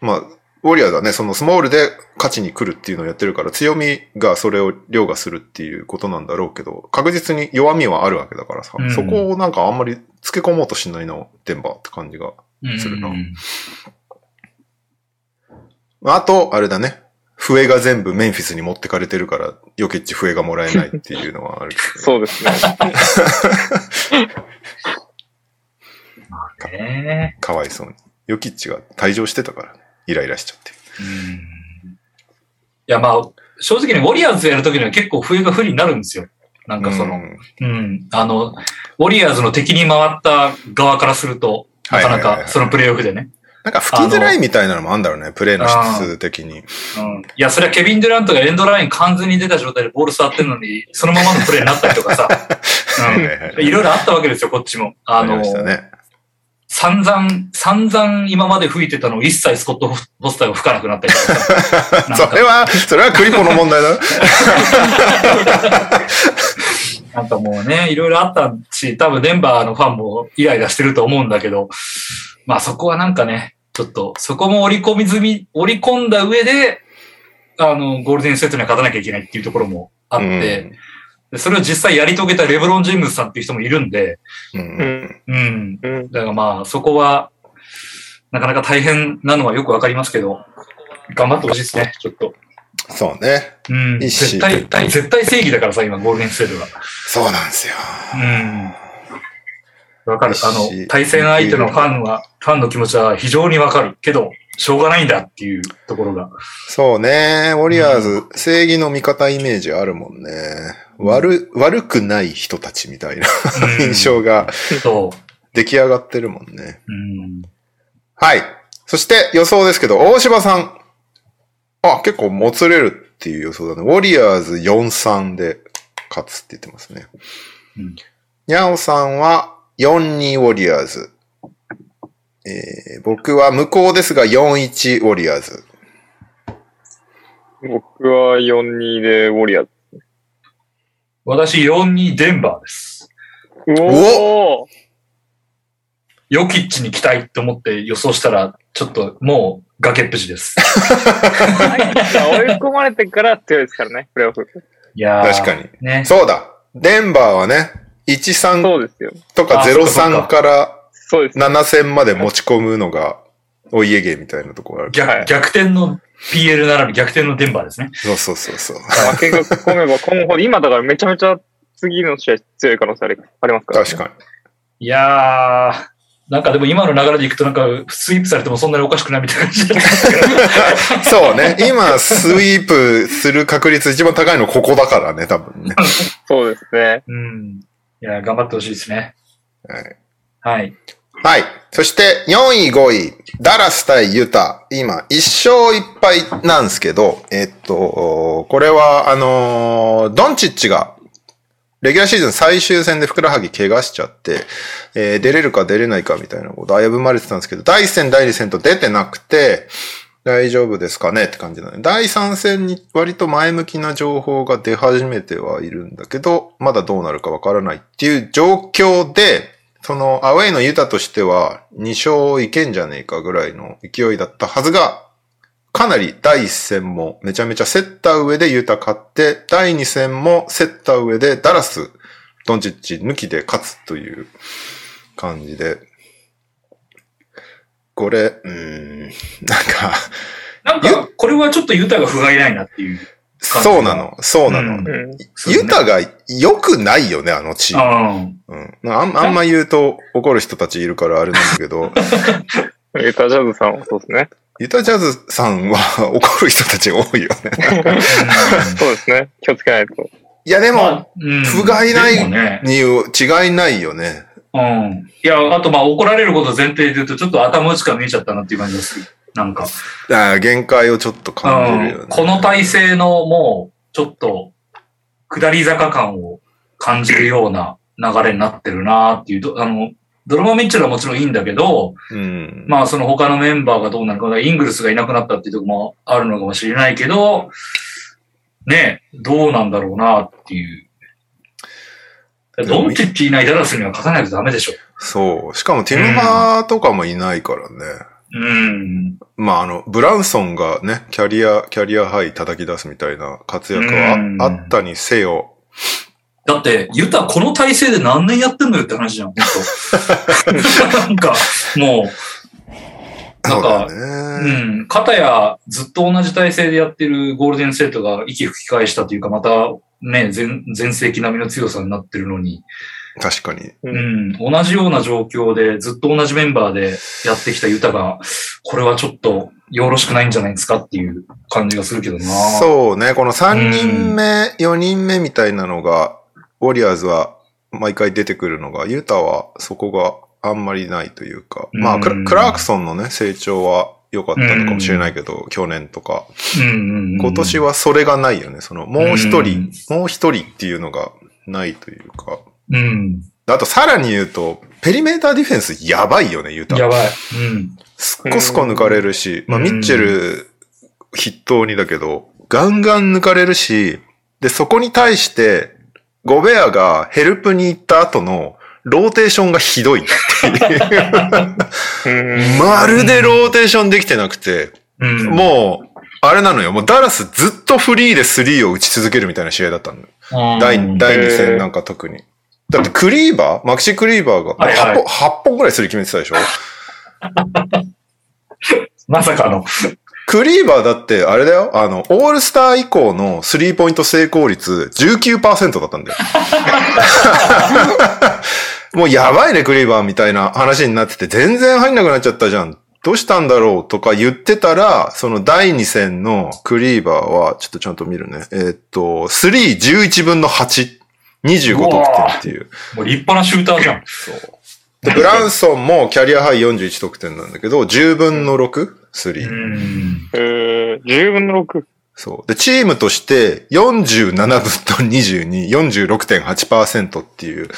Speaker 3: まあ、ウォリアーズはね、そのスモールで勝ちに来るっていうのをやってるから、強みがそれを凌駕するっていうことなんだろうけど、確実に弱みはあるわけだからさ、
Speaker 2: うん
Speaker 3: そこをなんかあんまり付け込もうとしないな、デンバーって感じが。
Speaker 2: うん。
Speaker 3: するな
Speaker 2: うん
Speaker 3: まああと、あれだね。笛が全部メンフィスに持ってかれてるから、ヨケッチ笛がもらえないっていうのはあるけ ど、
Speaker 1: そうですね。
Speaker 2: ね
Speaker 3: かわいそうに。ヨキッチが退場してたからね。イライラしちゃって。
Speaker 2: うん。いや、まあ、正直ね、ウォリアーズやるときには結構冬が不利になるんですよ。なんかその、
Speaker 3: ん
Speaker 2: うん。あの、ウォリアーズの敵に回った側からすると、なかな
Speaker 3: はいはいはいは
Speaker 2: か
Speaker 3: い
Speaker 2: そのプレイオフでね。
Speaker 3: なんか吹きづらいみたいなのもあんだろうね。プレイの質数的に。
Speaker 2: うん。いや、それはケビン・デュラントがエンドライン完全に出た状態でボール触ってるのに、そのままのプレイになったりとか さ。
Speaker 3: はい
Speaker 2: うん
Speaker 3: はいはい。
Speaker 2: いろいろあったわけですよ、こっちも。あ
Speaker 3: あり
Speaker 2: の
Speaker 3: ま、したね。
Speaker 2: 散々、散々今まで吹いてたのを一切スコット・ホスターが吹かなくなったりとかさ なん
Speaker 3: そ
Speaker 2: か
Speaker 3: れは、それはクリポの問題だ。
Speaker 2: なんかもうね、いろいろあったし、多分デンバーのファンもイライラしてると思うんだけど、まあそこはなんかね、ちょっと、そこも織り込み済み、織り込んだ上で、あの、ゴールデンセットには勝たなきゃいけないっていうところも あって、でそれを実際やり遂げたレブロン・ジェームズさんっていう人もいるんで、
Speaker 3: うん。う
Speaker 1: うんん。
Speaker 2: うん。
Speaker 1: うん。
Speaker 2: だからまあそこは、なかなか大変なのはよくわかりますけど、頑張ってほしいですね、ちょっと。
Speaker 3: そうね。
Speaker 2: うん。
Speaker 3: いいし
Speaker 2: 絶対、絶対正義だからさ、今、ゴールデンステートが。
Speaker 3: そうなんですよ。
Speaker 2: うん。わか
Speaker 3: い
Speaker 2: る。あ
Speaker 3: いし
Speaker 2: の、対戦相手のファンは、ファンの気持ちは非常にわかるけど、しょうがないんだっていうとこ ろが。
Speaker 3: そうね。ウォリアーズ、正義の味方イメージあるもんね。悪、悪くない人たちみたいな
Speaker 2: うん
Speaker 3: 印象が
Speaker 2: そ
Speaker 3: 出来上がってるもんね。
Speaker 2: う。うん。
Speaker 3: はい。そして予想ですけど、大柴さん。あ、結構もつれるっていう予想だね。ウォリアーズ4-3で勝つって言ってますね。
Speaker 2: うん
Speaker 3: にゃおさんは4-2ウォリアーズ。えー、僕は無効ですが4-1ウォリアーズ。
Speaker 1: 僕は4-2でウォリアーズ。
Speaker 2: 私、4-2デンバーです。
Speaker 1: うおー
Speaker 2: ヨキッチに期待って思って予想したら、ちょっともう崖っぷ ちです。
Speaker 1: 追い込まれてから強いですからね、プレーオフ。
Speaker 2: いやー
Speaker 3: 確かに。
Speaker 2: ね。
Speaker 3: そうだ。デンバーはね、1-3
Speaker 1: そうですよ。
Speaker 3: とか
Speaker 2: あそっかそ
Speaker 3: 0-3
Speaker 2: っか
Speaker 3: から
Speaker 1: そうですね。
Speaker 3: 7戦まで持ち込むのが、お家芸みたいなところあるけど。
Speaker 2: 逆
Speaker 1: はい
Speaker 2: 逆転の PL ならぬ逆転のデンバーですね。
Speaker 3: そうそうそうそう。
Speaker 1: 負けが込めば込むほど、今だからめちゃめちゃ次の試合強い可能性ありありますから、
Speaker 3: 確かに。
Speaker 2: いやー、なんかでも今の流れでいくとなんかスイープされてもそんなにおかしくないみたいな感じ
Speaker 3: そうね。今、スイープする確率一番高いのここだからね、多分ね。
Speaker 1: そうですね。
Speaker 2: うん。いやー、頑張ってほしいですね。
Speaker 3: はい。
Speaker 2: はい。
Speaker 3: はい。そして、4位、5位、ダラス対ユタ。今、1勝1敗なんですけど、えっと、これは、あのードンチッチが、レギュラーシーズン最終戦でふくらはぎ怪我しちゃって、えー出れるか出れないかみたいなこと危ぶまれてたんですけど、第1戦、第2戦と出てなくて、大丈夫ですかねって感じなので、第3戦に割と前向きな情報が出始めてはいるんだけど、まだどうなるかわからないっていう状況で、そのアウェイのユタとしては2勝いけんじゃねえかぐらいの勢いだったはずが、かなり第1戦もめちゃめちゃ競った上でユタ勝って、第2戦も競った上でダラス、ドンチッチ抜きで勝つという感じで、これ、うーん、なんか、
Speaker 2: なんか、これはちょっとユタが不甲斐ないなっていう。感じが
Speaker 3: そうなの、そうなの。
Speaker 2: うん
Speaker 1: うん。
Speaker 3: ユタが良くないよね、あのチーム。
Speaker 2: うん。
Speaker 3: うん、あんあんま言うと怒る人たちいるからあれなんだけ ど、
Speaker 1: ユタジャズさんはそうですね。
Speaker 3: ユタジャズさんは怒る人たち多いよね。
Speaker 1: そうですね。気をつけないと。
Speaker 3: いや、で
Speaker 2: ま
Speaker 3: も、
Speaker 2: あ、うん
Speaker 3: 不甲斐ない
Speaker 2: でもね。
Speaker 3: に違いないよね。
Speaker 2: うん。いや、あとまあ怒られること前提で言うと、ちょっと頭打ち感見えちゃったなっていう感じがする。なんか、
Speaker 3: あー限界をちょっと感じる
Speaker 2: う
Speaker 3: よね
Speaker 2: ん。この体勢のもう、ちょっと、下り坂感を感じるような流れになってるなっていう、どあの、ドラマミッチェルはもちろんいいんだけど、
Speaker 3: うん。
Speaker 2: まあその他のメンバーがどうなるか、イングルスがいなくなったっていうところもあるのかもしれないけど、ねえ、どうなんだろうなっていう。ドンチッチいないダラスには勝たないとダメでしょ。
Speaker 3: そう。しかもティムハーとかもいないからね。
Speaker 2: うん。
Speaker 3: まあ、あの、ブランソンがね、キャリア、キャリアハイ叩き出すみたいな活躍はあ,、
Speaker 2: うん
Speaker 3: ったにせよ。
Speaker 2: だって、ユタこの体勢で何年やってんのよって話じゃん、本 当なんか、もな
Speaker 3: そ
Speaker 2: ん
Speaker 3: う
Speaker 2: か
Speaker 3: だね。
Speaker 2: う、うん、片やずっと同じ体勢でやってるゴールデンセットが息吹き返したというか、またね、全、全盛期並みの強さになってるのに、
Speaker 3: 確かに。
Speaker 1: う。
Speaker 2: うんん、同じような状況で、ずっと同じメンバーでやってきたユタが、これはちょっとよろしくないんじゃないですかっていう感じがするけどな。
Speaker 3: そうね、この3人目、4人目みたいなのが、ウォリアーズは毎回出てくるのが、ユータはそこがあんまりないというか、まあ、ク
Speaker 2: う
Speaker 3: ラ
Speaker 2: ん
Speaker 3: クラークソンのね、成長は良かったのかもしれないけど、去年とか。
Speaker 2: うんうんうん、
Speaker 3: 今年はそれがないよね。その、もう一人、もう一人っていうのがないというか。
Speaker 2: うん。
Speaker 3: あと、さらに言うと、ペリメーターディフェンスやばいよね、ユータ。
Speaker 2: やばい。うん。
Speaker 3: すっこすこ抜かれるし、まあ、
Speaker 2: うん
Speaker 3: ミッチェル筆頭にだけど、ガンガン抜かれるし、で、そこに対して、ゴベアがヘルプに行った後の、ローテーションがひ どいっていう。
Speaker 1: うん
Speaker 3: まるでローテーションできてなくて、
Speaker 2: うん、
Speaker 3: もう、あれなのよ。もうダラスずっとフリーでスリーを打ち続けるみたいな試合だったのよ。
Speaker 2: うん、
Speaker 3: 第第2戦なんか特に。だってクリーバーマキシ・クリーバーが
Speaker 2: はいは
Speaker 3: 8
Speaker 2: い
Speaker 3: 本、8本ぐらいスリー決めてたでしょ
Speaker 2: まさかの。
Speaker 3: クリーバーだって、あれだよ、あの、オールスター以降のスリーポイント成功率19%だったんだよ。 もうやばいね、クリーバーみたいな話になってて、全然入んなくなっちゃったじゃん。どうしたんだろうとか言ってたら、その第2戦のクリーバーは、ちょっとちゃんと見るね。えーっと、3、11分の8、25得点っていう。
Speaker 2: もう立派なシューターじゃん。
Speaker 3: でブランソンもキャリアハイ41得点なんだけど、10分の6、スリー。
Speaker 2: うん。
Speaker 1: えー10分の6。
Speaker 3: そう。で、チームとして47分と22、46.8%っていう。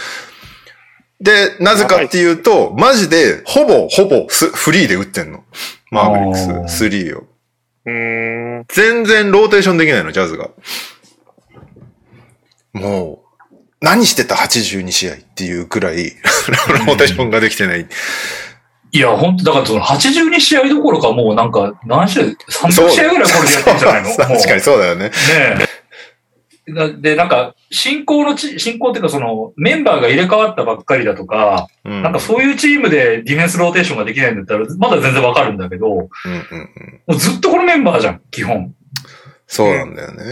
Speaker 3: で、なぜかっていうと、マジで、ほぼ、ほぼス、フリーで打ってんの。マーブリッ
Speaker 2: おー
Speaker 3: クス、スリーを。
Speaker 1: うーん。
Speaker 3: 全然ローテーションできないの、ジャズが。もう、何してた82試合っていうくらい、ローテーションができてない。
Speaker 2: いや、本当だからその82試合どころかもうなんか何試合、
Speaker 3: そう
Speaker 2: 300試合ぐらいこれでやってるんじゃないの
Speaker 3: そう 確かにそうだよね。
Speaker 2: に。ねえ。だで、なんか、進行のち、進行っていうかその、メンバーが入れ替わったばっかりだとか、
Speaker 3: うん
Speaker 2: なんかそういうチームでディフェンスローテーションができないんだったら、まだ全然わかるんだけど、も
Speaker 3: うんうんうん
Speaker 2: うずっとこのメンバーじゃん、基本。
Speaker 3: そうなんだよね。
Speaker 2: う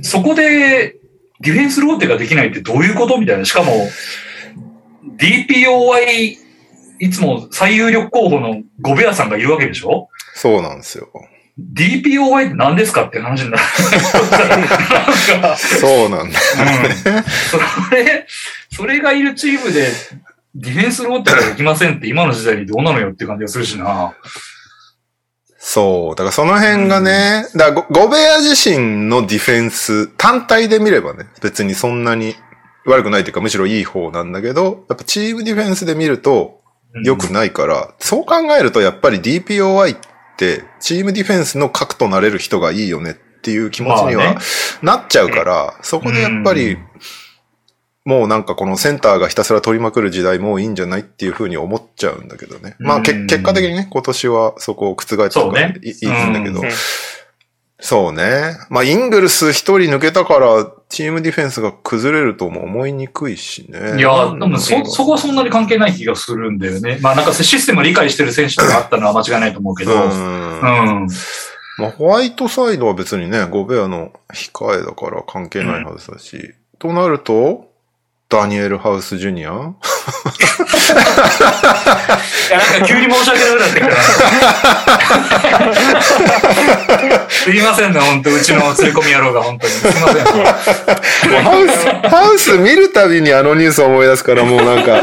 Speaker 2: んそこで、ディフェンスローテができないってどういうことみたいな。しかも、DPOI、いつも最有力候補のゴベアさんがいるわけでしょ
Speaker 3: そうなんですよ。
Speaker 2: ?DPOI って何ですかって話になる。なんか、
Speaker 3: そうなんだ。
Speaker 2: うん、それ、それがいるチームで、ディフェンスローテができませんって今の時代にどうなのよって感じがするしな。
Speaker 3: そう。だからその辺がね、だからゴゴベア自身のディフェンス単体で見ればね、別にそんなに悪くないというか、むしろいい方なんだけど、やっぱチームディフェンスで見ると良くないから、そう考えるとやっぱり DPOI ってチームディフェンスの核となれる人がいいよねっていう気持ちに
Speaker 2: まあ
Speaker 3: は
Speaker 2: ね
Speaker 3: なっちゃうから、そこでやっぱり、
Speaker 2: うん
Speaker 3: もうなんかこのセンターがひたすら取りまくる時代もういいんじゃないっていうふうに思っちゃうんだけどね。まあ、け
Speaker 2: うん
Speaker 3: 結果的にね、今年はそこを覆った
Speaker 2: そう
Speaker 3: か
Speaker 2: ね
Speaker 3: らいいいんだけど
Speaker 1: うん。
Speaker 3: そうね。まあ、イングルス一人抜けたから、チームディフェンスが崩れるとも思いにくいしね。
Speaker 2: いや、で
Speaker 3: なん
Speaker 2: も
Speaker 3: だろう
Speaker 2: そ、そこはそんなに関係ない気がするんだよね。まあなんかシステムを理解してる選手とかあったのは間違いないと思うけど。う
Speaker 3: う
Speaker 2: ん。
Speaker 3: ん。まあ、ホワイトサイドは別にね、ゴベアの控えだから関係ないはずだし。となると、ダニエル・ハウス・ジュニア
Speaker 2: いや、なんか急に申し訳なくなってきたな。 すいませんね、本当うちの連れ込み野郎が本当に。すいません。
Speaker 3: ハウス、ハウス見るたびにあのニュースを思い出すからもうなんか、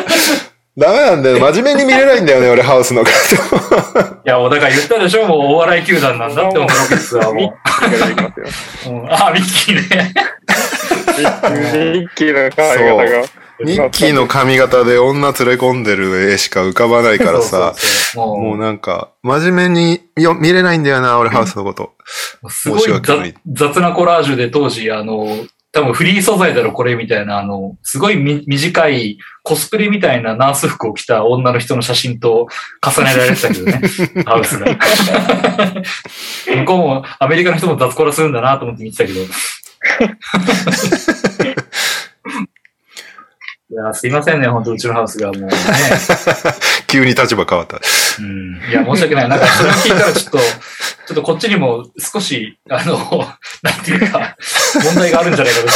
Speaker 3: ダメなんだよ。真面目に見れないんだよね、俺、ハウスの カ
Speaker 2: いや、もうだから言ったでしょ、もうお笑い球団なんだって思うわけですわ、
Speaker 1: ミ
Speaker 2: も
Speaker 1: ッキーが出てきますよ。
Speaker 2: う。うんあ、ミッキーね。
Speaker 1: ミッキーの髪型が。
Speaker 3: ニッキーの髪型で女連れ込んでる絵しか浮かばないからさ、
Speaker 2: そうそうそう、
Speaker 3: も
Speaker 2: も
Speaker 3: うなんか、真面目によ見れないんだよな、俺、ハウスの こと。
Speaker 2: う、すごい
Speaker 3: 申し訳ない
Speaker 2: 雑雑なコラージュで当時、あの、多分フリー素材だろ、これみたいな、あの、すごいみ短いコスプレみたいなナース服を着た女の人の写真と重ねられてたけど ね、ハウスが。向こうも、アメリカの人も雑コラするんだなと思って見て たけど。いや、すいませんね、本当うちのハウスがもうね。
Speaker 3: 急に立場変わった。
Speaker 2: うんいや、申し訳ない。なんか、それを聞いたら、 ちょっと、ちょっとこっちにも少し、あの、 なんていうか、問題があるんじゃないかと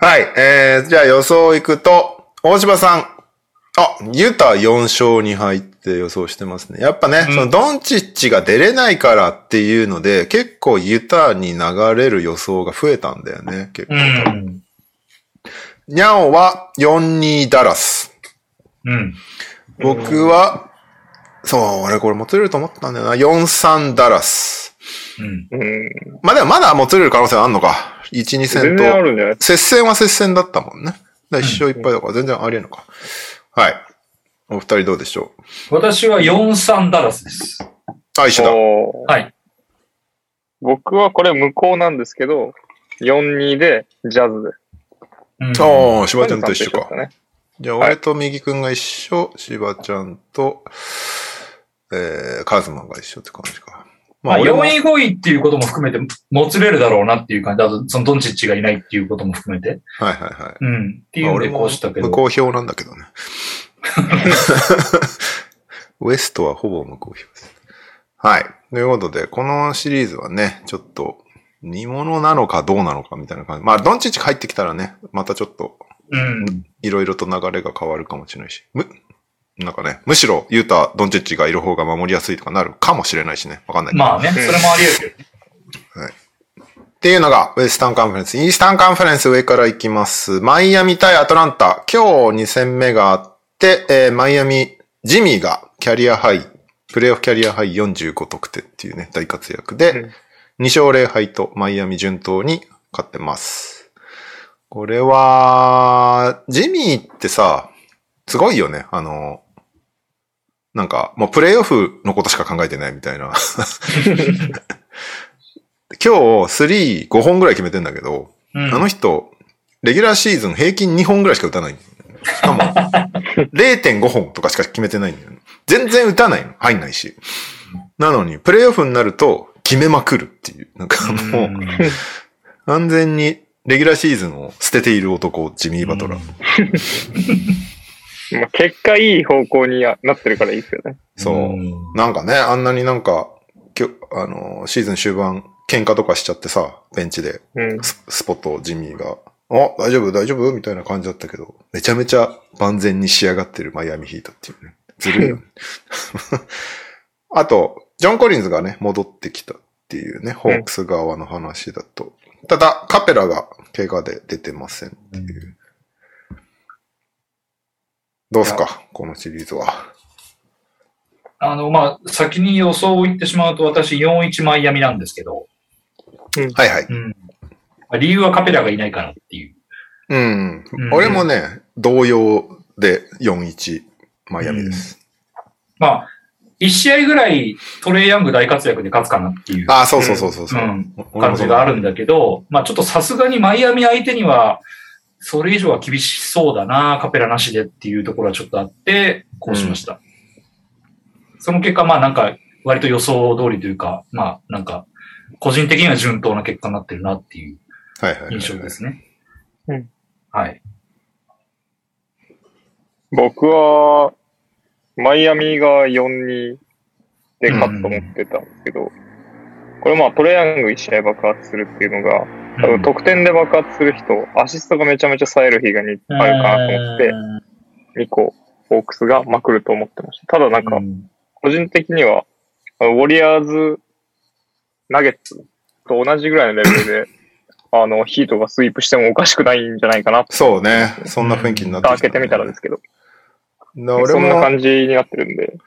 Speaker 3: はい、えー、じゃあ予想いくと、大柴さん。あ、ユタ4勝2敗って予想してますね。やっぱね、
Speaker 2: う
Speaker 3: そ
Speaker 2: ん
Speaker 3: のドンチッチが出れないからっていうので、結構ユタに流れる予想が増えたんだよね、結構。
Speaker 2: 思って。うん。
Speaker 3: ニャオは4-2ダラス。
Speaker 2: うん。
Speaker 3: 僕は、そう、俺これもつれると思ったんだよな。4-3ダラス。
Speaker 2: うん。
Speaker 1: うん。
Speaker 3: まあでもまだもつれる可能性あんのか。1、2戦
Speaker 1: 全
Speaker 3: と。
Speaker 1: 然あるんじゃない
Speaker 3: 接戦は接戦だったもんね。だから一勝一敗だから全然ありえんのか。はい。お二人どうでしょう
Speaker 2: 私は43ダラスです。
Speaker 3: あ、一緒だ。
Speaker 1: おー
Speaker 2: はい。
Speaker 1: 僕はこれ無効なんですけど、4-2でジャズで。
Speaker 2: うん。
Speaker 3: ああ、しばちゃんと一緒か。
Speaker 1: ね。
Speaker 3: じゃあ、俺と右くんが一緒、しばちゃんと、えー、カズマが一緒って感じか。
Speaker 2: まあ、
Speaker 3: 俺も
Speaker 2: 4位5位っていうことも含めて、もつれるだろうなっていう感じ。あと、そのドンチッチがいないっていうことも含めて。
Speaker 3: はいはいはい。
Speaker 2: うん。ってい
Speaker 3: まあ
Speaker 2: うん
Speaker 3: 俺
Speaker 2: で
Speaker 3: も
Speaker 2: こうしたけど。
Speaker 3: 無効票なんだけどね。 ウエストはほぼ無効票です。はい。ということで、このシリーズはね、ちょっと、煮物なのかどうなのかみたいな感じ。まあ、ドンチッチ入ってきたらね、またちょっと、
Speaker 2: うん。
Speaker 3: いろいろと流れが変わるかもしれないし。む、なんかね、むしろ、ユータ、ドンチッチがいる方が守りやすいとかなるかもしれないしね。わかんないけど。
Speaker 2: まあね、それもあり得るけ
Speaker 3: っていうのが、ウエスタンカンファレンス。イースタンカンファレンス上から行きます。マイアミ対アトランタ。今日2戦目があって、えーマイアミ、ジミーがキャリアハイ、プレイオフキャリアハイ45得点っていうね、大活躍で、
Speaker 1: うん
Speaker 3: 2勝0敗とマイアミ順当に勝ってます。これは、ジミーってさ、すごいよね。あの、なんか、もうプレイオフのことしか考えてないみたいな。 今日、スリー5本ぐらい決めてんだけど、
Speaker 2: ど。うん。
Speaker 3: あの人、レギュラーシーズン平均2本ぐらいしか打たないんだよねしかも、0.5本とかしか決めてないんだよね。全然打たないの。入んないし。なのに、プレイオフになると、決めまくるっていう。なんかも う、
Speaker 2: うん
Speaker 3: 完全に、レギュラーシーズンを捨てている男、ジミー・バトラー。
Speaker 1: まあ、結果いい方向になってるからいいですよね。
Speaker 3: そう。
Speaker 2: ん
Speaker 3: なんかね、あんなになんか、きょあの、シーズン終盤、喧嘩とかしちゃってさ、ベンチで、
Speaker 1: うん。
Speaker 3: ススポット、ジミーが、あ、大丈夫、大丈夫みたいな感じだったけど、めちゃめちゃ万全に仕上がってるマイアミヒートっていうね。ずるいよね。 あと、ジョン・コリンズがね、戻ってきたっていうね、ホークス側の話だと。ただ、カペラが怪我で出てませんっていう。どうすかこのシリーズは。
Speaker 2: あの、まあ、先に予想を言ってしまうと、私4-1マイアミなんですけど、
Speaker 3: はいはい。
Speaker 2: うん。まあ理由はカペラがいないからっていう。
Speaker 3: うん。
Speaker 2: うん
Speaker 3: 俺もね、同様で4-1マイアミです。
Speaker 2: まあ、1試合ぐらいトレイヤング大活躍で勝つかなっていう、
Speaker 3: ああ、そうそうそうそう
Speaker 2: う
Speaker 3: そう。
Speaker 2: ん、
Speaker 3: 俺
Speaker 2: 感
Speaker 3: もそ
Speaker 2: じ
Speaker 3: う
Speaker 2: があるんだけど、まあちょっとさすがにマイアミ相手には、それ以上は厳しそうだな、カペラなしでっていうところはちょっとあって、こうしました。その結果、まあなんか、割と予想通りというか、まあなんか、個人的には順当な結果になってるなっていう
Speaker 3: はいはいはいはい。
Speaker 2: 印象ですね。
Speaker 1: うん
Speaker 2: はい。
Speaker 1: 僕は、マイアミが4-2で勝つと思ってたんですけど、これまあトレイアングル1試合爆発するっていうのが、多分得点で爆発する人、アシストがめちゃめちゃ冴える日がにあるかなと思って、2個、ホークスがまくると思ってました。ただなんか
Speaker 2: う、ん
Speaker 1: 個人的には、 あのウォリアーズ、ナゲッツと同じぐらいのレベルで、あの、ヒートがスイープしてもおかしくないんじゃないかなって、
Speaker 3: そうね。そんな雰囲気になって
Speaker 1: 開
Speaker 3: きた、
Speaker 1: けてみたらですけど、
Speaker 3: だ俺
Speaker 1: そんな
Speaker 3: も、
Speaker 1: 感じになってるんで、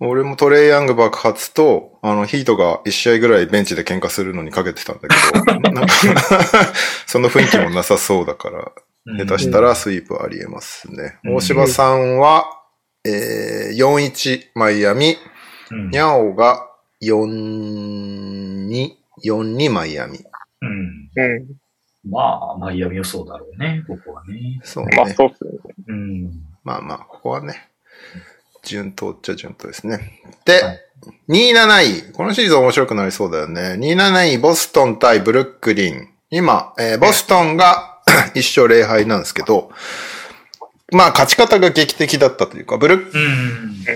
Speaker 3: 俺もトレイヤング爆発と、あの、ヒートが1試合ぐらいベンチで喧嘩するのにかけてたんだけ ど、なんか その雰囲気もなさそうだから、
Speaker 2: うん
Speaker 3: 下手したらスイープありえますね。
Speaker 2: うん
Speaker 3: 大柴さんは、えー、4-1マイアミ、
Speaker 2: う
Speaker 3: ニ
Speaker 2: ん
Speaker 3: ャオが4-2、4-2マイアミ。
Speaker 2: うん。
Speaker 1: うん。
Speaker 2: まあ、マイアミ予想だろうね、ここはね。
Speaker 3: そう
Speaker 1: まあ
Speaker 3: ね。
Speaker 1: そうっすね。
Speaker 2: うん。
Speaker 3: まあまあ、ここはね、順当っちゃ順当ですね。で、
Speaker 2: はい
Speaker 3: 27位。このシリーズ面白くなりそうだよね。27位、ボストン対ブルックリン。今、えーボストンが 1勝0敗なんですけど、まあ、勝ち方が劇的だったというか、ブルック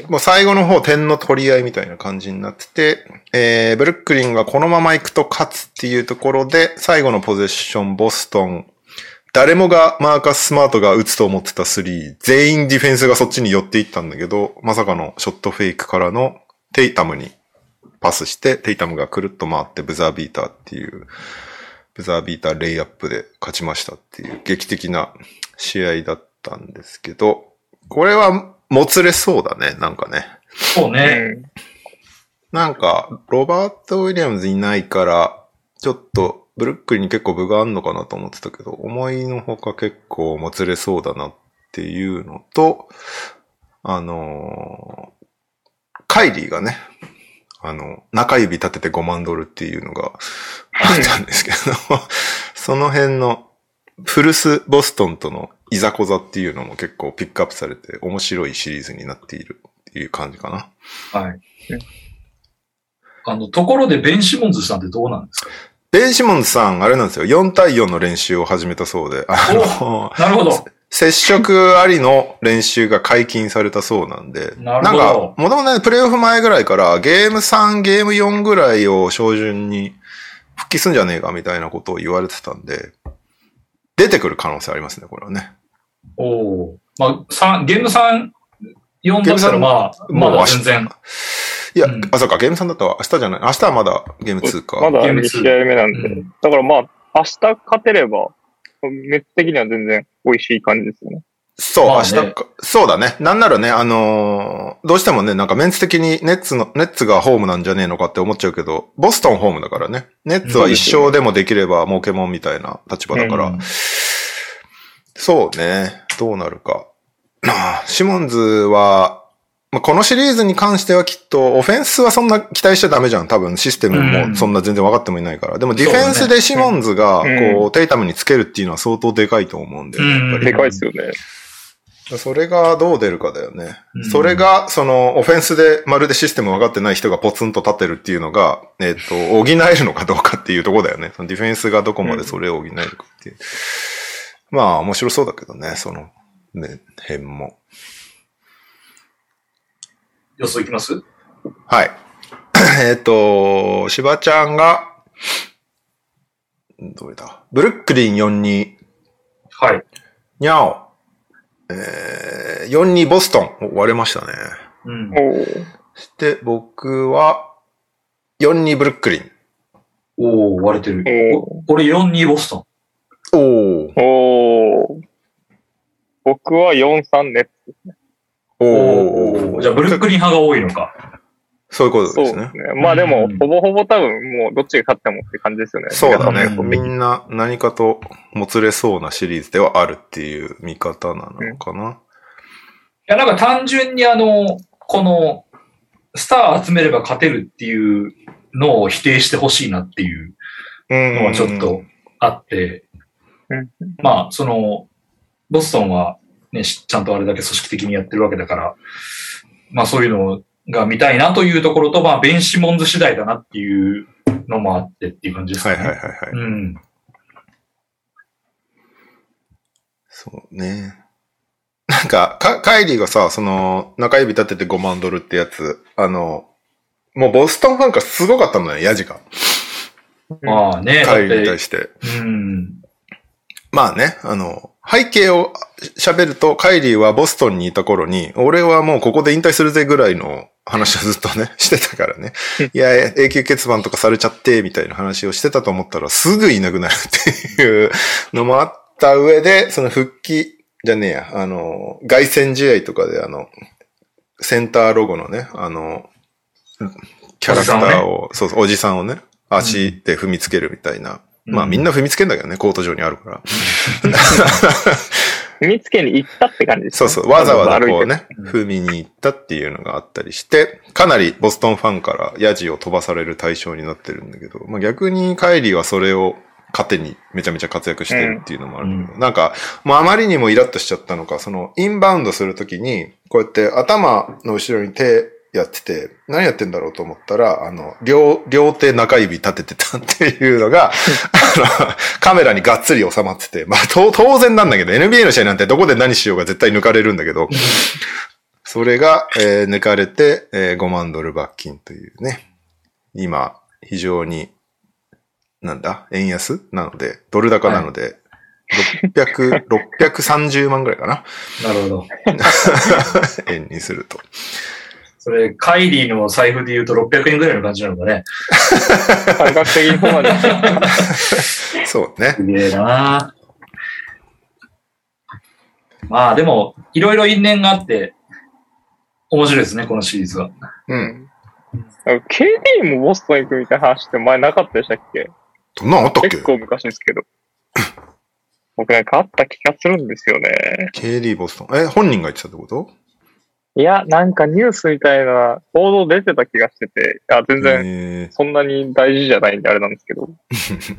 Speaker 2: うん。
Speaker 3: もう最後の方、点の取り合いみたいな感じになってて、えー、ブルックリンがこのまま行くと勝つっていうところで、最後のポゼッション、ボストン、誰もがマーカス・スマートが打つと思ってた3、全員ディフェンスがそっちに寄っていったんだけど、まさかのショットフェイクからのテイタムにパスして、テイタムがくるっと回ってブザービーターっていう、ブザービーターレイアップで勝ちましたっていう劇的な試合だったんですけど、これはもつれそうだね、なんかね。
Speaker 2: そうね。
Speaker 1: うん。
Speaker 3: なんか、ロバート・ウィリアムズいないから、ちょっと、ブルックリンに結構分があんのかなと思ってたけど、思いのほか結構もつれそうだなっていうのと、あのーカイリーがね、あの、中指立てて5万ドルっていうのがあったんですけど、 その辺の古巣ボストンとのいざこざっていうのも結構ピックアップされて面白いシリーズになっているっていう感じかな。
Speaker 2: はい。あの、ところでベン・シモンズさんってどうなんです
Speaker 3: ベンシモンズさん、あれなんですよ。4対4の練習を始めたそうで、あの、
Speaker 2: かなるほど。
Speaker 3: 接触ありの練習が解禁されたそうなんで、
Speaker 2: な
Speaker 3: なん
Speaker 2: るほど
Speaker 3: か、もともとね、プレイオフ前ぐらいから、ゲーム3、ゲーム4ぐらいを照準に復帰すんじゃねえかみたいなことを言われてたんで、出てくる可能性ありますね、これはね。
Speaker 2: おお。まあ、三ゲーム3、4だったらまあ、まだ全然。
Speaker 3: いや、
Speaker 2: うん
Speaker 3: あ、そうか、ゲーム3だったわ。明日じゃない。明日はまだゲーム2か。
Speaker 1: まだ
Speaker 2: ゲーム
Speaker 1: 2
Speaker 2: ツー
Speaker 1: 試合目なんで、
Speaker 2: うん
Speaker 1: だからまあ、明日勝てれば、熱的には全然美味しい感じですよね。
Speaker 3: そう、
Speaker 2: まあ
Speaker 3: 明
Speaker 2: ね
Speaker 3: 日か。そうだね。なんならね、あのーどうしてもね、なんかメンツ的にネッツの、ネッツがホームなんじゃねえのかって思っちゃうけど、ボストンホームだからね。ネッツは一勝でもできれば儲けもんみたいな立場だから。
Speaker 2: うん
Speaker 3: そうね。どうなるか。なあシモンズは、まあ、このシリーズに関してはきっと、オフェンスはそんな期待しちゃダメじゃん。多分システムもそんな全然分かってもいないから。でもディフェンスでシモンズが、こう、
Speaker 1: う
Speaker 3: テイタムにつけるっていうのは相当でかいと思うんだよね、やっぱり
Speaker 2: うん
Speaker 1: でかいですよね。
Speaker 3: それがどう出るかだよね。
Speaker 2: うん
Speaker 3: それが、その、オフェンスでまるでシステム分かってない人がポツンと立てるっていうのが、えっ、と、補えるのかどうかっていうところだよね。そのディフェンスがどこまでそれを補えるかっていう。まあ、面白そうだけどね、その、ね、辺も。
Speaker 2: 予想いきます
Speaker 3: はい。 えっと、しばちゃんが、どれだブルックリン42、
Speaker 2: はい。
Speaker 3: ニャオ、えー、42ボストン。お割れましたね。
Speaker 2: うん。
Speaker 1: おー
Speaker 3: そして僕は、42ブルックリン。
Speaker 2: おお割れてる。
Speaker 1: お
Speaker 2: お俺4-2ボストン。
Speaker 3: おー
Speaker 1: おー僕は4-3ネッ
Speaker 3: お
Speaker 2: おおじゃあ、ブルックリン派が多いのか。
Speaker 3: そういうこ
Speaker 1: ツ
Speaker 3: と
Speaker 1: そう
Speaker 3: で
Speaker 1: ですす
Speaker 3: ね。
Speaker 1: ね。まあでも
Speaker 2: うん、
Speaker 1: ほぼほぼ多分もうどっちが勝ってもって感じですよね。
Speaker 3: そうだ
Speaker 1: 皆
Speaker 3: ね
Speaker 1: さんの。予想
Speaker 3: み
Speaker 1: 的に
Speaker 3: んな何かともつれそうなシリーズではあるっていう見方なのかな。
Speaker 2: いや、なんか単純にあの、この、スター集めれば勝てるっていうのを否定してほしいなっていう
Speaker 3: うん
Speaker 2: のはちょっと。あって、
Speaker 1: うん
Speaker 2: まあ、その、ボストンはね、しちゃんとあれだけ組織的にやってるわけだから、まあそういうのが見たいなというところと、まあ、ベンシモンズ次第だなっていうのもあってっていう感じです
Speaker 3: はい
Speaker 2: ね。
Speaker 3: はいはいはい。
Speaker 2: うん。
Speaker 3: そうね。なんかか、カイリーがさ、その、中指立てて5万ドルってやつ、あの、もうボストンファンからすごかったんだよ、ヤジが。
Speaker 2: まあね、だっ
Speaker 3: カイリーに
Speaker 2: て
Speaker 3: 対、して。
Speaker 2: うん。
Speaker 3: まあね、あの、背景を喋ると、カイリーはボストンにいた頃に、俺はもうここで引退するぜぐらいの、話をずっとね、 してたからね。いや、永久欠番とかされちゃって、みたいな話をしてたと思ったら、すぐいなくなるっていうのもあった上で、その復帰、じゃねえや、あの、外戦試合とかで、あの、センターロゴのね、あの、キャラクターを、そうそう、おじさんをね、足で踏みつけるみたいな。
Speaker 2: うん
Speaker 3: まあみんな踏みつけんだけどね、コート上にあるから。
Speaker 1: 踏みつけに行ったって感じで す
Speaker 3: そ
Speaker 1: ね
Speaker 3: うそう、わざわざこう
Speaker 1: 歩いて
Speaker 3: ね、踏みに行ったっていうのがあったりして、かなりボストンファンからヤジを飛ばされる対象になってるんだけど、まあ逆にカイリーはそれを糧にめちゃめちゃ活躍してるっていうのもあるんだけど、なんか、もうあまりにもイラッとしちゃったのか、そのインバウンドするときに、こうやって頭の後ろに手やってて、何やってんだろうと思ったら、あの、両、両手中指立ててたっていうのが、あの、カメラにがっつり収まってて、まあ、と当然なんだけど、NBA の試合なんてどこで何しようが絶対抜かれるんだけど、それが、えー抜かれて、えー5万ドル罰金というね、今、非常に、なんだ、円安なので、ドル高なので、600、630万ぐらいかな。
Speaker 2: なるほど。
Speaker 3: 円にすると。
Speaker 2: それ、カイリーの財布で言うと600円ぐらいの感じなのかね。
Speaker 1: 感覚的にそうなんですよ
Speaker 3: そうね。
Speaker 2: すげえなまあでも、いろいろ因縁があって、面白いですね、このシリーズは。
Speaker 3: うん。
Speaker 1: なんか KD もボストン行くみたいな話って前なかったでしたっけ
Speaker 3: どんなのあったっけ
Speaker 1: 結構昔ですけど。僕なんかあった気がするんですよね。
Speaker 3: ?KD ボストン。え、本人が言ってたってこと
Speaker 1: いや、なんかニュースみたいな報道出てた気がしてて、あ全然
Speaker 3: え
Speaker 1: そんなに大事じゃないんであれなんですけど、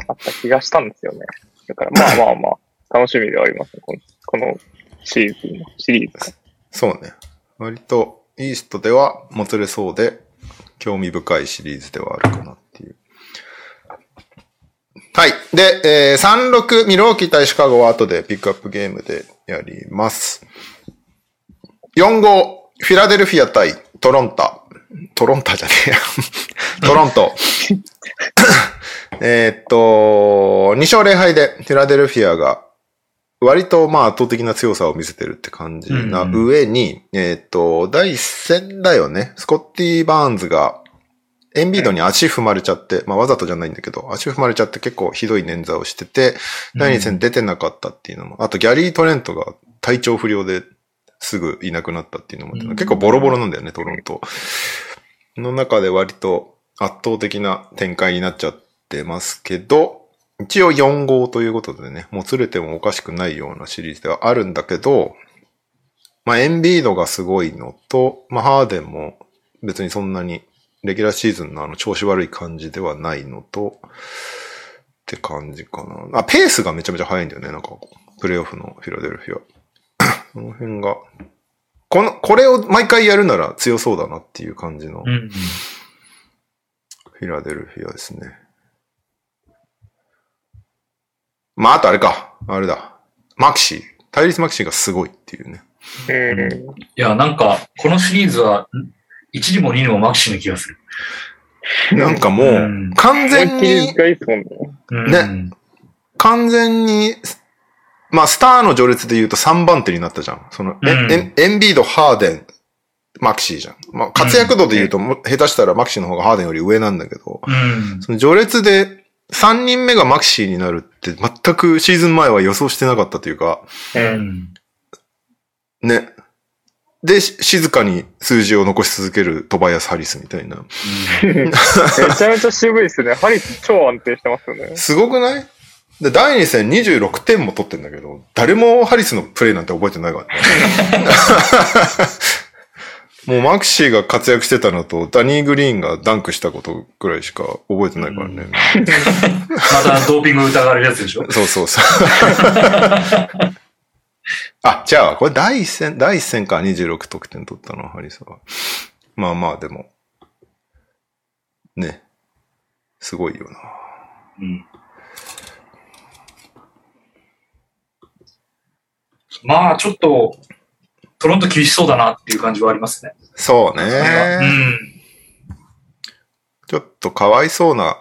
Speaker 1: あった気がしたんですよね。だからまあまあまあ、楽しみではありますね。このこのシリーズも、シリーズ
Speaker 3: ーそうね。割と、イーストではもつれそうで、興味深いシリーズではあるかなっていう。はい。で、えー、36、ミローキー対シカゴは後でピックアップゲームでやります。4号、フィラデルフィア対トロンタ。トロンタじゃね えや。トロント。えーっと、2勝0敗でフィラデルフィアが割とまあ圧倒的な強さを見せてるって感じな
Speaker 2: うんうん
Speaker 3: 上に、えーっと、第一戦だよね。スコッティ・バーンズがエンビードに足踏まれちゃって、まあわざとじゃないんだけど、足踏まれちゃって結構ひどい捻挫をしてて、第2戦出てなかったっていうのも、あとギャリー・トレントが体調不良ですぐいなくなったっていうのもあって、
Speaker 2: うん
Speaker 3: 結構ボロボロなんだよね、トロント。の中で割と圧倒的な展開になっちゃってますけど、一応4号ということでね、もつれてもおかしくないようなシリーズではあるんだけど、まあエンビードがすごいのと、まあハーデンも別にそんなにレギュラーシーズンのあの調子悪い感じではないのと、って感じかな。あ、ペースがめちゃめちゃ速いんだよね、なんか、プレイオフのフィラデルフィア。 この辺が、この、これを毎回やるなら強そうだなっていう感じの
Speaker 2: うん。
Speaker 3: フィラデルフィアですね。まあ、あとあれか。あれだ。マクシー。タイリス・マクシーがすごいっていうね。
Speaker 1: うん。
Speaker 2: いや、なんか、このシリーズは、1にも2にもマキシな気がする。
Speaker 3: なんかも
Speaker 2: う、
Speaker 3: うん完全
Speaker 1: 思いっきり
Speaker 3: に、
Speaker 1: 使いですもんね。
Speaker 2: うん、
Speaker 3: ね完全に、まあ、スターの序列で言うと3番手になったじゃん。その、え
Speaker 2: うん
Speaker 3: エンエンビード、ハーデン、マクシーじゃん。まあ、活躍度で言うと、もう下手したらマクシーの方がハーデンより上なんだけど、
Speaker 2: うん。
Speaker 3: その序列で3人目がマクシーになるって全くシーズン前は予想してなかったというか、
Speaker 2: うん。
Speaker 3: ね。で、し静かに数字を残し続けるトバヤス・ハリスみたいな。
Speaker 1: めちゃめちゃ渋いですね。ハリス超安定してますよね。
Speaker 3: すごくないで、第2戦26点も取ってんだけど、誰もハリスのプレイなんて覚えてないからね。もうマクシーが活躍してたのと、ダニー・グリーンがダンクしたことぐらいしか覚えてないからね。
Speaker 2: またドーピング疑われるやつでしょ
Speaker 3: そうそうそう。あ、じゃあ、これ第一戦、第一戦か、26得点取ったのはハリスは。まあまあ、でも。ね。すごいよな。
Speaker 2: うんまあ、ちょっと、トロント厳しそうだなっていう感じはありますね。
Speaker 3: そう
Speaker 2: う
Speaker 3: ね。
Speaker 2: ん。
Speaker 3: ちょっとかわいそうな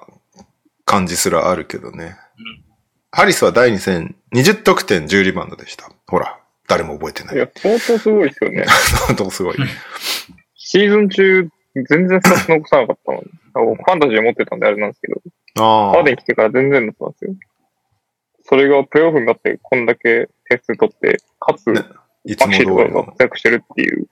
Speaker 3: 感じすらあるけどね。ハリスは第2戦、20得点10リバウンドでした。ほら、 誰も覚えてないい。
Speaker 1: や、相当すごいですよね。
Speaker 3: 相当すごい。
Speaker 1: シーズン中、全然スタッフ残さなかったのに。あ僕ファンタジー持ってたんであれなんですけど、
Speaker 3: あ
Speaker 1: アーデン来てから全然だったんですよ。それがプレイオフになって、こんだけ点数取って、かつ、
Speaker 3: ねいつ
Speaker 1: ア
Speaker 3: も
Speaker 1: ク
Speaker 3: 通り
Speaker 1: シーとかが
Speaker 3: の。
Speaker 1: 活躍してるっていう。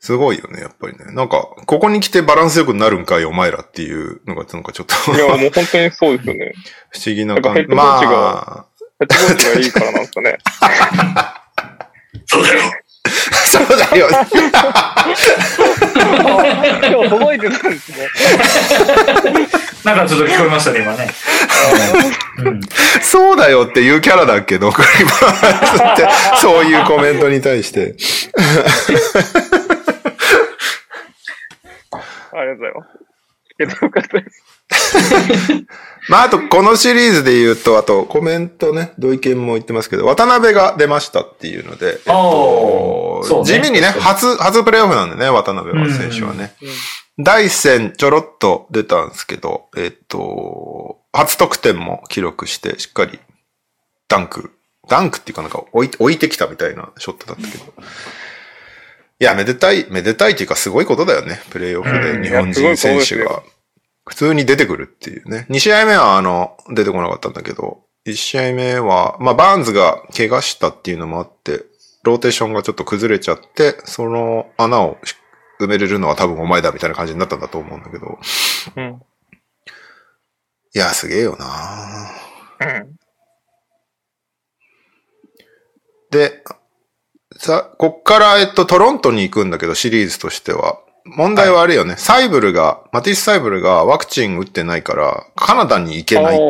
Speaker 3: すごいよね、やっぱりね。なんか、ここに来てバランスよくなるんかい、お前らっていうのが、なんかちょっと
Speaker 1: いや、もう本当にそうですよね。
Speaker 3: 不思議な感
Speaker 1: や
Speaker 3: じ。
Speaker 1: っぱヘッドコーチが
Speaker 3: まあ、
Speaker 1: キャッチボールがいいからなんですかね。
Speaker 2: そうだよ。
Speaker 3: そうだよね。
Speaker 1: 今日届いてたんですね。
Speaker 2: なんかちょっと聞こえましたね、今ね。うん。
Speaker 3: そうだよっていうキャラだっけど、クリバーって、そういうコメントに対して。
Speaker 1: ありがとうございます。聞けてよかったです。
Speaker 3: まあ、あと、このシリーズで言うと、あと、コメントね、同意見も言ってますけど、渡辺が出ましたっていうので、えっと
Speaker 2: おーそうね
Speaker 3: 地味にね、初、初プレイオフなんでね、渡辺は選手はね。第一戦、ちょろっと出たんですけど、えっと、初得点も記録して、しっかり、ダンク、ダンクっていうかなんか置い置いてきたみたいなショットだったけど。いや、めでたい、めでたいというかすごいことだよね。プレイオフ
Speaker 2: う
Speaker 3: で
Speaker 2: ん
Speaker 3: 日本人選手
Speaker 1: いやすごいことです
Speaker 3: が
Speaker 1: よ
Speaker 3: 普通に出てくるっていうね。2試合目はあの、出てこなかったんだけど、1試合目は、まあ、バーンズが怪我したっていうのもあって、ローテーションがちょっと崩れちゃって、その穴をし埋めれるのは多分お前だみたいな感じになったんだと思うんだけど。
Speaker 1: うん。うん。
Speaker 3: いや、すげえよな
Speaker 1: うん。
Speaker 3: で、さ、こっから、えっと、トロントに行くんだけど、シリーズとしては。問題はあれよね、サイブルが、マティス・サイブルがワクチン打ってないから、カナダに行けないって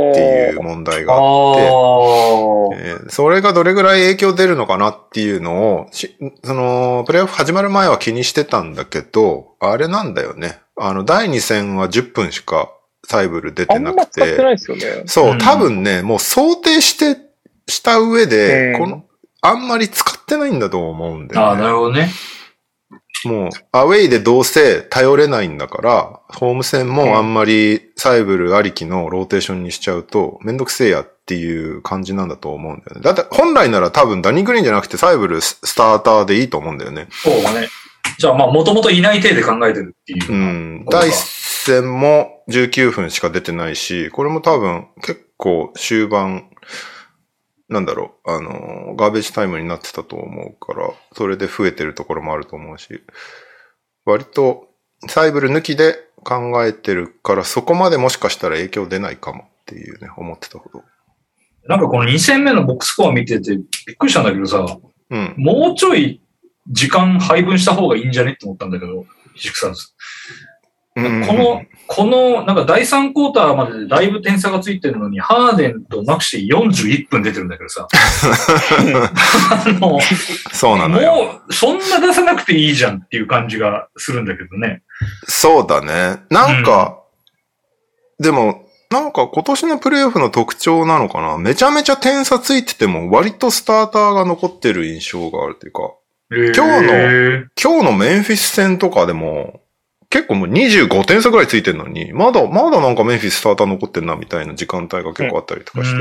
Speaker 3: いう問題があって、
Speaker 2: おー。
Speaker 3: えーそれがどれぐらい影響出るのかなっていうのを、しその、プレイオフ始まる前は気にしてたんだけど、あれなんだよね。あの、第2戦は10分しかサイブル出
Speaker 1: あ
Speaker 3: て
Speaker 1: ん
Speaker 3: な
Speaker 1: ま
Speaker 3: く
Speaker 1: 使ってな
Speaker 3: て、
Speaker 1: いですよね。
Speaker 3: そうう、
Speaker 2: ん
Speaker 3: 多分ね、もう想定して、した上で、
Speaker 1: うん
Speaker 3: この、あんまり使ってないんだと思うんだよ
Speaker 2: ああ、
Speaker 3: ね
Speaker 2: な。るほどね。
Speaker 3: もう、アウェイでどうせ頼れないんだから、ホーム戦もあんまりサイブルありきのローテーションにしちゃうと、めんどくせえやっていう感じなんだと思うんだよね。だって、本来なら多分ダニーグリーンじゃなくてサイブルススターターでいいと思うんだよね。
Speaker 2: そうだね。じゃあ、まあ、もともといない体で考えてるっていう。
Speaker 3: うん。
Speaker 2: そうか
Speaker 3: 第一戦も19分しか出てないし、これも多分結構終盤、なんだろう、あの、ガーベージタイムになってたと思うから、それで増えてるところもあると思うし、割とサイブル抜きで考えてるから、そこまでもしかしたら影響出ないかもっていうね、思ってたほど。
Speaker 2: なんかこの2戦目のボックスコア見ててびっくりしたんだけどさ、
Speaker 3: うん。
Speaker 2: もうちょい時間配分した方がいいんじゃねって思ったんだけど、シクサーズ。
Speaker 3: こ
Speaker 2: この、この、なんか第3クォーターまででだいぶ点差がついてるのに、ハーデンとマクシー41分出てるんだけ どさ。あの、も
Speaker 3: そうなのよ。
Speaker 2: う、そんな出さなくていいじゃんっていう感じがするんだけどね。
Speaker 3: そうだね。なんか、でも、なんか今年のプレイオフの特徴なのかな。めちゃめちゃ点差ついてても割とスターターが残ってる印象があるというか、
Speaker 2: 今
Speaker 3: 日の今日のメンフィス戦とかでも、結構もう25点差ぐらいついてるのに、まだ、まだなんかメンフィススターター残ってんなみたいな時間帯が結構あったりとかして、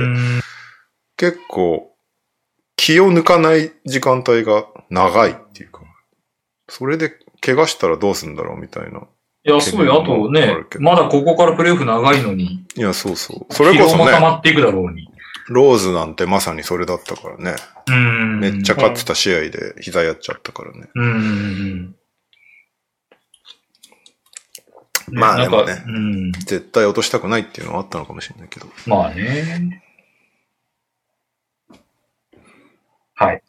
Speaker 3: 結構気を抜かない時間帯が長いっていうか、それで怪我したらどうするんだろうみたいな。
Speaker 2: いや、すごい、あと
Speaker 3: あ
Speaker 2: ね
Speaker 3: るけ、ど
Speaker 2: まだここからプレイオフ長いのに、
Speaker 3: いや、そうそう。それこそ
Speaker 2: 疲労も
Speaker 3: ね
Speaker 2: 溜、まっていくだろうに。
Speaker 3: ローズなんてまさにそれだったからね。
Speaker 2: うん。
Speaker 3: めっちゃ勝ってた試合で膝やっちゃったからね。
Speaker 2: うん。
Speaker 3: まあでもね
Speaker 2: なんかうん。
Speaker 3: 絶対落としたくないっていうのはあったのかもしれないけど。
Speaker 2: まあね。はい。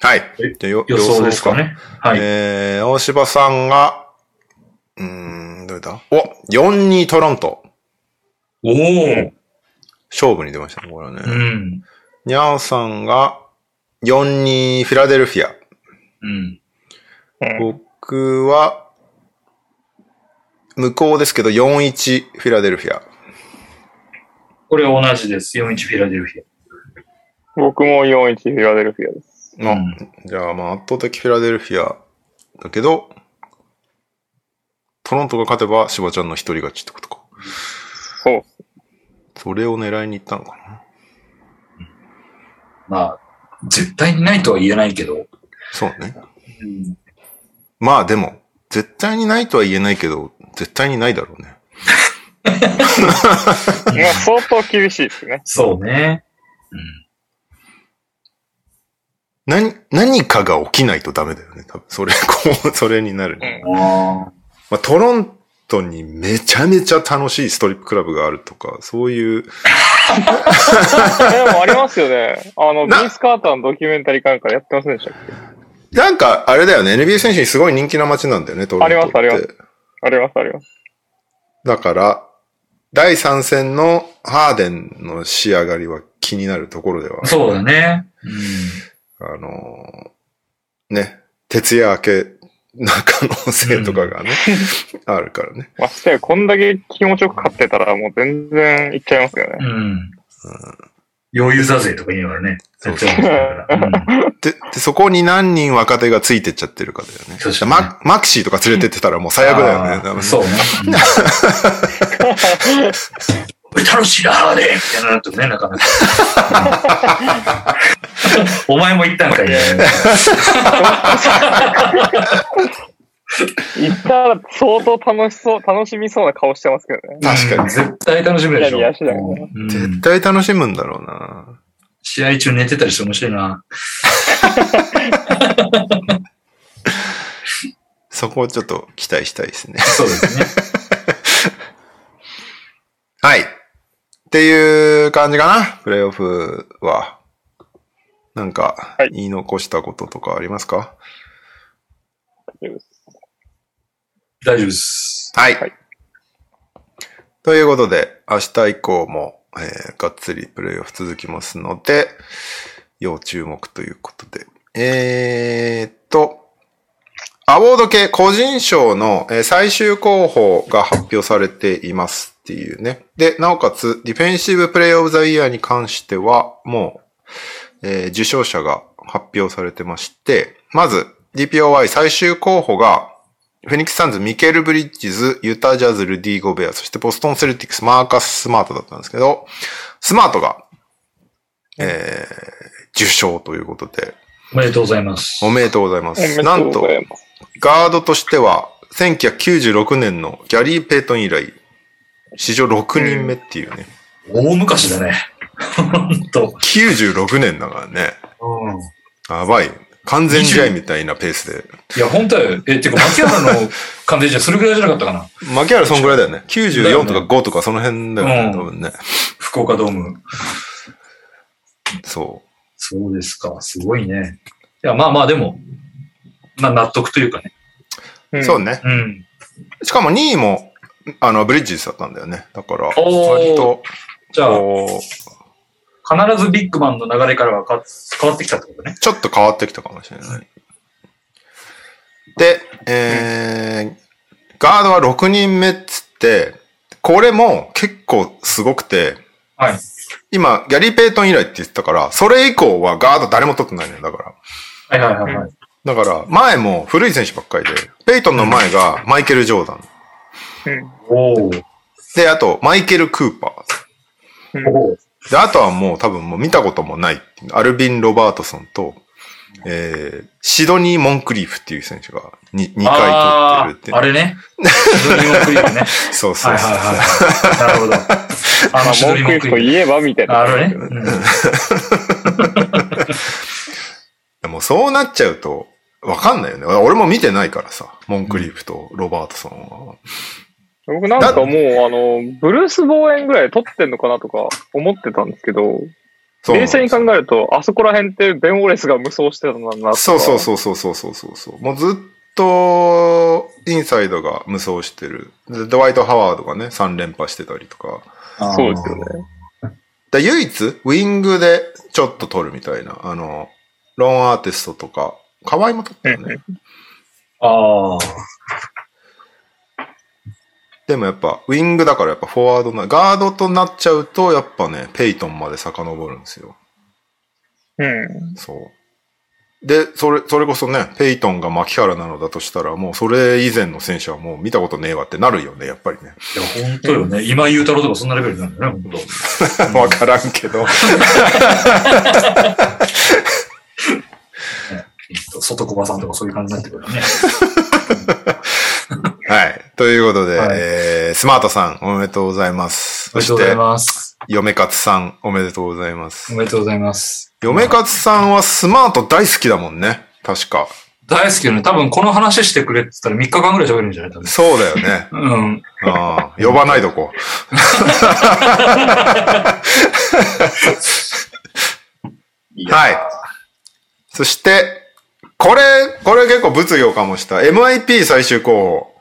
Speaker 3: はい
Speaker 2: え。
Speaker 3: じゃあよ
Speaker 2: 予想ですか。ね。はい。
Speaker 3: えー、大柴さんが、うーん、どれだお !4-2 トロント。
Speaker 2: おお。
Speaker 3: 勝負に出ましたね、これはね。
Speaker 2: うん。
Speaker 3: にゃおさんが、4-2フィラデルフィア。
Speaker 2: うん。
Speaker 1: うん。
Speaker 3: 僕は、向こうですけど、4-1フィラデルフィア。
Speaker 2: これ同じです。41フィラデルフィ
Speaker 1: 僕も4-1フィラデルフィアです。
Speaker 2: ア。うん。
Speaker 3: じゃあ、まあ、圧倒的フィラデルフィアだけど、トロントが勝てば、しばちゃんの一人勝ちってことか。
Speaker 1: そうっす。
Speaker 3: それを狙いに行ったのかな。
Speaker 2: まあ、絶対にないとは言えないけど、
Speaker 3: そうね。まあでも、絶対にないとは言えないけど、絶対にないだろうね。
Speaker 1: まあ相当厳しいです ね。
Speaker 2: そうね。
Speaker 3: 何、何かが起きないとダメだよね。多分それ、 こう、それになる、
Speaker 1: う
Speaker 3: ね。
Speaker 1: ん。
Speaker 2: うん。あ
Speaker 3: まあ、トロントにめちゃめちゃ楽しいストリップクラブがあるとか、そういう、
Speaker 1: でもありますよね。あの、ビ
Speaker 3: な
Speaker 1: ース・カーターのドキュメンタリーかなんかやってませんでしたっけ
Speaker 3: なんか、あれだよね。NBA 選手にすごい人気な街なんだよね、トロントって。
Speaker 1: ありますありあります、あります。
Speaker 3: だから、第3戦のハーデンの仕上がりは気になるところでは
Speaker 2: あ。そうだね。
Speaker 3: あのーね、徹夜明けな可能性とかが ね、あるからね。
Speaker 1: ましてや、こんだけ気持ちよく勝ってたら、もう全然いっちゃいますよ
Speaker 2: う
Speaker 1: ね。
Speaker 2: ん。うん。余裕だぜとか言いながらね。
Speaker 3: そう
Speaker 2: やっちゃうもんねうん
Speaker 3: で、でそこに何人若手がついてっちゃってるかだよね。
Speaker 2: そうですね
Speaker 3: ママクシーとか連れてってたらもう最悪だよね
Speaker 2: あー
Speaker 3: 多分ね。
Speaker 2: そうね。 うん楽しいな、ハーレーみたいなのとね、なかなか。うんお前も言ったんかい。
Speaker 1: 行ったら相当楽しそう、楽しみそうな顔してますけどね。
Speaker 3: 確かに。
Speaker 2: 絶対楽しみでしょ。
Speaker 1: いやいやしだよね
Speaker 2: うん
Speaker 3: 絶対楽しむんだろうな。
Speaker 2: 試合中寝てたりして面白いな。
Speaker 3: そこをちょっと期待したいですね。
Speaker 2: そうですね。
Speaker 3: はい。っていう感じかな。プレイオフは。なんか
Speaker 1: はい、
Speaker 3: 言い残したこととかありますか
Speaker 2: 大丈夫です。
Speaker 3: はい。
Speaker 1: はい
Speaker 3: ということで、明日以降も、えー、がっつりプレイオフ続きますので、要注目ということで。えーっと、アワード系個人賞の、えー最終候補が発表されていますっていうね。で、なおかつ、ディフェンシブプレイオブザイヤーに関しては、もう、えー受賞者が発表されてまして、まず、DPOY 最終候補が、フェニックス・サンズ、ミケル・ブリッジズ、ユタ・ジャズ、ルディ・ゴベア、そしてボストン・セルティックス、マーカス・スマートだったんですけど、スマートが、えー、受賞ということで、
Speaker 2: おめでとうございます。
Speaker 3: おめでとうございま
Speaker 1: おめ
Speaker 3: す。
Speaker 1: で
Speaker 3: な
Speaker 1: と
Speaker 3: ん
Speaker 1: う
Speaker 3: と
Speaker 1: ご、ざいます。
Speaker 3: ガードとしては、1996年のギャリー・ペイトン以来、史上6人目っていうね。
Speaker 2: 大昔だね。 ほんと。
Speaker 3: 96年だからね。
Speaker 2: うん
Speaker 3: やばい。完全試合みたいなペースで。
Speaker 2: いや、本当は、え、てか、牧原の完全じゃそれぐらいじゃなかったかな。
Speaker 3: 槙原そんぐらいだよね。94と
Speaker 2: だ
Speaker 3: か
Speaker 2: よね
Speaker 3: 5とかその辺だよね、
Speaker 2: うん
Speaker 3: 多分ね。
Speaker 2: 福岡ドーム。
Speaker 3: そ
Speaker 2: そうですか。すごいね。いや、まあまあ、でも、まあ、納得というかね。
Speaker 3: う。
Speaker 1: ん
Speaker 3: そうね。
Speaker 2: うん。
Speaker 3: しかも2位も、あの、ブリッジズだったんだよね。だから、
Speaker 2: おー
Speaker 3: 割と、
Speaker 2: じゃあ、
Speaker 3: こう、
Speaker 2: 必ずビッグマンの流れからはか変わってきたってことね。
Speaker 3: ちょっと変わってきたかもしれない。で、えー、ガードは6人目っつって、これも結構すごくて、
Speaker 2: はい。
Speaker 3: 今、ギャリー・ペイトン以来って言ってたから、それ以降はガード誰も取ってないね、だか
Speaker 2: はいはいはいはい。
Speaker 3: ら。だから、前も古い選手ばっかりで、ペイトンの前がマイケル・ジョーダン。
Speaker 1: うん。
Speaker 2: おー
Speaker 3: で、あと、マイケル・クーパ
Speaker 2: おー
Speaker 3: ー。で、あとはもう多分もう見たこともない、アルビン・ロバートソンと、えー、シドニー・モンクリーフっていう選手が 2, 2回取ってるっていう
Speaker 2: あーあれ ね。シドニー・モンクリーフね。
Speaker 3: そう
Speaker 2: は
Speaker 3: そ
Speaker 2: いうはい
Speaker 3: そう。
Speaker 2: はい。なるほど。あ
Speaker 1: ま
Speaker 2: の
Speaker 1: あ、
Speaker 2: シドニ
Speaker 1: 文
Speaker 2: ー・モ
Speaker 1: 句言
Speaker 2: ン
Speaker 1: う
Speaker 2: ク
Speaker 1: と
Speaker 2: リー
Speaker 1: 言えばみたい
Speaker 2: フ。あ
Speaker 1: な。
Speaker 2: れね。うん
Speaker 3: もうそうなっちゃうと、わかんないよね。俺も見てないからさ、モンクリーフとロバートソンは。
Speaker 1: 僕なんかもう、あの、ブルース望遠ぐらい撮ってんのかなとか思ってたんですけど、
Speaker 3: そう
Speaker 1: 冷静に考えると、あそこら辺ってベン・オレスが無双してたんだなとか。
Speaker 3: そうそうそうそうそうそうそうそう。もうずっと、インサイドが無双してる。でドワイト・ハワードがね、3連覇してたりとか。
Speaker 1: そうですよね。
Speaker 3: で唯一、ウィングでちょっと取るみたいな。あの、ローンアーティストとか、河合も取ったよね。
Speaker 2: ああ。
Speaker 3: でもやっぱ、ウィングだからやっぱフォワードな、ガードとなっちゃうと、やっぱね、ペイトンまで遡るんですよ。
Speaker 1: うん。
Speaker 3: そう。で、それ、それこそね、ペイトンが牧原なのだとしたら、もうそれ以前の選手はもう見たことねえわってなるよね、やっぱりね。
Speaker 2: いや、本当よね。今井う太郎とかそんなレベルなんだよね、本
Speaker 3: わからんけ ど。
Speaker 2: 当。外小葉さんとかそういう感じになってくるよね。
Speaker 3: はい。ということで、
Speaker 2: はい
Speaker 3: えー、スマートさん、おめでとうございます。 そ
Speaker 2: おめでと
Speaker 3: し
Speaker 2: うござい
Speaker 3: て、
Speaker 2: ます。
Speaker 3: 嫁勝さん、おめでとうございま
Speaker 2: お
Speaker 3: す。
Speaker 2: めでとうございます。
Speaker 3: 嫁勝さんはスマート大好きだもんね。確か。
Speaker 2: 大好きだね。多分この話してくれって言ったら3日間ぐらい喋るんじゃない多分。。
Speaker 3: そうだよね
Speaker 2: うん。
Speaker 3: あー呼ばないとこう。
Speaker 2: やー
Speaker 3: はい。そして、これ、これ結構物議をかもした。MIP 最終候補。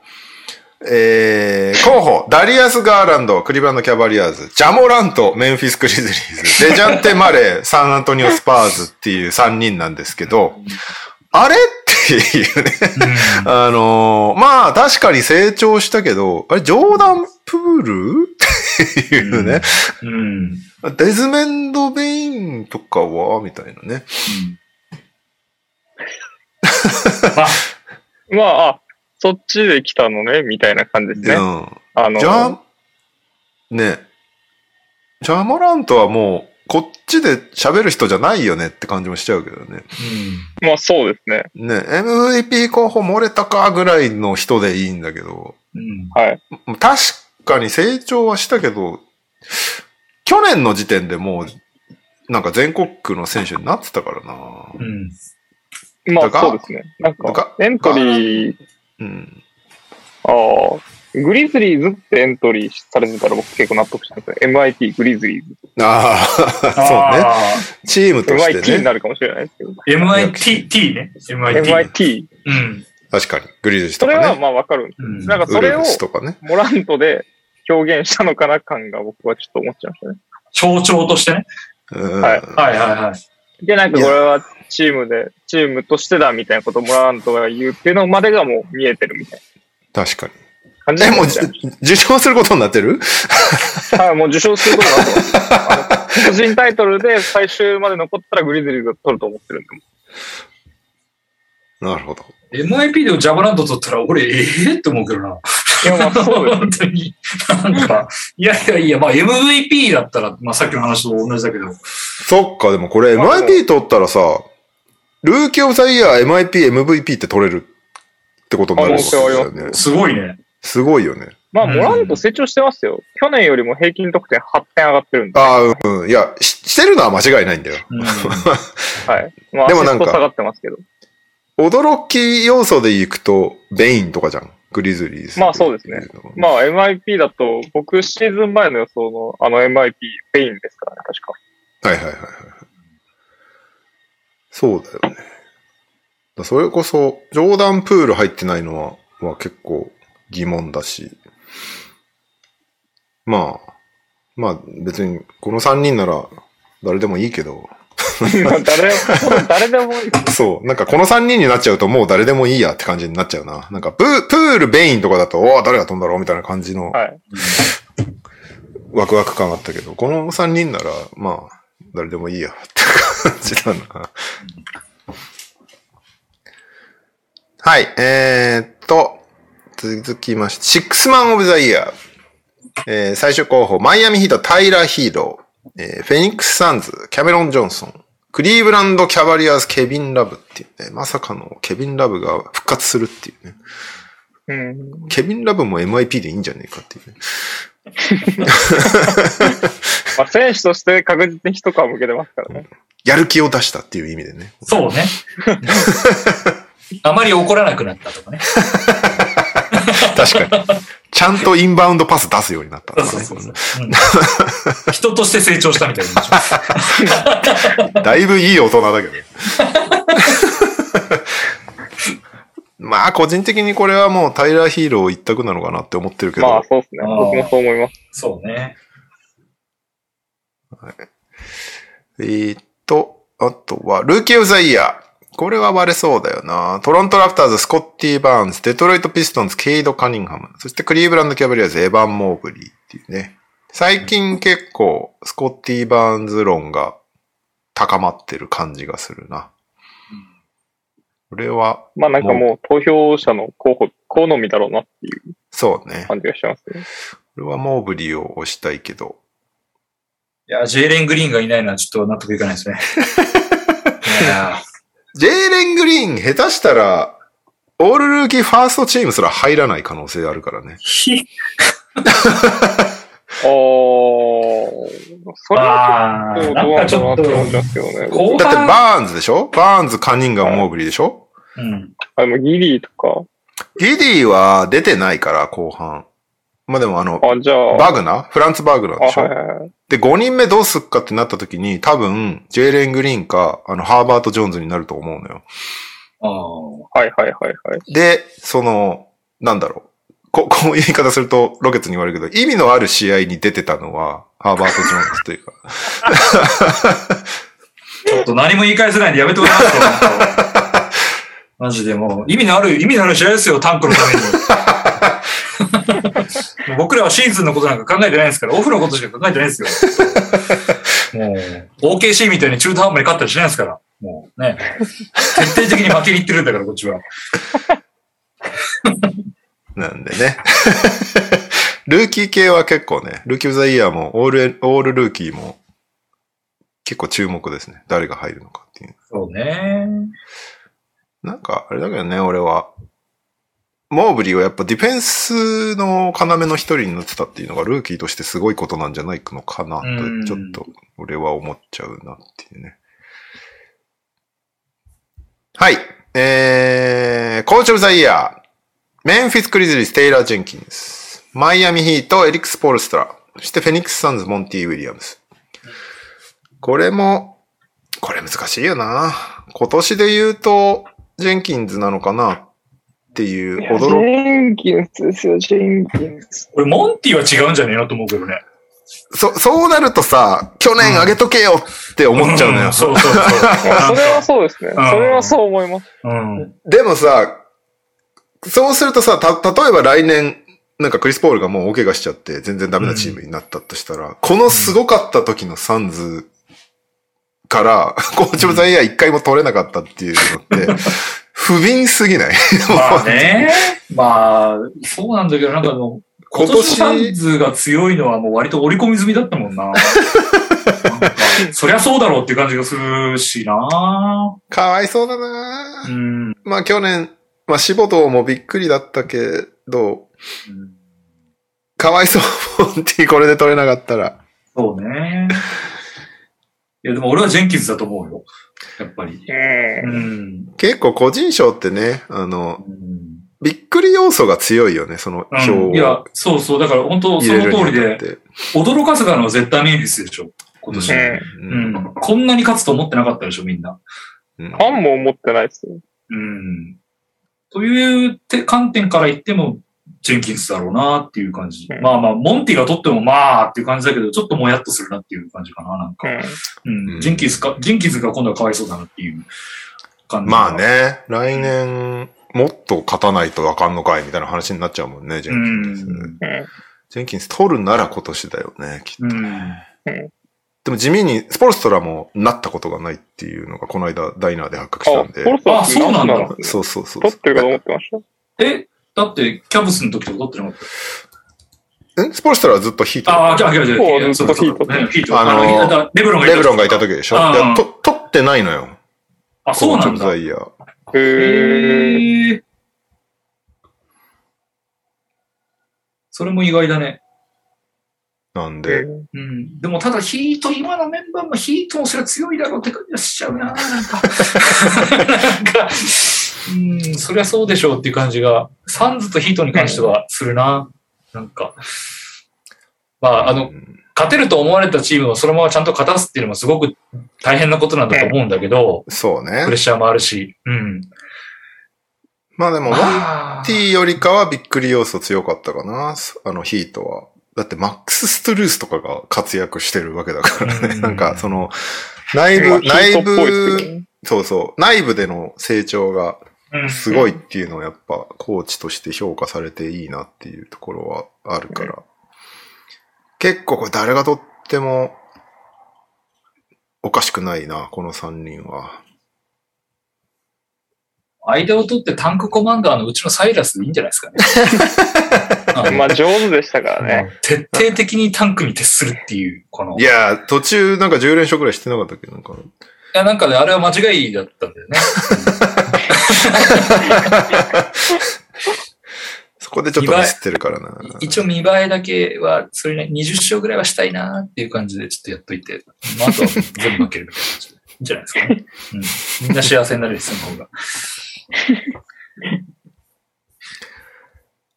Speaker 3: えー、候補、ダリアス・ガーランド、クリバンド・キャバリアーズ、ジャモラント、メンフィス・クリズリーズ、レジャンテ・マレー、サンアントニオ・スパーズっていう3人なんですけど、あれっていうね。
Speaker 2: うん
Speaker 3: あのーまあ確かに成長したけど、あれ、ジョーダン・プールっていうね、
Speaker 2: うん。
Speaker 3: デズメンド・ベインとかはみたいなね。
Speaker 1: まあ、あ、そっちで来たのね、みたいな感じで
Speaker 3: う
Speaker 1: すね。
Speaker 3: ん。
Speaker 1: あの、
Speaker 3: じゃあ、ねジャモラントはもう、こっちで喋る人じゃないよねって感じもしちゃうけどね。
Speaker 1: まあそうですね。
Speaker 3: ね MVP 候補漏れたかぐらいの人でいいんだけど、
Speaker 2: うん。うん。
Speaker 1: はい。
Speaker 3: 確かに成長はしたけど、去年の時点でもう、なんか全国区の選手になってたからな。
Speaker 2: うん。
Speaker 1: ま
Speaker 3: だ
Speaker 1: あ
Speaker 3: が
Speaker 1: そうですね。なん
Speaker 3: だが
Speaker 1: か、エントリー、
Speaker 3: うん。
Speaker 1: ああ、グリズリーズってエントリーされてたら僕結構納得したんですよ。MIT、グリズリーズ。
Speaker 3: ああ、そうね。
Speaker 2: あ
Speaker 3: チームとして
Speaker 1: MIT に
Speaker 3: ね。
Speaker 1: なるかもしれないですけど。
Speaker 2: ー。MIT、T ね。MIT。
Speaker 1: MIT。
Speaker 2: うん。
Speaker 3: 確かに。グリーズ氏
Speaker 1: そ
Speaker 3: と
Speaker 1: れ
Speaker 3: か
Speaker 1: は
Speaker 3: ね。
Speaker 1: まあわかるんで
Speaker 2: うん
Speaker 1: す。なんか
Speaker 3: ウ
Speaker 1: それ
Speaker 3: ル
Speaker 1: を
Speaker 3: フスとかね。
Speaker 1: モラントで表現したのかな感が僕はちょっと思っちゃいましたね。
Speaker 2: 象徴としてね。
Speaker 3: うん
Speaker 1: はい
Speaker 2: はいはいはい。
Speaker 1: で、なんかこれはチームで、チームとしてだみたいなことをモラントが言うっていうのまでがもう見えてるみたい
Speaker 3: 確かに。
Speaker 1: な感じ
Speaker 3: え、
Speaker 1: に
Speaker 3: もう
Speaker 1: なっちゃいまし
Speaker 3: 受賞することになってる
Speaker 1: た。はい、もう受賞することだと思い ます。あの個人タイトルで最終まで残ったらグリズリーズが取ると思ってるんで。
Speaker 3: なるほど。
Speaker 2: MIP でもジャバランド取ったら、俺、ええって思うけどな。
Speaker 1: いや、まあそうです。
Speaker 2: 本当に。なんか、いやいやいや、まあ MVP だったら、まあさっきの話と同じだけど。
Speaker 3: そっか、でもこれ
Speaker 1: まあ
Speaker 3: MIP 取ったらさ、ルーキーオブザイヤー MIP、MVP って取れるってことになるわけですよ
Speaker 1: 可能性はあり
Speaker 3: ね
Speaker 1: ま。
Speaker 2: すごいね。
Speaker 3: すごいよね。
Speaker 1: まあ、
Speaker 2: うん
Speaker 1: モラント成長してますよ。去年よりも平均得点8点上がってるんで。
Speaker 3: ああ、うん。いやし、してるのは間違いないんだよ。
Speaker 2: うん。
Speaker 1: はい。まあ、
Speaker 3: で
Speaker 1: で
Speaker 3: もな
Speaker 1: もなんん
Speaker 3: か
Speaker 1: か。下がってますけど。
Speaker 3: 驚き要素でいくと、ベインとかじゃん。グリズリーズ。
Speaker 1: まあそうですね。まあ、MIP だと、僕、シーズン前の予想の、あの MIP、ベインですからね、確か。
Speaker 3: はいはいはいはい。そうだよね。だそれこそ、ジョーダンプール入ってないのは、は結構疑問だし。まあ、まあ別に、この3人なら誰でもいいけど、
Speaker 1: 誰 でも、誰でもいい。
Speaker 3: そう、なんかこの3人になっちゃうともう誰でもいいやって感じになっちゃうな。なんかプー、プール、ベインとかだと、おお、誰が飛んだろうみたいな感じの
Speaker 1: はい。
Speaker 3: ワクワク感あったけど、この3人なら、まあ、誰でもいいやって感じだな。はい、えー、っと、続きまして、シックスマンオブザイヤー。えー最初候補、マイアミヒート、タイラー・ヒーロー、えーフェニックス・サンズ、キャメロン・ジョンソン、クリーブランド・キャバリアーズ、ケビン・ラブっていうね、まさかのケビン・ラブが復活するっていうね。
Speaker 1: うん。
Speaker 3: ケビン・ラブも MIP でいいんじゃねえかっていうね。
Speaker 1: まあ、選手として確実に一皮向けてますからね。
Speaker 3: やる気を出したっていう意味でね。
Speaker 2: そうね。 あまり怒らなくなったとかね。
Speaker 3: 確かに。ちゃんとインバウンドパス出すようになったとか
Speaker 2: そう
Speaker 3: ね、
Speaker 2: そうそうそう。うん人として成長したみたいな。
Speaker 3: だいぶいい大人だけど。 まあ、個人的にこれはもうタイラーヒーロー一択なのかなって思ってるけど、
Speaker 1: まあ、そうですね。
Speaker 2: あー
Speaker 1: 僕もそう思います。
Speaker 2: そうね。
Speaker 3: えーっと、あとは、ルーキー・オブ・ザ・イヤー。これは割れそうだよな。トロント・ラプターズ、スコッティ・バーンズ、デトロイト・ピストンズ、ケイド・カニンハム。そしてクリーブランド・キャバリアーズ、エヴァン・モーブリーっていうね。最近結構、スコッティ・バーンズ論が高まってる感じがするな。これは、
Speaker 1: まあ、なんかもう、投票者の候補、好みだろうなっていう
Speaker 3: そうね。こ
Speaker 1: 感じがしますね。
Speaker 3: れはモーブリーを推したいけど。
Speaker 2: いや、ジェイレン・グリーンがいないのはちょっと納得いかないですね。いや
Speaker 3: ジェイレン・グリーン、下手したら、オールルーキーファーストチームすら入らない可能性あるからね。
Speaker 1: おー、それは
Speaker 2: あ
Speaker 1: 結
Speaker 2: ー
Speaker 1: 構
Speaker 2: な
Speaker 1: ど
Speaker 2: ん
Speaker 1: うな
Speaker 2: か
Speaker 1: ん
Speaker 2: ち
Speaker 1: だろ
Speaker 2: ょ
Speaker 1: うな
Speaker 2: っ
Speaker 1: って
Speaker 2: と、
Speaker 1: 思いますけどね。
Speaker 2: 後
Speaker 3: だって
Speaker 2: 半、
Speaker 3: バーンズでしょバーンズ、カンニンガム、モーブリーでしょ
Speaker 2: うん、
Speaker 1: あの、ギリーとか。
Speaker 3: ギディは出てないから、後半。まあでもあの、
Speaker 1: あ、じゃあ、
Speaker 3: バグナーフランツ・バグナー
Speaker 1: あ、
Speaker 3: でしょ、
Speaker 1: はいはいはい。
Speaker 3: で、5人目どうすっかってなった時に、多分、ジェイレン・グリーンか、あの、ハーバート・ジョーンズになると思うのよ。
Speaker 2: あー
Speaker 1: はいはいはいはい。
Speaker 3: で、その、なんだろう。こ、 こういう言い方すると、ロケッツに言われるけど、意味のある試合に出てたのは、ハーバート・ジョーンズというか。
Speaker 2: ちょっと何も言い返せないんでやめてもらいますよ本当マジでもう、意味のある、意味のある試合ですよ、タンクのために。も う僕らはシーズンのことなんか考えてないですから、オフのことしか考えてないですよ。もう、OKC みたいに中途半端に勝ったりしないですから。もうね。徹底的に負けにいってるんだから、こっちは。
Speaker 3: なんでね。 ルーキー系は結構ね、ルーキー・オブ・ザ・イヤーも、オール、オールルーキーも、結構注目ですね。誰が入るのかっていう。
Speaker 2: そうね。
Speaker 3: なんか、あれだけどね、俺は。モーブリーはやっぱディフェンスの要の一人になってたっていうのがルーキーとしてすごいことなんじゃないのかな
Speaker 2: うん
Speaker 3: と、ちょっと俺は思っちゃうなっていうね。はい。えー、コーチオブザイヤー。メンフィス・クリズリース、テイラー・ジェンキンス。マイアミ・ヒート、エリックス・ポールストラ。そしてフェニックス・サンズ、モンティ・ウィリアムス。これも、これ難しいよな。今年で言うと、ジェンキンズなのかなっていう
Speaker 1: ジ
Speaker 3: 驚き。
Speaker 1: ェンキンスですよ、ジェンキンス。
Speaker 2: 俺、モンティは違うんじゃねえなと思うけどね。
Speaker 3: そ、そうなるとさ、去年上げとけよって思っちゃうのよ。
Speaker 2: んそうそうそう。
Speaker 1: いや
Speaker 2: な
Speaker 1: そ
Speaker 2: ん
Speaker 1: れは
Speaker 2: か
Speaker 1: そうですね。
Speaker 2: ん
Speaker 1: それはそう思います。
Speaker 2: うん。
Speaker 3: でもさ、そうするとさ、た、例えば来年、なんかクリス・ポールがもう大怪我しちゃって全然ダメなチームになったとしたら、このすごかった時のサンズから、コーチョブザイヤー一回も取れなかったっていうの って、不憫すぎない
Speaker 2: まあね。 まあ、そうなんだけど、なんかもう、今
Speaker 3: 今
Speaker 2: 年のサン
Speaker 3: 年、
Speaker 2: ズが強いのはもう割と織り込み済みだったもんな。なんかそりゃそうだろうっていう感じがするしな
Speaker 3: かわいそうだな
Speaker 2: う
Speaker 3: ぁ
Speaker 2: ん。
Speaker 3: まあ去年、まあ、シボドもびっくりだったけど、かわいそう、モンティこれで取れなかったら。
Speaker 2: そうね。いや、でも俺はジェンキンズだと思うよ。やっぱり。
Speaker 1: うん。
Speaker 2: うん。
Speaker 3: 結構個人賞ってね、あの、
Speaker 2: うん
Speaker 3: びっくり要素が強いよね、その表
Speaker 2: うん、
Speaker 3: を
Speaker 2: いや、そうそう。だから本当
Speaker 3: 入
Speaker 2: そ
Speaker 3: れ
Speaker 2: の
Speaker 3: るにあ
Speaker 2: 通り
Speaker 3: たっ
Speaker 2: で
Speaker 3: て。、
Speaker 2: 驚かせたのは絶対メンフィスでしょ。今年。
Speaker 3: うん
Speaker 2: うん。こんなに勝つと思ってなかったでしょ、みんな。
Speaker 3: うん
Speaker 1: ファンも思ってないですよ。
Speaker 2: うん。というて観点から言っても、ジェンキンスだろうなっていう感じ。
Speaker 1: うん
Speaker 2: まあまあ、モンティが取ってもまあっていう感じだけど、ちょっともやっとするなっていう感じかな、なん
Speaker 1: う
Speaker 2: か。
Speaker 1: ん。
Speaker 2: うん。
Speaker 3: うん
Speaker 2: ジェンキンスか、ジェンキンスが今度はかわいそうだなっていう感じ。
Speaker 3: まあ。ね、来年、もっと勝たないとわかんのかいみたいな話になっちゃうもんね、ジェ
Speaker 2: う
Speaker 3: ンキン
Speaker 2: ん
Speaker 3: ス。。
Speaker 1: うん。
Speaker 3: ジェンキンス取るなら今年だよね、きっと
Speaker 2: うん。
Speaker 3: でも地味に、スポルストラもなったことがないっていうのが、この間、ダイナーで発覚したんで。
Speaker 1: スト
Speaker 2: あそうなんだ
Speaker 3: そうそうそう。
Speaker 1: 撮ってるかと思ってました。
Speaker 2: え、だって、キャブスの時とか取ってなかっ
Speaker 3: んスポルストラはずっとヒート
Speaker 2: た。ああ、じゃあ、じゃあ、じゃあ、
Speaker 1: そう
Speaker 2: そうそう
Speaker 1: ずっとヒート
Speaker 2: ねヒート。
Speaker 3: あのー
Speaker 2: だからレブロンが
Speaker 3: レブロンがいた
Speaker 2: 時。
Speaker 3: 時でしょ。
Speaker 2: うん
Speaker 3: いやと取ってないのよ。
Speaker 2: あ、そうなん
Speaker 3: コーチオブ
Speaker 2: だ。
Speaker 3: ザ
Speaker 2: へ
Speaker 3: イヤー
Speaker 1: へー。
Speaker 2: え。それも意外だね。
Speaker 3: なんで、
Speaker 2: うんでもただヒート、今のメンバーもヒートもそれは強いだろうって感じがしちゃうな、なんか。なんか、うん、そりゃそうでしょうっていう感じが、サンズとヒートに関してはするな、なんか。まあ、あ
Speaker 3: う
Speaker 2: の、
Speaker 3: ん
Speaker 2: 勝てると思われたチームをそのままちゃんと勝たすっていうのもすごく大変なことなんだと思うんだけど、
Speaker 3: そうね
Speaker 2: プレッ。シャーもあるし、うん。
Speaker 3: まあ でも、モン
Speaker 2: まあ
Speaker 3: T よりかはびっくり要素強かったかな、あのヒートは。だってマックス・ストゥルースとかが活躍してるわけだからね。
Speaker 2: うん
Speaker 3: なんかその、内
Speaker 1: まあ
Speaker 3: 部、内
Speaker 1: ヒートっぽいですけど
Speaker 3: 部、
Speaker 1: ね
Speaker 3: そうそう、内部での成長が
Speaker 2: うん
Speaker 3: すごいっていうのはやっぱコーチとして評価されていいなっていうところはあるから。結構これ誰がとってもおかしくないな、この3人は。
Speaker 2: 間を取ってタンクコマンダーのうちのサイラスでいいんじゃないですかね。 あの
Speaker 1: まあ、上手でしたからね。
Speaker 2: 徹底的にタンクに徹するっていう、この。
Speaker 3: い
Speaker 2: いや、
Speaker 3: やー、途中なんか10連勝くらいしてなかったっけなんか。
Speaker 2: なんかね、あれは間違いだったんだよね。
Speaker 3: そこでちょっとミスってるからな。
Speaker 2: 一応見栄えだけは、それね、20勝ぐらいはしたいなっていう感じでちょっとやっといて、まあ、あとは全部負けるみたいな感じで。いいんじゃないですかね。うん。みんな幸せになるです、その方が。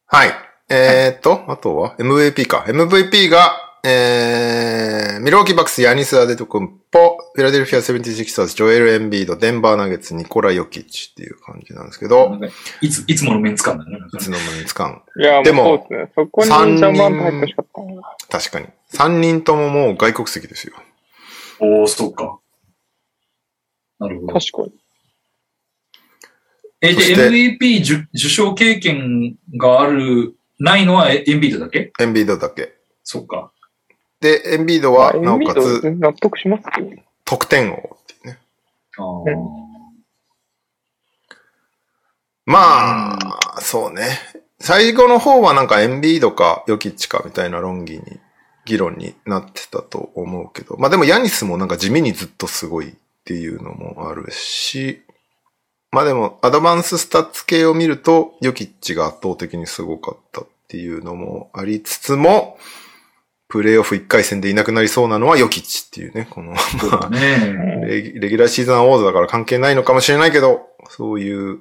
Speaker 3: はい。えー、っと、あとは MVP か。MVP が、えー、ミローキーバックス、ヤニス・アデトクンポ、フィラデルフィア・セブンティシクサーズ、ジョエル・エンビード、デンバー・ナゲッツ、ニコラ・ヨキッチっていう感じなんですけ
Speaker 2: な
Speaker 3: ど、
Speaker 2: んかいつ、いつもの面つかんだね。なんか
Speaker 3: いつの間につかん。
Speaker 1: いや、
Speaker 3: で
Speaker 1: で
Speaker 3: も
Speaker 1: もうそうですね。そこにジャンバン入ってほしかったな。
Speaker 3: 確かに。3人とももう外国籍ですよ。
Speaker 2: おー、そうか。なるほど。
Speaker 1: 確かに。
Speaker 2: え、
Speaker 3: そし
Speaker 2: で、
Speaker 3: て
Speaker 2: MVP 受受賞経験がある、ないのはエエンビードだけ
Speaker 3: エンビードだけ。
Speaker 2: そっか。
Speaker 3: で、エンビードは、
Speaker 1: エ
Speaker 3: なお
Speaker 1: ンビ
Speaker 3: か
Speaker 1: ード
Speaker 3: つ、
Speaker 1: 全然納得しますけど
Speaker 3: 得点王っていうね。
Speaker 2: あー
Speaker 1: うん
Speaker 3: まあ、そうね。最後の方はなんかエンビードかヨキッチかみたいな論議に、議論になってたと思うけど。まあでもヤニスもなんか地味にずっとすごいっていうのもあるし、まあでもアドバンススタッツ系を見るとヨキッチが圧倒的にすごかったっていうのもありつつも、プレイオフ1回戦でいなくなりそうなのはヨキッチっていうね、この、ま
Speaker 2: そう
Speaker 3: あ
Speaker 2: だね。
Speaker 3: レギレギュラーシーズン王座だから関係ないのかもしれないけど、そういう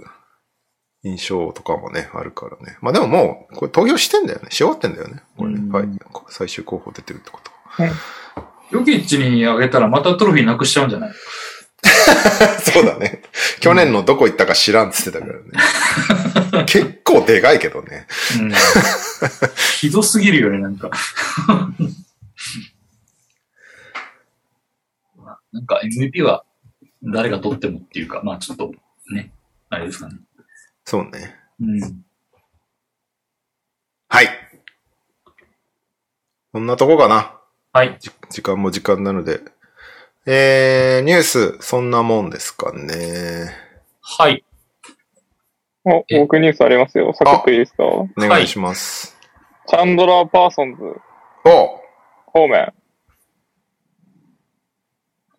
Speaker 3: 印象とかもね、あるからね。まあでももう、これ投票してんだよね。し終わってんだよね。これ
Speaker 2: う
Speaker 3: ね。
Speaker 2: ん
Speaker 3: はい。最終候補出てるってこと。
Speaker 2: ヨキッチにあげたらまたトロフィーなくしちゃうんじゃない
Speaker 3: そうだね。去年のどこ行ったか知らんっつってたから ね。結構でかいけどね。
Speaker 2: うん。 ひどすぎるよね、なんか。 なんか MVP は誰が取ってもっていうか、まあちょっとね、あれですかね。
Speaker 3: そうね。
Speaker 2: うん。
Speaker 3: はい。こんなとこかな。
Speaker 2: はい。
Speaker 3: じ時間も時間なので。えー、ニュース、そんなもんですかね。
Speaker 2: はい。
Speaker 1: お、
Speaker 2: え
Speaker 1: 僕ニュースありますよ。サクッといいですか
Speaker 3: お願いします。
Speaker 1: チャンドラー・パーソンズ
Speaker 3: お
Speaker 1: 方面、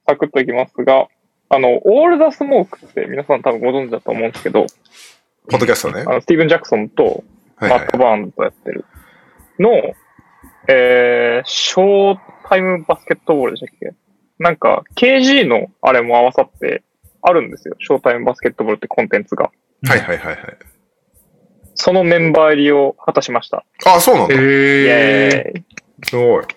Speaker 1: サクッといきますが、あの、オール・ザ・スモークって皆さん多分ご存知だと思うんですけど、
Speaker 3: ポッドキャストね。
Speaker 1: あのスティーブン・ジャクソンと
Speaker 3: は
Speaker 1: マ
Speaker 3: いはい
Speaker 1: ット・バーンズとやってるの、えー、ショータイムバスケットボールでしたっけなんか、KG のあれも合わさってあるんですよ。ショータイムバスケットボールってコンテンツが。
Speaker 3: はいはいはいはい。
Speaker 1: そのメンバー入りを果たしました。
Speaker 3: あ、そうなんだ。
Speaker 1: イ
Speaker 2: へー。
Speaker 1: エーイ
Speaker 3: すごい。
Speaker 1: チ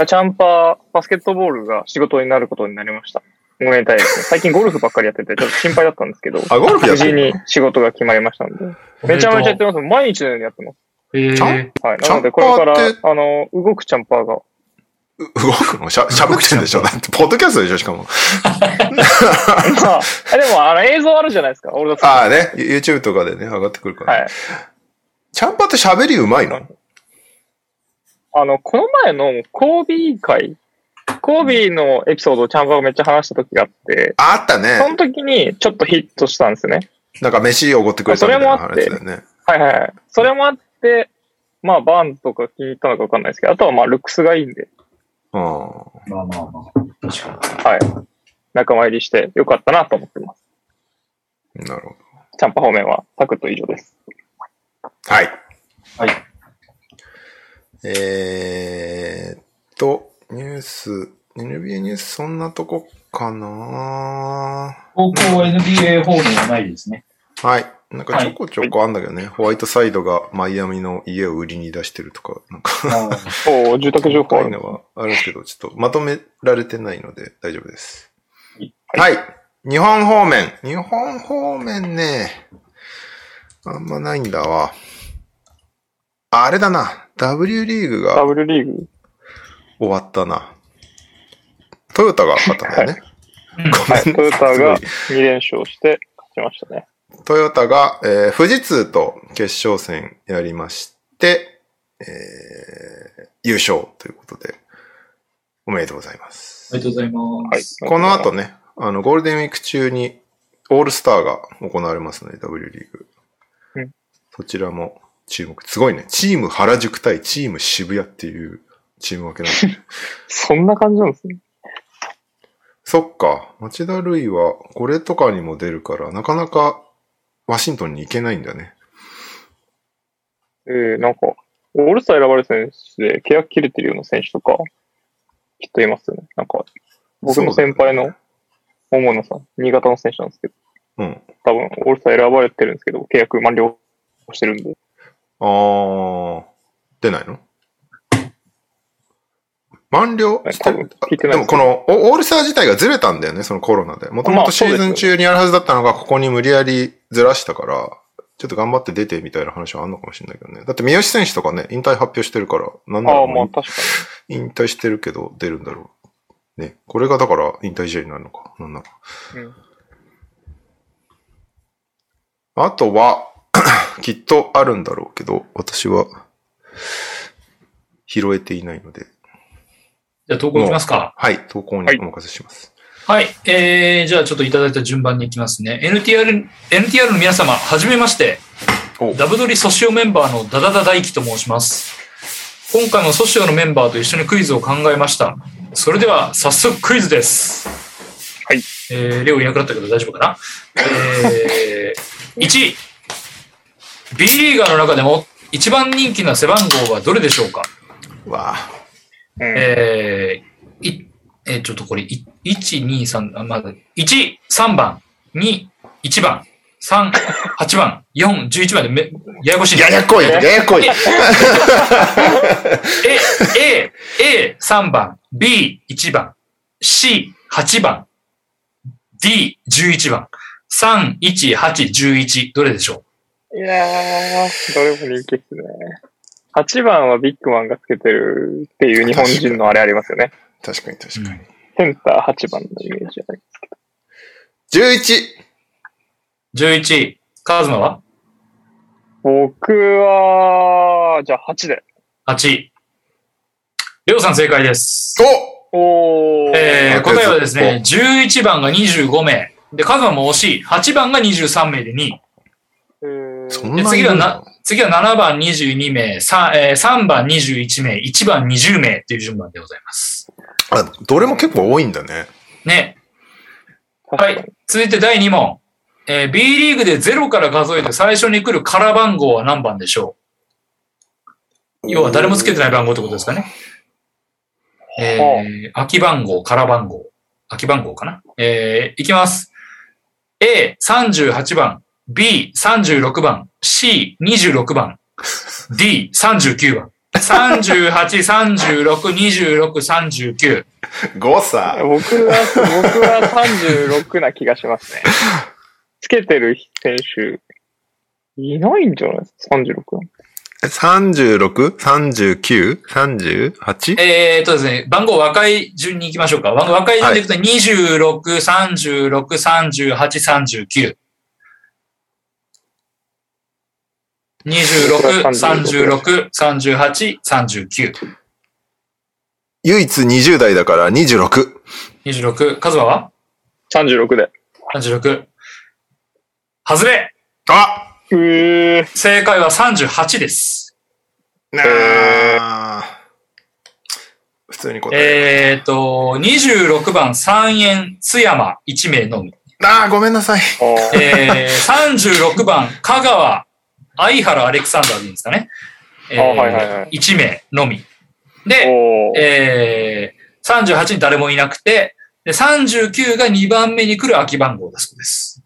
Speaker 1: ャンパー、バスケットボールが仕事になることになりました。ごめんなさいですね。最近ゴルフばっかりやってて、ちょっと心配だったんですけど、
Speaker 3: あ、ゴルフや
Speaker 1: 無
Speaker 3: って
Speaker 1: 事
Speaker 3: る
Speaker 1: に
Speaker 3: の
Speaker 1: 仕事が決まりましたんで。めちゃめちゃやってます。毎日のようにやってます。
Speaker 2: へ
Speaker 3: ちゃ
Speaker 2: ー
Speaker 3: ん
Speaker 1: はい。なので、これから、
Speaker 3: チャン
Speaker 1: あの、動くチャンパーが。
Speaker 3: う 動くのしゃ、しゃぶってん でしょだって、ポッドキャストでしょしかも。
Speaker 1: まあ、えでも、あの、映像あるじゃないですか。俺だって。
Speaker 3: ああね、You- YouTube とかでね、上がってくるから。
Speaker 1: はい。
Speaker 3: ちゃんぱって喋りうまいの
Speaker 1: あの、この前のコービー会、コービーのエピソードをチャンパーがめっちゃ話した時があって、
Speaker 3: ああった
Speaker 1: そ
Speaker 3: ね。
Speaker 1: の時にちょっとヒットしたんですね。
Speaker 3: なんか飯おごってくれたみたいな話だよね。
Speaker 1: はいはいはい。それもあって、まあ、バーンズとか気に入ったのかわかんないですけど、あとはまあ、ルックスがいいんで、
Speaker 3: うん。
Speaker 2: まあまあまあ。確か
Speaker 1: はい。仲間入りしてよかったなと思ってます。
Speaker 3: なるほど。
Speaker 1: チャンパ方面は、サクッと以上です。
Speaker 3: はい。
Speaker 2: はい。
Speaker 3: えーっと、ニュース、NBA ニュースそんなとこかな
Speaker 2: 高校は NBA 方面はないですね。
Speaker 3: はい。なんかちょこちょこあんだけどね、ホワイトサイドがマイアミの家を売りに出してるとか、なんか
Speaker 1: おお、住宅情報あ
Speaker 3: 怖い
Speaker 1: る
Speaker 3: のはあるんですけど、ちょっとまとめられてないので大丈夫です。はい。日本方面。日本方面ね。あんまないんだわ。ああれだな。W リーグが
Speaker 1: W リーグ。
Speaker 3: 終わったな。トヨタが勝ったんだよね。
Speaker 1: はい、トヨタ
Speaker 3: すご
Speaker 1: が
Speaker 3: い
Speaker 1: 2連勝して勝ちましたね。
Speaker 3: トヨタが、えー富士通と決勝戦やりまして、えー優勝ということで、おめでとうございます。
Speaker 2: ありがとうございま
Speaker 1: はい
Speaker 2: す。。
Speaker 3: この後ね、あの、ゴールデンウィーク中に、オールスターが行われますので、W リーグ。
Speaker 1: うん
Speaker 3: そちらも注目。すごいね。チーム原宿対チーム 渋谷っていうチーム分けなんで、
Speaker 1: そんな感じなんですね。
Speaker 3: そっか。町田瑠唯はこれとかにも出るから、なかなかワシントンに行けないんだね。
Speaker 1: えー、なんか、オールスター選ばれる選手で契約切れてるような選手とか、きっといますよね。なんか、僕の先輩の桃野さん、新潟の選手なんですけど、
Speaker 3: うん。
Speaker 1: 多分オールスター選ばれてるんですけど、契約満了してるんで、
Speaker 3: あー、出ないの満了して
Speaker 1: 多分
Speaker 3: る
Speaker 1: 聞いて
Speaker 3: で
Speaker 1: ない
Speaker 3: もこのオオールスター自体がずれたんだよね、そのコロナで。もとも
Speaker 1: ま
Speaker 3: と
Speaker 1: あ
Speaker 3: シ
Speaker 1: そう
Speaker 3: ー
Speaker 1: です
Speaker 3: ズン中にやるはずだったのが、ここに無理やりずらしたから、ちょっと頑張って出てみたいな話はあんのかもしれないけどね。だって三好選手とかね、引退発表してるから、なんな
Speaker 1: あ
Speaker 3: ら
Speaker 1: あ、ま
Speaker 3: も
Speaker 1: あ
Speaker 3: う
Speaker 1: 確か
Speaker 3: 引退してるけど出るんだろう。ね。これがだから引退試合になるのか。なんなら。
Speaker 1: に。うん、
Speaker 3: あとは、 きっとあるんだろうけど、私は、拾えていないので。
Speaker 2: じゃあ投稿いきますか。
Speaker 3: はい、投稿にお任せします。
Speaker 2: はい。えー、じゃあちょっといただいた順番に行きますね。NTR、NTR の皆様、はじめまして
Speaker 3: お。
Speaker 2: ダブドリソシオメンバーのダダダ大輝と申します。今回もソシオのメンバーと一緒にクイズを考えました。それでは早速クイズです。
Speaker 1: はい。
Speaker 2: えー、レオいなくなったけど大丈夫かなえー、1、B リーガーの中でも一番人気な背番号はどれでしょうか
Speaker 3: わあ。
Speaker 1: うん
Speaker 2: えー、い、えーちょっとこれ、い1、2、3、あまだ、1、3番、2、1番、3、8番、4、11番でめ、ややこしい。
Speaker 3: ややこい、ややこい。
Speaker 2: A、A、A、3番、B、1番、C、8番、D、11番、3、1、8、11、どれでしょ
Speaker 1: いやー、どれも人気ですね。8番はビッグマンがつけてるっていう日本人のあれありますよね。
Speaker 3: 確かに確
Speaker 2: う、
Speaker 3: かに。
Speaker 1: センター8番のイメージじゃないですか。
Speaker 3: 11!
Speaker 2: ?11、カズマは
Speaker 1: 僕は、じゃあ8で。
Speaker 2: ?8。レオさん正解です。
Speaker 3: お
Speaker 1: おー。
Speaker 2: え
Speaker 3: あり
Speaker 2: ー
Speaker 3: がとう
Speaker 2: 答えはですね、11番が25名。で、カズマも惜しい。8番が23名で2位。
Speaker 1: えー
Speaker 3: そんなに
Speaker 2: で、
Speaker 3: い
Speaker 2: 次
Speaker 3: る
Speaker 2: は
Speaker 3: の
Speaker 2: な、次は7番22名、3, えー3番21名、1番20名っていう順番でございます。
Speaker 3: あ、どれも結構多いんだね。
Speaker 2: ね。
Speaker 1: 確
Speaker 2: は
Speaker 1: かに
Speaker 2: い。続いて第2問。えー B リーグで0から数えて最初に来る空番号は何番でしょう要は誰もつけてない番号ってことですかね。えー、空き番号、空番号。空き番号かな。えー、いきます。A、38番。B、36番。C、26番。D、39番。38、36、26、39。
Speaker 3: 誤差。
Speaker 1: 僕は、僕は36な気がしますね。つけてる選手、いないんじゃないですか ?36。
Speaker 3: 36?39?38?
Speaker 2: えー、っとですね、番号若い順に行きましょうか。番号若い順でいくと26、36、38、39。26、36、38、39。
Speaker 3: 唯一20代だから26。
Speaker 2: 26、カズマは
Speaker 1: 36で。
Speaker 2: ?36。外れ
Speaker 3: あ
Speaker 1: うー。
Speaker 2: 正解は38です。
Speaker 3: あー普通に答え。
Speaker 2: えー、っと、26番三円津山1名のみ。
Speaker 3: ああ、ごめんなさい。
Speaker 1: あ
Speaker 2: えー、36番、香川、相原アレクサンダーでいいんですかね。えー
Speaker 1: あはいはいはい
Speaker 2: 1名のみ。
Speaker 1: ー
Speaker 2: で、
Speaker 1: おー。
Speaker 2: えー、38に誰もいなくて、で39が2番目に来る空き番号だそうです。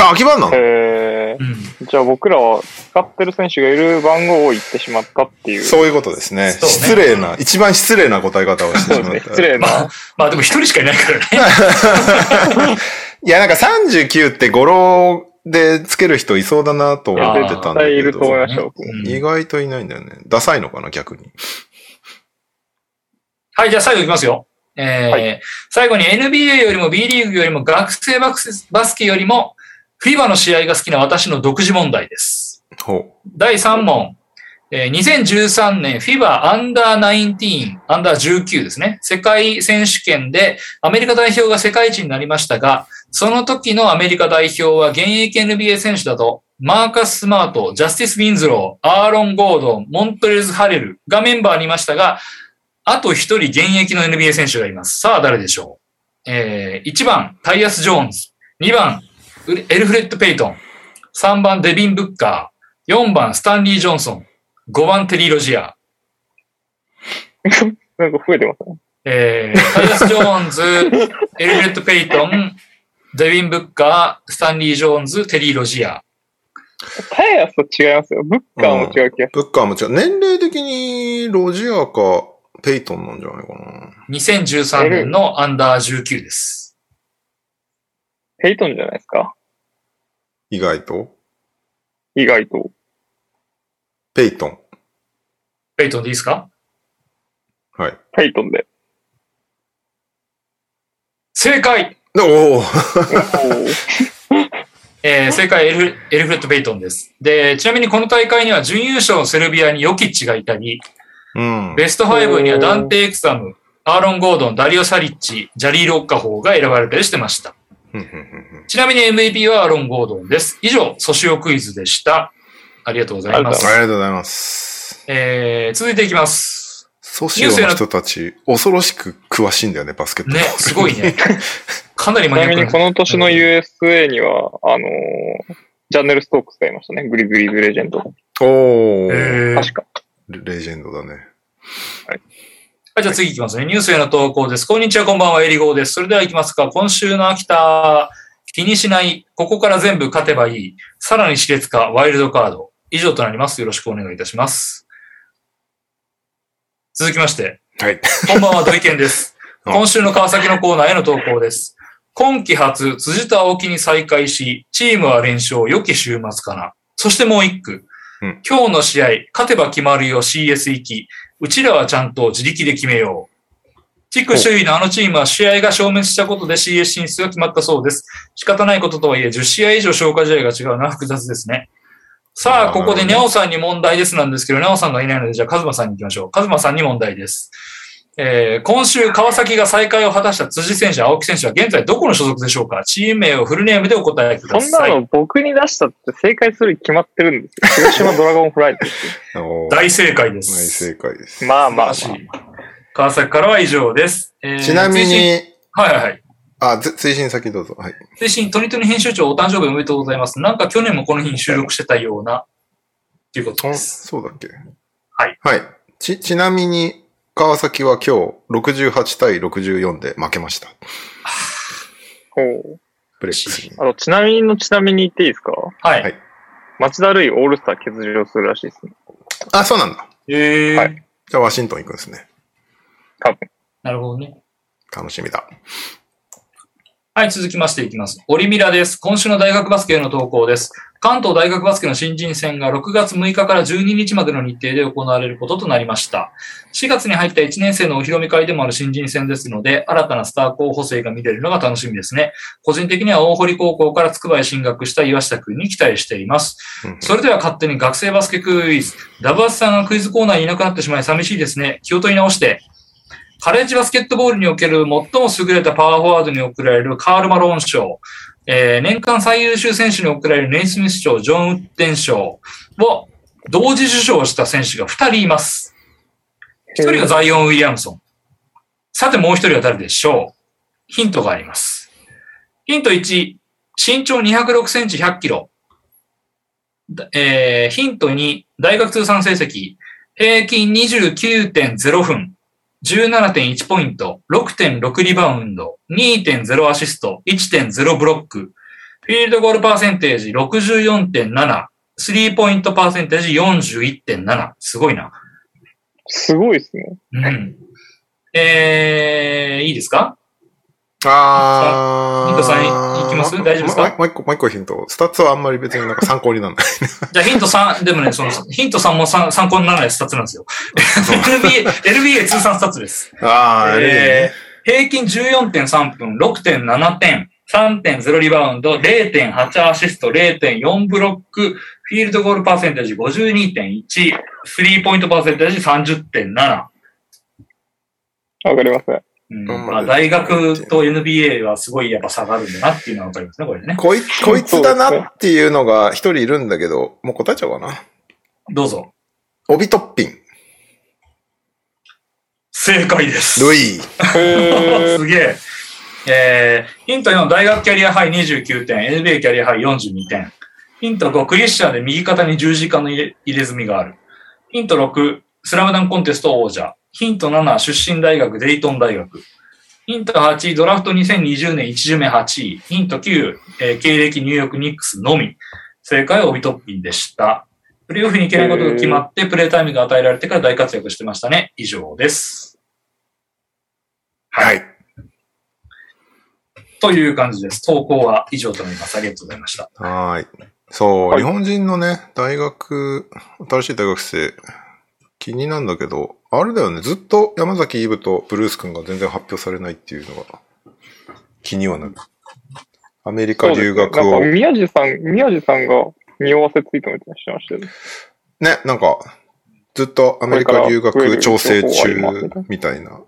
Speaker 3: あ、秋葉なの
Speaker 1: え
Speaker 2: うん。
Speaker 1: ー、じゃあ僕らは使ってる選手がいる番号を言ってしまったっていう。
Speaker 3: そういうことですね。
Speaker 2: そうね
Speaker 3: 失礼な、一番失礼な答え方をして
Speaker 1: そ
Speaker 3: し
Speaker 1: うで
Speaker 3: ますっ
Speaker 1: ね。
Speaker 3: た。
Speaker 1: 失礼な
Speaker 2: ま。あ、まあでも一人しかいないからね。
Speaker 3: いや、なんか39って語呂でつける人いそうだなと思
Speaker 2: や
Speaker 3: ってたんだ
Speaker 1: いや
Speaker 3: け
Speaker 1: 絶対いると思い
Speaker 3: ど
Speaker 1: ま。すそう
Speaker 2: う
Speaker 3: 意
Speaker 2: ん
Speaker 3: 外といないんだよね。ダサいのかな、逆に。
Speaker 2: はい、じゃあ最後いきますよ。えー
Speaker 1: は
Speaker 2: 最後に NBA よりも B リーグよりも学生バスバスケよりも FIBA の試合が好きな私の独自問題です。
Speaker 3: ほう。
Speaker 2: 第3問。えー2013年 FIBA アンダー19、アンダー19ですね。世界選手権でアメリカ代表が世界一になりましたが、その時のアメリカ代表は現役 NBA 選手だと、マーカス・スマート、ジャスティス・ウィンズロー、アーロン・ゴードン、モントレーズ・ハレルがメンバーにいましたが、あと一人現役の NBA 選手がいます。さあ誰でしょえー、1番、タイアス・ジョーンズ。2番、ウレエルフレッド・ペイトン。3番、デビン・ブッカー。4番、スタンリー・ジョンソン。5番、テリー・ロジアー。
Speaker 1: なんか増えてますね。
Speaker 2: えー、タイラス・ジョーンズ、エルベット・ペイトン、デビン・ブッカー、スタンリー・ジョーンズ、テリー・ロジア。
Speaker 1: タイヤスと違いますよ。ブッカーも違う気がする。
Speaker 3: ブッカーも違う。年齢的にロジアかペイトンなんじゃないかな。
Speaker 2: 2013年のアンダー19です。
Speaker 1: ペイトンじゃないですか
Speaker 3: 意外と。
Speaker 1: 意外と。
Speaker 3: ペイトン。
Speaker 2: ペイトンでいいですか
Speaker 3: はい。
Speaker 1: ペイトンで。
Speaker 2: 正解
Speaker 3: でおお
Speaker 1: おー
Speaker 2: えー、正解エルフ、エルフレッド・ペイトンです。で、ちなみにこの大会には準優勝のセルビアにヨキッチがいたり、
Speaker 3: うん。
Speaker 2: ベスト5にはダンテ・エクサム、アーロン・ゴードン、ダリオ・サリッチ、ジャリー・ロッカホーが選ばれたりしてました。
Speaker 3: うんうんうん
Speaker 2: ちなみに MVP はアーロン・ゴードンです。以上、ソシオクイズでした。ありがとうございま
Speaker 3: あ
Speaker 2: す。
Speaker 3: りがとうございます。
Speaker 2: えー、続いていきます。
Speaker 3: ソシオの人たち、恐ろしく詳しいんだよね、バスケットボ
Speaker 2: ね
Speaker 3: ール、
Speaker 2: すごい。 ね。かなり
Speaker 1: ち
Speaker 2: マニ
Speaker 1: な
Speaker 2: ア
Speaker 1: みに
Speaker 2: ック
Speaker 1: こ
Speaker 2: な。
Speaker 1: の年の USA には、あのージャンネル・ストークスがいましたね。グリズリーズ・レジェンド。
Speaker 3: おお、
Speaker 2: えー
Speaker 1: 確か。
Speaker 3: レレジェンドだね。
Speaker 2: はい、じゃあ次いきますね。ニュースへの投稿です。こんにちは、こんばんは、エリゴーです。それでは行きますか。今週の秋田、気にしない、ここから全部勝てばいい、さらに熾烈化、ワイルドカード。以上となります。よろしくお願いいたします。続きまして、
Speaker 3: はい。
Speaker 2: こんばんは、土井健です。
Speaker 3: あ
Speaker 2: 今週の川崎のコーナーへの投稿です。今季初、辻と青木に再会し、チームは連勝、良き週末かな。そしてもう一句。
Speaker 3: うん
Speaker 2: 今日の試合、勝てば決まるよ CS 行き。うちらはちゃんと自力で決めよう。地区首位のあのチームは試合が消滅したことで CS 進出が決まったそうです。仕方ないこととはいえ、10試合以上消化試合が違うのは複雑ですね。さあ、
Speaker 3: あー
Speaker 2: ここで
Speaker 3: な
Speaker 2: ニ
Speaker 3: る
Speaker 2: ャオさんに問題ですなんですけど、ニャオさんがいないので、じゃあカズマさんに行きましょう。カズマさんに問題です。えー今週、川崎が再開を果たした辻選手、青木選手は現在どこの所属でしょうかチーム名をフルネームでお答えくだ
Speaker 1: そ
Speaker 2: さい。
Speaker 1: んなの僕に出したって正解するに決まってるんですよ。広島ドラゴンフライ ト。
Speaker 3: おー
Speaker 2: 大正解で
Speaker 3: 大
Speaker 2: す。
Speaker 3: 正解です。
Speaker 1: まあまあ、まあ。
Speaker 2: 素晴らしい川崎からは以上です。えー
Speaker 3: ちなみ
Speaker 2: 追伸
Speaker 3: に、
Speaker 2: はいはいはい。
Speaker 3: あ、つ追伸先どうぞ。はい。
Speaker 2: 推進、トニトニ編集長お誕生日おめでとうございます。なんか去年もこの日に収録してたような、っていうこと
Speaker 3: あ
Speaker 2: です。
Speaker 3: そうだっけ
Speaker 2: はい。
Speaker 3: はい。ち、ちなみに、川崎は今日68対64で負けました。
Speaker 1: ほう
Speaker 3: ブレックスに。
Speaker 1: あと、ちなみにのちなみに言っていいですか
Speaker 2: はい。
Speaker 3: はい
Speaker 1: 町田瑠唯オールスター欠場するらしいですね。
Speaker 3: あ、そうなんだ。
Speaker 2: えー
Speaker 1: は
Speaker 3: じゃあワシントン行くんですね。
Speaker 2: なるほどね。
Speaker 3: 楽しみだ。
Speaker 2: はい、続きましていきます。オリミラです。今週の大学バスケへの投稿です。関東大学バスケの新人戦が6月6日から12日までの日程で行われることとなりました。4月に入った1年生のお披露目会でもある新人戦ですので、新たなスター候補生が見れるのが楽しみですね。個人的には大堀高校から筑波へ進学した岩下くんに期待しています。
Speaker 3: うん
Speaker 2: それでは勝手に学生バスケクイズ。ダブアスさんがクイズコーナーにいなくなってしまい寂しいですね。気を取り直して。カレッジバスケットボールにおける最も優れたパワーフォワードに贈られるカール・マローン賞、えー年間最優秀選手に贈られるネイスミス賞、ジョン・ウッデン賞を同時受賞した選手が2人います。1人がザイオン・ウィリアムソン。さてもう1人は誰でしょうヒントがあります。ヒント1、身長206センチ100キロ。だえーヒント2、大学通算成績、平均29.0分、17.1ポイント、6.6リバウンド、2.0アシスト、1.0ブロック、フィールドゴールパーセンテージ64.7、スリーポイントパーセンテージ41.7。すごいな。
Speaker 1: すごいですね。
Speaker 2: うん。えー、いいですか
Speaker 3: あー。
Speaker 2: ヒントさん行きます大丈夫ですか
Speaker 3: もうもう一個、もう一個ヒント。スタッツはあんまり別になんか参考にならない。
Speaker 2: じゃあヒント3、でもね、その、ヒント3も参参考にならないスタッツなんですよ。NBA、NBA 通算スタッツです。
Speaker 3: あー、
Speaker 2: えー平均14.3分、6.7点、3.0リバウンド、0.8アシスト、0.4ブロック、フィールドゴールパーセンテージ52.1、スリーポイントパーセンテージ30.7。
Speaker 1: わかりますね。
Speaker 2: うん
Speaker 3: うん
Speaker 2: まあ、大学と NBA はすごいやっぱ差があるんだなっていうのはわかりますね、これね。
Speaker 3: こいこいつだなっていうのが一人いるんだけど、もう答えちゃおうかな。
Speaker 2: どうぞ。
Speaker 3: オビトッピン、
Speaker 2: 正解です。
Speaker 3: ルイ。
Speaker 1: へー
Speaker 2: す げえ。えー、ヒント4、大学キャリアハイ29点、NBA キャリアハイ42点。ヒント5、クリスチャーで右肩に十字架の入れ入れ墨がある。ヒント6、スラムダンコンテスト王者。ヒント7、出身大学、デイトン大学。ヒント8、ドラフト2020年1巡目8位。ヒント9、えー経歴ニューヨークニックスのみ。正解は帯トッピンでした。プレイオフに行けることが決まって、プレイタイムが与えられてから大活躍してましたね。以上です。
Speaker 3: はい。
Speaker 2: という感じです。投稿は以上となります。ありがとうございました。
Speaker 3: はーい。そう、
Speaker 1: はい
Speaker 3: 日本人のね、大学、新しい大学生、気になんだけど、あれだよね、ずっと山崎イブとブルース君が全然発表されないっていうのが、気にはなる。アメリカ
Speaker 1: そうです
Speaker 3: 留学
Speaker 1: な
Speaker 3: を、
Speaker 1: んか
Speaker 3: ね、
Speaker 1: 宮地さん、宮地さんが匂わせツイートみたいなのしてましたよね。
Speaker 3: なんか、ずっとアメリカ留
Speaker 1: これから増え
Speaker 3: 学
Speaker 1: る
Speaker 3: 調整
Speaker 1: 情報あります
Speaker 3: 中
Speaker 1: みた
Speaker 3: みた
Speaker 1: いな
Speaker 3: いな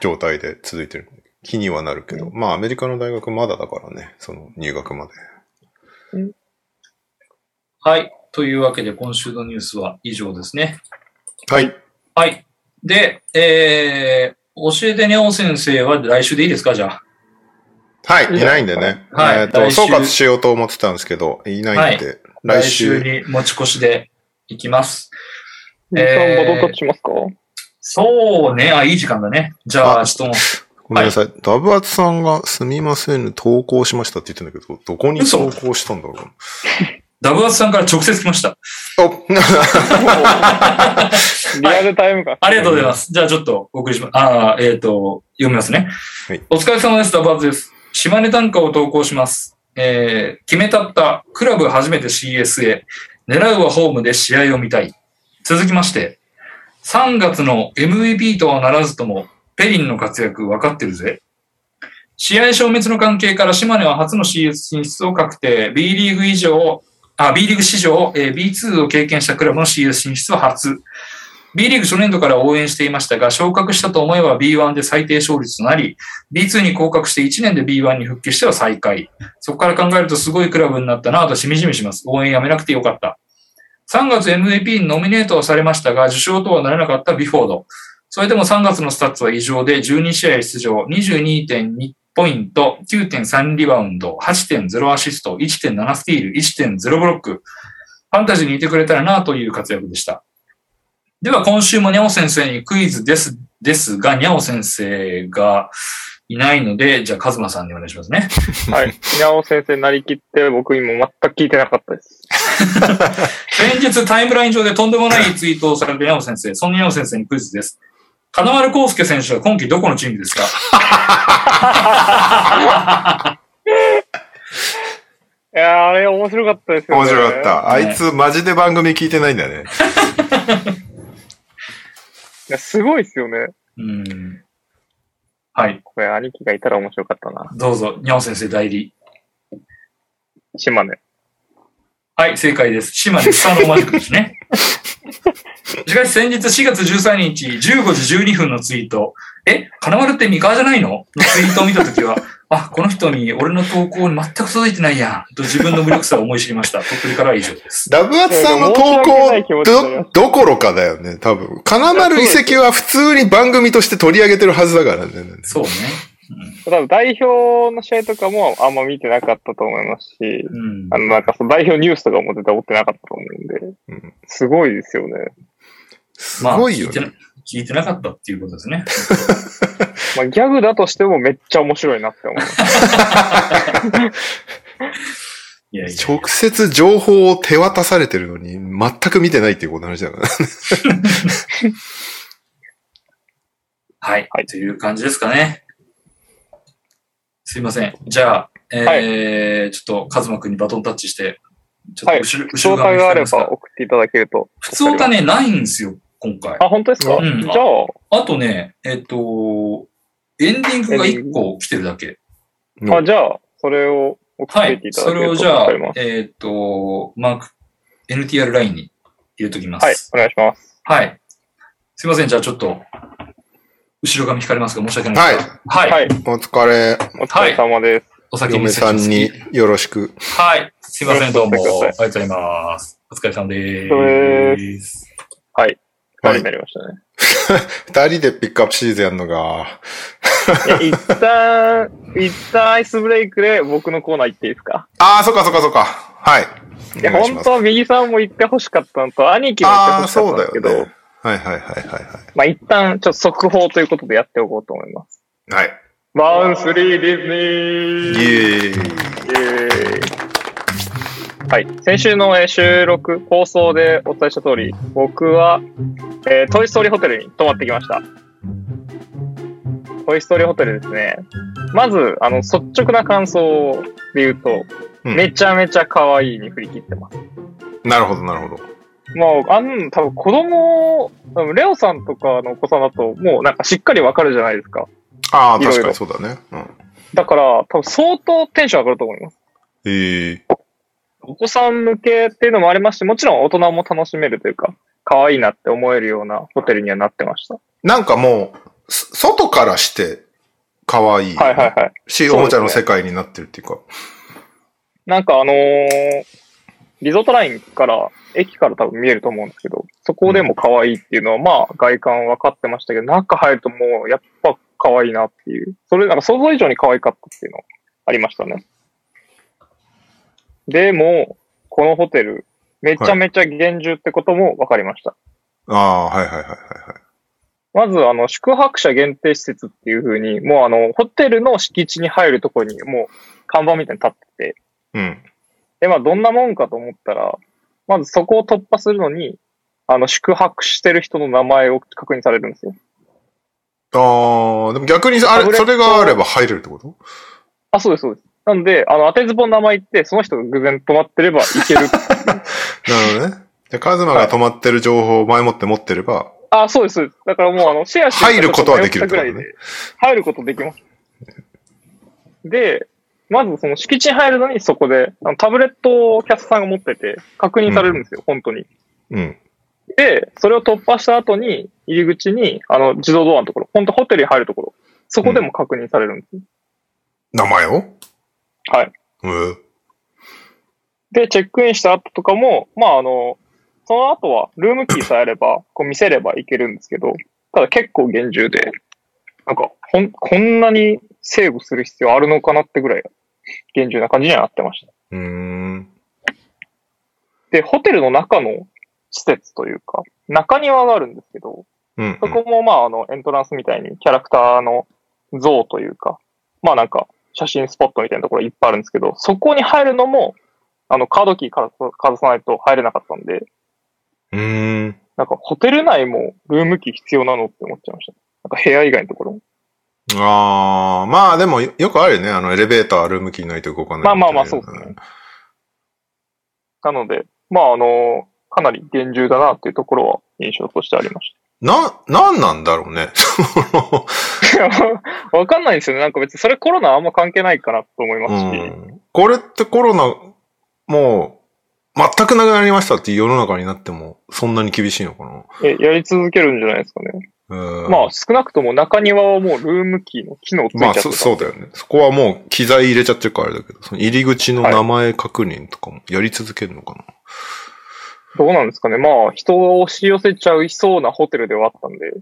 Speaker 3: 状態で続いてる。気にはなるけど、まあアメリカの大学まだだからね、その入学まで。
Speaker 2: はい。というわけで、今週のニュースは以上ですね。
Speaker 3: はい。
Speaker 2: はい。で、えー、教えてねお先生は来週でいいですかじゃあ。
Speaker 3: はい、いないんでね。
Speaker 2: はい
Speaker 3: えっ、と、
Speaker 2: 来週
Speaker 3: 総括しようと思ってたんですけど、いないんで、来週。
Speaker 2: 来週に持ち越しでいきます。
Speaker 1: 時間バトンタッチしますか、
Speaker 2: そうね。あ、いい時間だね。じゃあ、
Speaker 3: あ
Speaker 2: ちょっとも
Speaker 3: ごめんなさい。ダブアツさんがすみません、投稿しましたって言ってんだけど、どこに
Speaker 2: 嘘
Speaker 3: 投稿したんだろう。
Speaker 2: ダブアツさんから直接来ました。
Speaker 3: お
Speaker 1: リアルタイムか。
Speaker 2: ありがとうございます。じゃあ、ちょっとお送りします。あーえっ、と、読みますね。
Speaker 3: はい
Speaker 2: お疲れ様です。ダブアツです。島根短歌を投稿します。えー、決めたった、クラブ初めて CS へ。狙うはホームで試合を見たい。続きまして、3月の MVP とはならずとも、ペリンの活躍分かってるぜ。試合消滅の関係から島根は初の CS 進出を確定。B リーグ以上、あ、B リーグ史上、えー B2 を経験したクラブの CS 進出は初。B リーグ初年度から応援していましたが、昇格したと思えば B1 で最低勝率となり、B2 に降格して1年で B1 に復帰しては再開。そこから考えるとすごいクラブになったなぁとしみじみします。応援やめなくてよかった。3月 MVP にノミネートはされましたが、受賞とはならなかったビフォード。それでも3月のスタッツは異常で12試合出場、22.2ポイント、9.3リバウンド、8.0アシスト、1.7スティール、1.0ブロック。ファンタジーにいてくれたらなぁという活躍でした。では今週もにゃお先生にクイズです、ですが、にゃお先生がいないので、じゃあ、カズマさんにお願いしますね。
Speaker 1: はい。稲尾先生になりきって、僕今全く聞いてなかったです。
Speaker 2: 先日タイムライン上でとんでもないツイートをされたにゃお先生、そのにゃお先生にクイズです。金丸康介選手は今季どこのチームですか
Speaker 1: いやーあれ面白かったですよね。
Speaker 3: 面白かった。あ
Speaker 2: ね
Speaker 3: いつ、マジで番組聞いてないんだよね。
Speaker 1: いや、すごいですよね。
Speaker 2: うん。はい。
Speaker 1: これ、兄貴がいたら面白かったな。
Speaker 2: どうぞ、にゃお先生代理。
Speaker 1: 島根。
Speaker 2: はい、正解です。島根スタのマジックで すね。しかし先日4月13日15時12分のツイート、え、金丸って三河じゃないののツイートを見たときは、 あ、この人に俺の投稿に全く届いてないやん、と自分の無力さを思い知りました。鳥取からは以上です。
Speaker 3: ダブアツさんの投
Speaker 1: いやいや申し訳ない気
Speaker 3: 稿
Speaker 1: 持ちになりま
Speaker 3: ど、どころかだよね、多分。金丸遺跡は普通に番組として取り上げてるはずだからね。
Speaker 2: そうね。
Speaker 1: 多分代表の試合とかもあんま見てなかったと思いますし、
Speaker 2: うん
Speaker 1: あ。の、なんかその代表ニュースとかも絶対追ってなかったと思うんで、
Speaker 3: うん
Speaker 1: すごいですよね。
Speaker 3: すごいよ
Speaker 2: まあ聞いてな
Speaker 3: ね。。
Speaker 2: 聞いてなかったっていうことですね。
Speaker 1: まあ、ギャグだとしてもめっちゃ面白いなって思う。
Speaker 2: いやいや。
Speaker 3: 直接情報を手渡されてるのに、全く見てないっていうことの話だからね。
Speaker 2: はい。
Speaker 1: はい
Speaker 2: という感じですかね。すいません。じゃあ、えーちょっと、カズマくんにバトンタッチして、ちょっと後ろ、後
Speaker 1: 状
Speaker 2: ろ側
Speaker 1: 態
Speaker 2: に
Speaker 1: があれ
Speaker 2: ます
Speaker 1: ば
Speaker 2: か。
Speaker 1: 送っていただけると。
Speaker 2: 普通歌ね、ないんですよ、今回。
Speaker 1: あ、本当ですか、
Speaker 2: うん
Speaker 1: じゃあ、
Speaker 2: あとね、えっ、と、エンディングが1個来てるだけ。
Speaker 1: あ、じゃあ、それを送っ
Speaker 2: は
Speaker 1: てい
Speaker 2: い
Speaker 1: て。いただ
Speaker 2: そ
Speaker 1: け
Speaker 2: れを
Speaker 1: ると
Speaker 2: じゃあ
Speaker 1: 助かりま、す。
Speaker 2: えっ、と、マーク、NTR ラインに入れときま
Speaker 1: はい
Speaker 2: す。、
Speaker 1: お願いします。
Speaker 2: はい。すいません。じゃあ、ちょっと、後ろ髪引かれますが、申し訳ない
Speaker 3: は
Speaker 2: で
Speaker 3: い
Speaker 2: す。。はい。は。
Speaker 1: はいい、
Speaker 3: お疲れ。
Speaker 1: お疲れ様です。
Speaker 2: お先に
Speaker 3: 嫁さんによろしく。
Speaker 2: はい。すいません、どうも。あ
Speaker 1: よ
Speaker 2: り
Speaker 1: ろしくお伝え
Speaker 2: がとうございます。お疲れ様で
Speaker 1: お疲れ様
Speaker 2: ーす。
Speaker 1: 二人になりましたね。
Speaker 3: 二人でピックアップシリーズやるのが、
Speaker 1: いや一旦、一旦アイスブレイクで僕のコーナー行っていいですか
Speaker 3: ああ、そっかそっかそっか。はい。
Speaker 1: いや、
Speaker 3: お願し
Speaker 1: 本
Speaker 3: ます
Speaker 1: 当は右さんも行ってほしかったのと、兄貴も行って
Speaker 3: あ
Speaker 1: ほ
Speaker 3: あ、
Speaker 1: しか
Speaker 3: そ
Speaker 1: っ
Speaker 3: う
Speaker 1: た
Speaker 3: だ
Speaker 1: んですけ
Speaker 3: よ
Speaker 1: ど、
Speaker 3: ね。はいはいはいはい
Speaker 1: まあ一旦ちょっと速報ということでやっておこうと思います。
Speaker 3: はい。はい。
Speaker 1: バウンスリーディズニ
Speaker 3: イエ
Speaker 1: ー
Speaker 3: ーイ。
Speaker 1: イエーイはい、先週のえー収録、放送でお伝えした通り、僕は、えートイ・ストーリーホテルに泊まってきました。トイ・ストーリーホテルですね。まず、あの、率直な感想で言うと、
Speaker 3: うん
Speaker 1: めちゃめちゃ可愛いに振り切ってます。
Speaker 3: なるほどなるほど。
Speaker 1: もう、あん、多分子供、多分レオさんとかのお子さんだと、もうなんかしっかりわかるじゃないですか。
Speaker 3: ああ、
Speaker 1: いろい
Speaker 3: 確
Speaker 1: ろ
Speaker 3: かにそうだね。うん。
Speaker 1: だから、多分相当テンション上がると思います。
Speaker 3: ええ
Speaker 1: お子さん向けっていうのもありますし、もちろん大人も楽しめるというか、可愛いなって思えるようなホテルにはなってました。
Speaker 3: なんかもう、そ外からして、可愛い、
Speaker 1: はいはいはい。
Speaker 3: し、
Speaker 1: そうですね
Speaker 3: おもちゃの世界になってるっていうか。
Speaker 1: なんかあのーリゾートラインから、駅から多分見えると思うんですけど、そこでも可愛いっていうのは、まあ外観分かってましたけど、中入るともうやっぱ可愛いなっていう、それなんか想像以上に可愛かったっていうのありましたね。でも、このホテル、めちゃめちゃ厳重ってことも分かりました。
Speaker 3: ああ、はいはいはいはいはい。
Speaker 1: まず、あの、宿泊者限定施設っていう風に、もうあの、ホテルの敷地に入るところに、もう、看板みたいに立ってて、
Speaker 3: うん。
Speaker 1: で、まあ、どんなもんかと思ったら、まずそこを突破するのに、あの、宿泊してる人の名前を確認されるんですよ。
Speaker 3: ああ、でも逆に、あ
Speaker 1: タブ
Speaker 3: れ、
Speaker 1: レッ
Speaker 3: そ
Speaker 1: ト
Speaker 3: れがあれば入れるってこと
Speaker 1: あ、そうです、そうです。なんで、あの、当てずぼの名前言って、その人が偶然泊まってれば行ける。
Speaker 3: なるほど ね。じゃあカズマが泊まってる情報を前もって持ってれば、
Speaker 1: あ、そうです、そうです。だからもう、あの、シェアして
Speaker 3: 入ることはできる
Speaker 1: 迷
Speaker 3: っこ
Speaker 1: ってたぐ
Speaker 3: と
Speaker 1: ら
Speaker 3: ね
Speaker 1: いで、入ることできます。で、まずその敷地に入るのにそこで、あのタブレットをキャストさんが持ってて、確認されるんですよ、本当に。
Speaker 3: うん。
Speaker 1: で、それを突破した後に、入り口に、あの、自動ドアのところ、本当ホテルに入るところ、そこでも確認されるんですよ。
Speaker 3: 名前を
Speaker 1: はい。
Speaker 3: うん。
Speaker 1: で、チェックインした後とかも、まあ、あの、その後は、ルームキーさえあれば、こう見せればいけるんですけど、ただ結構厳重で、なんか、ほん、こんなにセーブする必要あるのかなってぐらい、厳重な感じにはなってました。
Speaker 3: うーん。
Speaker 1: で、ホテルの中の施設というか、中庭があるんですけど、
Speaker 3: うん
Speaker 1: そ。こもまあ、あの、エントランスみたいにキャラクターの像というか、まあなんか、写真スポットみたいなところいっぱいあるんですけど、そこに入るのも、あの、カードキーからかざさないと入れなかったんで、
Speaker 3: うーん。
Speaker 1: なんかホテル内もルームキー必要なのって思っちゃいました。なんか部屋以外のところも。
Speaker 3: ああ、まあでもよよくあるよね。あの、エレベーター、ルームキーないと動かない。
Speaker 1: まあまあまあそうですね。なので、まああの、かなり厳重だなっていうところは印象としてありまし
Speaker 3: な、なんなんだろうね。
Speaker 1: た。いや わかんないんですよね。なんか別にそれコロナあんま関係ないかなと思いますし。
Speaker 3: うん。これってコロナ、もう、全くなくなりましたっていう世の中になっても、そんなに厳しいのかな。
Speaker 1: えやり続けるんじゃないですかね。
Speaker 3: うん
Speaker 1: まあ少なくとも中庭はもうルームキーの機能ついち
Speaker 3: ま
Speaker 1: ゃっ
Speaker 3: あ
Speaker 1: てた、
Speaker 3: そ、そうだよね。そこはもう機材入れちゃってるからあれだけど、その入り口の名前確認とかもやり続けるのかな。
Speaker 1: どうなんですかね。まあ人を押し寄せちゃいそうなホテルではあったんで、
Speaker 3: なほ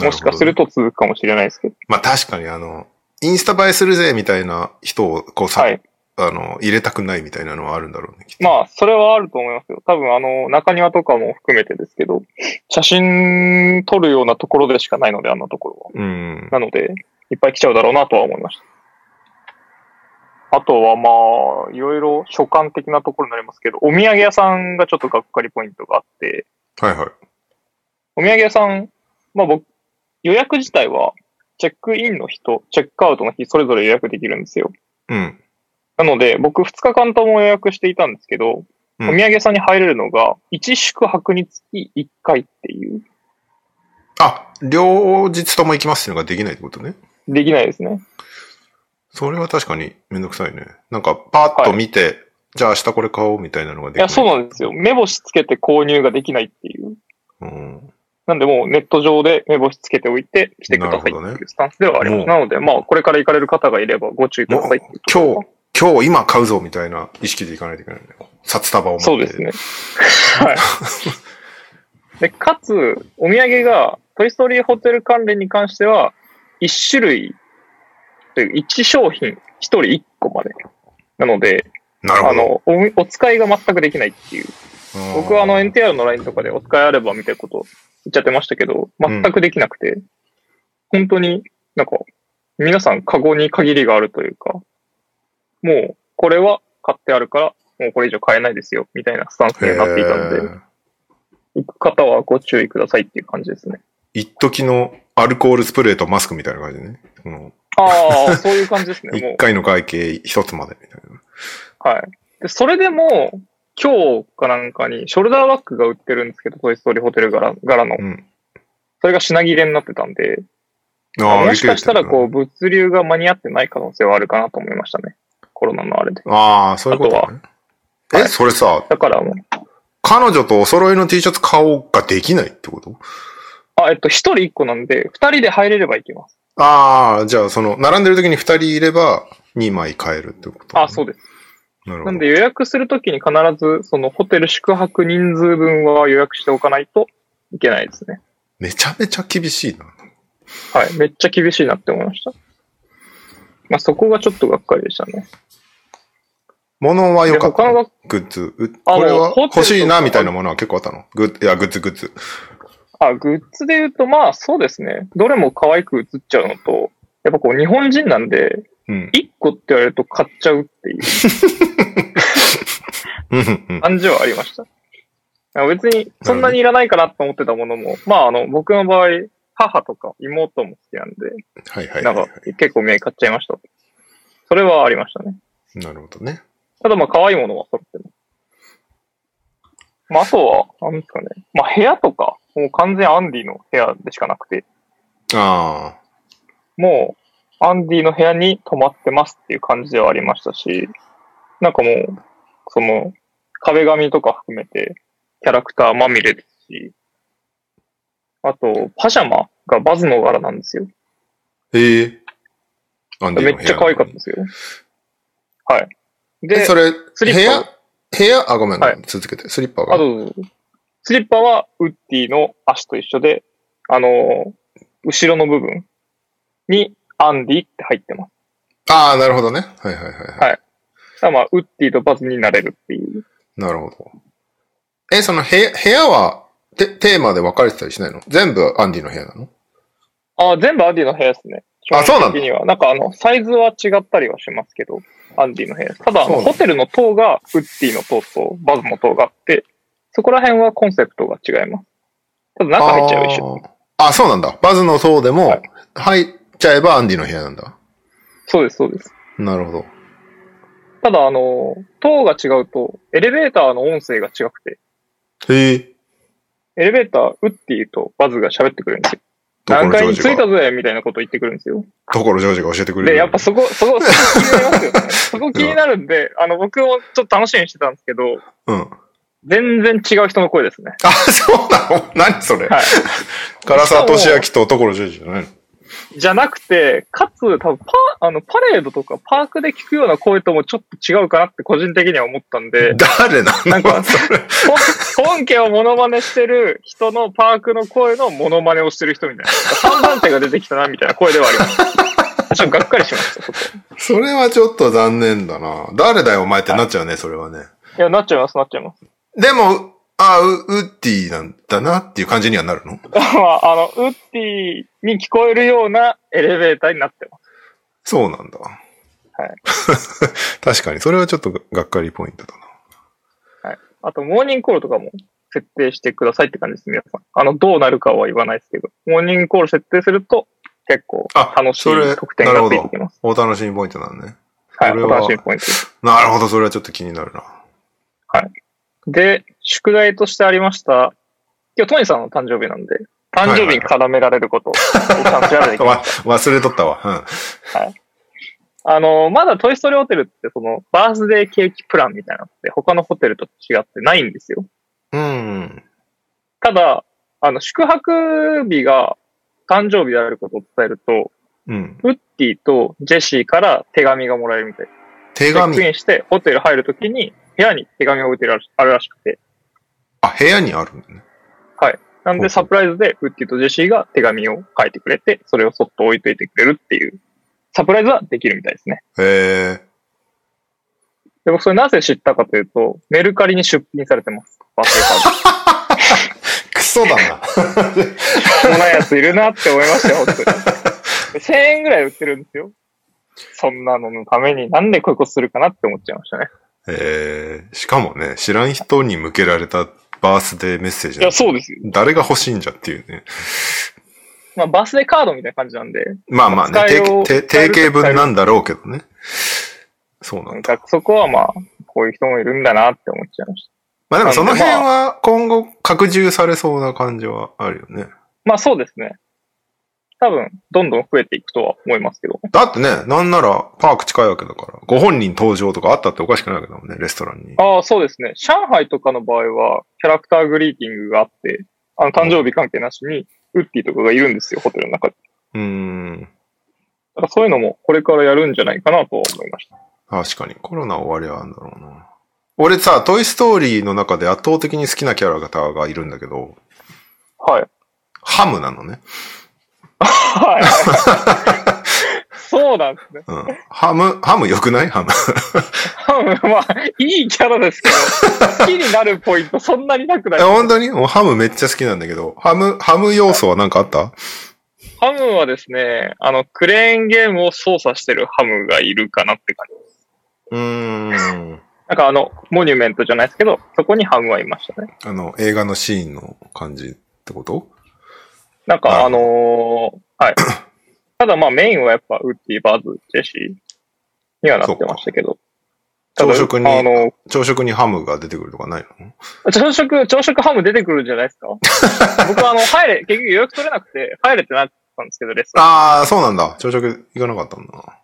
Speaker 3: ど
Speaker 1: もしかすると続くかもしれないですけど。
Speaker 3: まあ確かにあの、インスタ映えするぜみたいな人を、こうさ、
Speaker 1: はい。
Speaker 3: あの、入れたくないみたいなのはあるんだろうね、きっと。
Speaker 1: まあ、それはあると思いますよ。多分、あの、中庭とかも含めてですけど、写真撮るようなところでしかないので、あんなところ
Speaker 3: うん。
Speaker 1: は。なので、いっぱい来ちゃうだろうなとは思いました。あとは、まあ、いろいろ所感的なところになりますけど、お土産屋さんがちょっとがっかりポイントがあって、
Speaker 3: はいはい。
Speaker 1: お土産屋さん、まあ僕、予約自体は、チェックインの日とチェックアウトの日、それぞれ予約できるんですよ。
Speaker 3: うん。
Speaker 1: なので、僕2日間とも予約していたんですけど、
Speaker 3: うん
Speaker 1: お土産屋さんに入れるのが、1宿泊につき1回っていう、
Speaker 3: あ、両日とも行きますっていうのができないってことね。
Speaker 1: できないですね。
Speaker 3: それは確かにめんどくさいね。なんか、パッと見て、じゃあ明日これ買おうみたいなのができ
Speaker 1: いや、そう
Speaker 3: う
Speaker 1: なんですよ。目星つけて購入ができないっていう。
Speaker 3: うん。
Speaker 1: なんで、もうネット上で目星つけておいて、来てくださいっ
Speaker 3: な
Speaker 1: て
Speaker 3: るほど
Speaker 1: い
Speaker 3: ね
Speaker 1: うスタンスではあります。
Speaker 3: うん
Speaker 1: な,、ので、まあ、これから行かれる方がいればご注意くださいっていうところ
Speaker 3: 今日、今日今買うぞみたいな意識でいかないといけないね。こう札束を持って。
Speaker 1: そうですね。は い。で、かつ、お土産が、トイストーリーホテル関連に関しては、一種類、という一商品、一人一個まで。なので、
Speaker 3: なる
Speaker 1: あ
Speaker 3: ほど。
Speaker 1: の、おお使いが全くできないっていう。
Speaker 3: あー
Speaker 1: 僕はあの NTR の LINE とかでお使いあればみたいなこと言っちゃってましたけど、全くできなくて、本当になんか、皆さんカゴに限りがあるというか、もうこれは買ってあるから、もうこれ以上買えないですよ、みたいなスタンスになっていたので、
Speaker 3: へー
Speaker 1: 行く方はご注意くださいっていう感じですね。
Speaker 3: 一時のアルコールスプレーとマスクみたいな感じでね。この
Speaker 1: ああ、そういう感じで すね。もう
Speaker 3: 一回の会計一つまでみたいな。
Speaker 1: はい。で、それでも、今日かなんかに、ショルダーバッグが売ってるんですけど、トイストーリーホテル柄柄の。
Speaker 3: うん
Speaker 1: それが品切れになってたんで、
Speaker 3: ー
Speaker 1: もしかしたら、
Speaker 3: びっくり
Speaker 1: こう、物流が間に合ってない可能性はあるかなと思いましたね。コロナのあれで。
Speaker 3: たなああ、そういうことね。
Speaker 1: とは
Speaker 3: え、それさ、
Speaker 1: だからもう、
Speaker 3: 彼女とお揃いの T シャツ買おうができないってこと
Speaker 1: あ、えっと、一人一個なんで、二人で入れればいけます。
Speaker 3: ああ、じゃあ、その、並んでる時に二人いれば、二枚買えるってこと、
Speaker 1: あ、そうです。
Speaker 3: う。なるほ
Speaker 1: な
Speaker 3: ど。
Speaker 1: んで予約するときに必ず、そのホテル宿泊人数分は予約しておかないといけないですね。
Speaker 3: めちゃめちゃ厳しいな。
Speaker 1: はい。めっちゃ厳しいなって思いました。まあ、そこがちょっとがっかりでしたね。
Speaker 3: 物は
Speaker 1: で、
Speaker 3: 良かっ
Speaker 1: 他
Speaker 3: た
Speaker 1: の
Speaker 3: の。
Speaker 1: が
Speaker 3: グッズ。う
Speaker 1: あの
Speaker 3: これは
Speaker 1: ホテルとか
Speaker 3: 欲しいな、みたいなものは結構あったの。グッいや、グッズ、グッズ。
Speaker 1: あ、グッズで言うと、まあそうですね。どれも可愛く映っちゃうのと、やっぱこう日本人なんで、
Speaker 3: うん。
Speaker 1: 1個って言われると買っちゃうっていう
Speaker 3: うんうんうん。
Speaker 1: 感じはありました。あ別にそんなにいらないかなと思ってたものも、まああの、僕の場合、母とか妹も好きなんで、
Speaker 3: はいはい
Speaker 1: な
Speaker 3: は
Speaker 1: ん
Speaker 3: い
Speaker 1: か
Speaker 3: はい。
Speaker 1: 結構目買っちゃいました。それはありましたね。
Speaker 3: なるほどね。
Speaker 1: ただまあ可愛いものは揃ってます。まああとは、なんですかね。まあ部屋とか、もう完全アンディの部屋でしかなくて、
Speaker 3: ああ。
Speaker 1: もう、アンディの部屋に泊まってますっていう感じではありましたし、なんかもう、その、壁紙とか含めて、キャラクターまみれですし、あと、パジャマがバズの柄なんですよ。
Speaker 3: ええアンディ
Speaker 1: め
Speaker 3: の部屋
Speaker 1: っちゃ可愛かったですよ。はい。
Speaker 3: え
Speaker 1: で、
Speaker 3: それ、
Speaker 1: ス
Speaker 3: 部
Speaker 1: リッパ
Speaker 3: 屋部屋あ、ごめん、
Speaker 1: はい
Speaker 3: 続けて。スリッパ
Speaker 1: あ
Speaker 3: が。
Speaker 1: と、スリッパはウッディの足と一緒で、あの、後ろの部分にアンディって入ってます。
Speaker 3: ああ、なるほどね。はいはいはい。はい
Speaker 1: はいだからまあ、ウッディとバズになれるっていう。
Speaker 3: なるほど。え、その部屋、部屋はテ、テーマで分かれてたりしないの全部アンディの部屋なの
Speaker 1: あ、全部アンディの部屋ですね。
Speaker 3: あそうなんだ
Speaker 1: 基本的には。なんかあの、サイズは違ったりはしますけど、アンディの部屋です。ただ、あ
Speaker 3: そうな
Speaker 1: の
Speaker 3: んだ
Speaker 1: ホテルの塔が、ウッディの塔とバズの塔があって、そこら辺はコンセプトが違います。ただ中入っちゃう一緒。
Speaker 3: あーあ、そうなんだ。バズの塔で
Speaker 1: は
Speaker 3: も
Speaker 1: い、
Speaker 3: 入っちゃえばアンディの部屋なんだ。
Speaker 1: そうです、そうです。
Speaker 3: なるほど。
Speaker 1: ただ、あの、塔が違うと、エレベーターの音声が違くて、
Speaker 3: へえ。
Speaker 1: エレベーター、ウッディとバズが喋ってくるんですよ。
Speaker 3: ところ
Speaker 1: 何
Speaker 3: ジ
Speaker 1: 階
Speaker 3: ョー
Speaker 1: に
Speaker 3: ジ
Speaker 1: 着い
Speaker 3: が
Speaker 1: た、ぜみたいなこと言ってくるんですよ。
Speaker 3: ところジョージが教えてくれる。
Speaker 1: で、やっぱそこ、そこ、そこ気になりますよね。そこ気になるんで、あの、僕もちょっと楽しみにしてたんですけど、
Speaker 3: うん。
Speaker 1: 全然違う人の声ですね。
Speaker 3: あ、そうなの 何それ
Speaker 1: は。
Speaker 3: 唐沢俊明とところジョージじゃないの
Speaker 1: い。じゃなくて、かつ、多分パ、あの、パレードとかパークで聞くような声ともちょっと違うかなって個人的には思ったんで、
Speaker 3: 誰なの
Speaker 1: なんか
Speaker 3: それ。
Speaker 1: 本本家をモノマネしてる人のパークの声のモノマネをしてる人みたいな。三番手が出てきたな、みたいな声ではあります。ちょっとがっかりしました、そこ。
Speaker 3: それはちょっと残念だな。誰だよ、お前ってなっちゃうね、それはね。
Speaker 1: いや、なっちゃいます、なっちゃいます。
Speaker 3: でも、あ、ウウッディなんだなっていう感じにはなるの
Speaker 1: まあ、あの、ウッディに聞こえるようなエレベーターになってます。
Speaker 3: そうなんだ。
Speaker 1: い
Speaker 3: 確かに、それはちょっとがっかりポイントだな。
Speaker 1: あと、モーニングコールとかも設定してくださいって感じです、皆さん。あの、どうなるかは言わないですけど、モーニングコール設定すると、結構、
Speaker 3: あ
Speaker 1: 楽し
Speaker 3: それ
Speaker 1: い特典がついてきます。
Speaker 3: お楽しみポイントなんね。
Speaker 1: はい、
Speaker 3: それ
Speaker 1: お
Speaker 3: は
Speaker 1: 楽しみポイントです。
Speaker 3: なるほど、それはちょっと気になるな。
Speaker 1: で、宿題としてありました、今日トニーさんの誕生日なんで、誕生日に絡められることを感じられてきま
Speaker 3: わ、忘れとったわ。
Speaker 1: あの、まだトイストーリーホテルって、その、バースデーケーキプランみたいなのって、他のホテルと違ってないんですよ。
Speaker 3: うん。うん。
Speaker 1: ただ、あの、宿泊日が誕生日であることを伝えると、
Speaker 3: うん。
Speaker 1: ウッディとジェシーから手紙がもらえるみたいで
Speaker 3: 手
Speaker 1: す。チェックイ
Speaker 3: 紙。
Speaker 1: ンして、ホテル入るときに、部屋に手紙が置いてあるらしあるらしくて、
Speaker 3: あ、部屋にあるんだね。
Speaker 1: なんでサプライズでウッディとジェシーが手紙を書いてくれて、それをそっと置いといてくれるっていう、サプライズはできるみたいですね。
Speaker 3: へえ。
Speaker 1: で、僕それなぜ知ったかというと、メルカリに出品されてます。バースデーカー
Speaker 3: クソだ な。
Speaker 1: ド。こんなやついるなって思いましたよ、本当に。1000円 ぐらい売ってるんですよ。そんなののために、なんでこういうことするかなって思っちゃいましたね。
Speaker 3: えー、しかもね、知らん人に向けられたバースデーメッセージ
Speaker 1: い
Speaker 3: なん
Speaker 1: や、
Speaker 3: て
Speaker 1: そうですよ。
Speaker 3: 誰が欲しいんじゃっていうね。
Speaker 1: まあ、バースデーカードみたいな感じなんで、
Speaker 3: まあまあね、
Speaker 1: 使いよ
Speaker 3: 定
Speaker 1: う
Speaker 3: 定
Speaker 1: 使え
Speaker 3: 定
Speaker 1: る
Speaker 3: 型文なんだろうけどね。そうなん
Speaker 1: なん
Speaker 3: だ。
Speaker 1: かそこはまあ、こういう人もいるんだなって思っちゃいました。
Speaker 3: まあでもその辺
Speaker 1: なんで
Speaker 3: は今後拡充されそうな感じはあるよね。
Speaker 1: まあそうですね。多分、どんどん増えていくとは思いますけど。
Speaker 3: だってね、なんならパーク近いわけだから、ご本人登場とかあったっておかしくないわけだもんね、レストランに。
Speaker 1: ああ、そうですね。上海とかの場合は、キャラクターグリーティングがあって、あの、誕生日関係なしに、ウッディとかがいるんですよ、ホテルの中で。
Speaker 3: うーん。
Speaker 1: だからそういうのも、これからやるんじゃないかなとは思いました。
Speaker 3: 確かに。コロナ終わりはあるんだろうな。俺さ、トイストーリーの中で圧倒的に好きなキャラクターがいるんだけど、
Speaker 1: はい。
Speaker 3: ハムなのね。
Speaker 1: はい。 そうなんですね。
Speaker 3: うん。ハム、ハム良くないハム。
Speaker 1: 多分まあ、いいキャラですけど、好きになるポイントそんなになくない
Speaker 3: え、。 本当にもうハムめっちゃ好きなんだけど、ハム、ハム要素はなんかあった
Speaker 1: ハムはですね、あの、クレーンゲームを操作してるハムがいるかなって感じ。
Speaker 3: うーん。
Speaker 1: なんかあの、モニュメントじゃないですけど、そこにハムはいましたね。
Speaker 3: あの、映画のシーンの感じってこと
Speaker 1: なん
Speaker 3: はい
Speaker 1: かあのーはい。 ただまあメインはやっぱウッディ、バズ、ジェシーにはなってましたけど。ただ
Speaker 3: 朝食に
Speaker 1: あの、
Speaker 3: 朝食にハムが出てくるとかないの
Speaker 1: 朝食、朝食ハム出てくるんじゃないですか 僕はあの、入れ、結局予約取れなくて、入れってなったんですけど、レッスン。
Speaker 3: ああ、そうなんだ。朝食行かなかったんだな。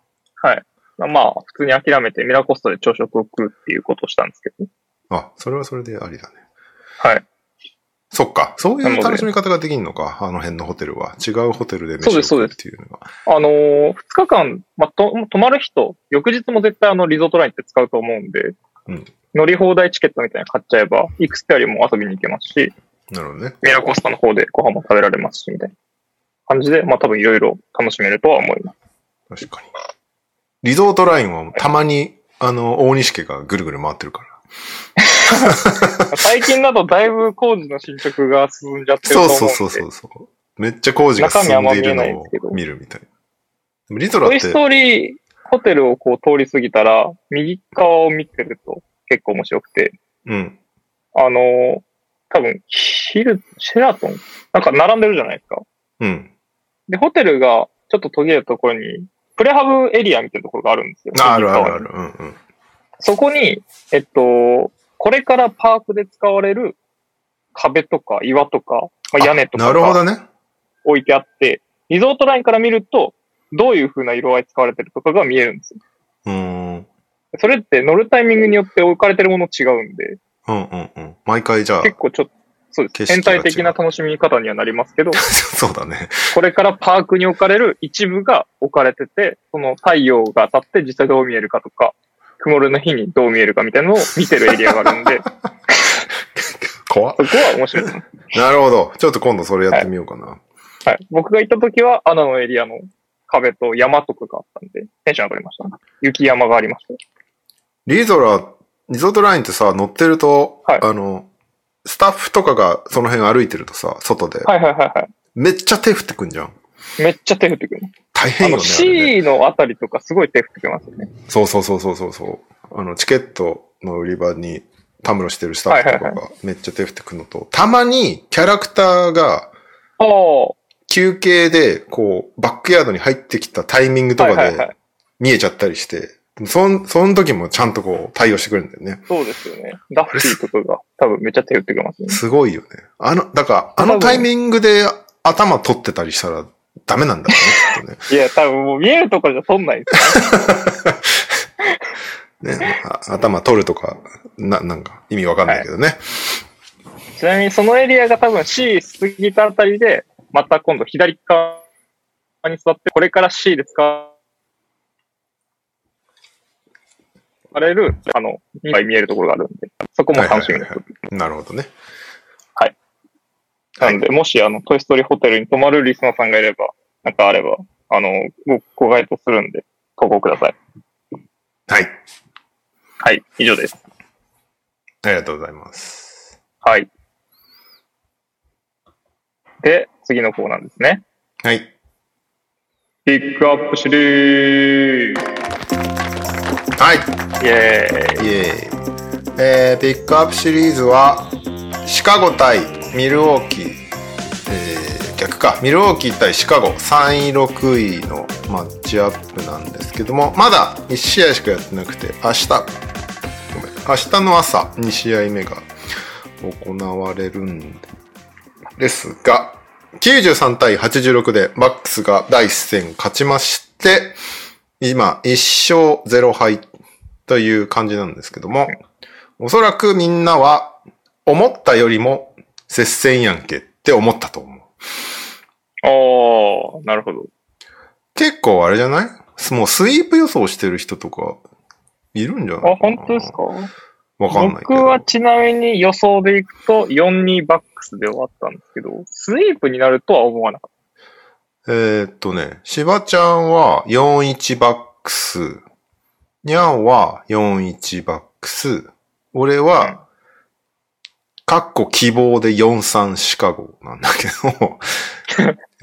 Speaker 1: まあ、普通に諦めてミラコストで朝食を食うっていうことをしたんですけど。
Speaker 3: あ、それはそれでありだね。
Speaker 1: はい。
Speaker 3: そっか。そう
Speaker 1: ないの
Speaker 3: う
Speaker 1: で
Speaker 3: 楽しみ方ができんのか。あの辺のホテルは。違うホテルで
Speaker 1: そう
Speaker 3: 飯を
Speaker 1: です
Speaker 3: 食うっていうのが。
Speaker 1: あのー、2日間、まあ、と泊まる人、翌日も絶対あの、リゾートラインって使うと思うんで、
Speaker 3: うん
Speaker 1: 乗り放題チケットみたいなの買っちゃえば、いくつかよりも遊びに行けますし、
Speaker 3: なるほどね。
Speaker 1: ミラコスタの方でご飯も食べられますし、みたいな感じで、まあ多分いろいろ楽しめるとは思い ます。
Speaker 3: 確かに。リゾートラインはたまに、あの、大西家がぐるぐる回ってるから。
Speaker 1: 最近だとだいぶ工事の進捗が進んじゃってる
Speaker 3: そ
Speaker 1: と思
Speaker 3: う
Speaker 1: うんで。
Speaker 3: そうそうそうそう。めっちゃ工事が進んでいるのを
Speaker 1: 中身はあんま見えないですけど
Speaker 3: 見るみたいな。でもリゾラっ
Speaker 1: トイスト
Speaker 3: て、
Speaker 1: ーリーホテルをこう通り過ぎたら、右側を見てると結構面白くて、
Speaker 3: うん。
Speaker 1: あのー、多分ヒル、シェラトンなんか並んでるじゃないですか。
Speaker 3: うん。
Speaker 1: で、ホテルがちょっと途切れたところに、プレハブエリアみたいなところがあるんですよ。
Speaker 3: ああるあるあ
Speaker 1: 右側に
Speaker 3: る。うんうん。
Speaker 1: そこに、えっと、これからパークで使われる壁とか岩とか、まあ、屋根と
Speaker 3: な
Speaker 1: か
Speaker 3: るほど
Speaker 1: が
Speaker 3: ね。
Speaker 1: 置いてあって、リゾートラインから見ると、どういう風な色合い使われてるとかが見えるんですよ。
Speaker 3: うーん。
Speaker 1: それって乗るタイミングによって置かれてるもの違うんで、
Speaker 3: うんうんうん。毎回じゃあ、
Speaker 1: 結構ちょっと、そうです。
Speaker 3: 景
Speaker 1: 変
Speaker 3: 色が違う
Speaker 1: 態的な楽しみ方にはなりますけど、
Speaker 3: そうだね。
Speaker 1: これからパークに置かれる一部が置かれてて、その太陽が当たって実際どう見えるかとか、曇りの日にどう見えるかみたいなのを見てるエリアがあるん で、
Speaker 3: 怖っ
Speaker 1: そこは面白いです。
Speaker 3: なるほど。ちょっと今度それやってみようかな。
Speaker 1: はい。僕が行った時は、アナのエリアの壁と山とかがあったんで、テンション上がりました、ね。雪山がありました。
Speaker 3: リゾラ、リゾートラインってさ、乗ってると、
Speaker 1: はい
Speaker 3: あの、スタッフとかがその辺歩いてるとさ、外で、
Speaker 1: はいはいはいは
Speaker 3: めっちゃ手振ってくんじゃん。
Speaker 1: い。めっちゃ手振ってくる。
Speaker 3: 大
Speaker 1: あ
Speaker 3: 変よ
Speaker 1: の
Speaker 3: ね。あれね
Speaker 1: C のあたりとかすごい手振ってきますよね。
Speaker 3: そうそうそうそうそうそう。あの、チケットの売り場にたむろしてるスタッフとか
Speaker 1: はいは
Speaker 3: がめっちゃ手振ってくんのと、たまにキャラクターが
Speaker 1: ああ、は
Speaker 3: 休憩で、こう、バックヤードに入ってきたタイミング
Speaker 1: い
Speaker 3: とか
Speaker 1: はいは
Speaker 3: で
Speaker 1: い。
Speaker 3: 見えちゃったりして、でもそん、その時もちゃんとこう、対応してくれるんだよね。
Speaker 1: そうですよね。ダッフィーとかが多分めっちゃ手振ってきますね。
Speaker 3: すごいよね。あの、だから、あのタイミングで頭取ってたりしたらダメなんだろうね、きっ
Speaker 1: いや、多分もう見えるとこじゃそんないです
Speaker 3: とね。ね。あ頭取るとか、な、なんか意味わかんないけどね。
Speaker 1: よ。ちなみにそのエリアが多分 C 過ぎたあたりで、また今度左側に座って、これから C で使われる、あの、2枚見えるところがあるんで、そこも楽しみで
Speaker 3: はいはいは
Speaker 1: す。
Speaker 3: いはいなるほどね。
Speaker 1: はい。なので、もし、あの、トイストーリーホテルに泊まるリスナーさんがいれば、なんかあれば、あの、ご、ご該当するんで、投稿ください。
Speaker 3: はい。
Speaker 1: はい、以上です。
Speaker 3: ありがとうございます。
Speaker 1: はい。で、次のコーナーですね。
Speaker 3: はい。
Speaker 1: ピックアップシリーズ
Speaker 3: はい。
Speaker 1: イエーイ
Speaker 3: イエーイ。えーピックアップシリーズは、シカゴ対ミルウォーキー、えー逆か、ミルウォーキー対シカゴ、3位、6位のマッチアップなんですけども、まだ1試合しかやってなくて、明日、ごめん、明日の朝、2試合目が行われるんですが、93対86でバックスが第一戦勝ちまして、今、1勝0敗という感じなんですけども、おそらくみんなは、思ったよりも接戦やんけって思ったと思う。
Speaker 1: おー、なるほど。
Speaker 3: 結構あれじゃないもうスイープ予想してる人とか、いるんじゃない
Speaker 1: あ、本当ですか
Speaker 3: わかんないけ
Speaker 1: 僕
Speaker 3: ど。
Speaker 1: はちなみに予想でいくと4-2バックスで終わったんですけど、スイープになるとは思わなかっ
Speaker 3: えーっとね、しばちゃんは41バックス、にゃんは41バックス、俺は、かっこ希望で43シカゴなんだけど、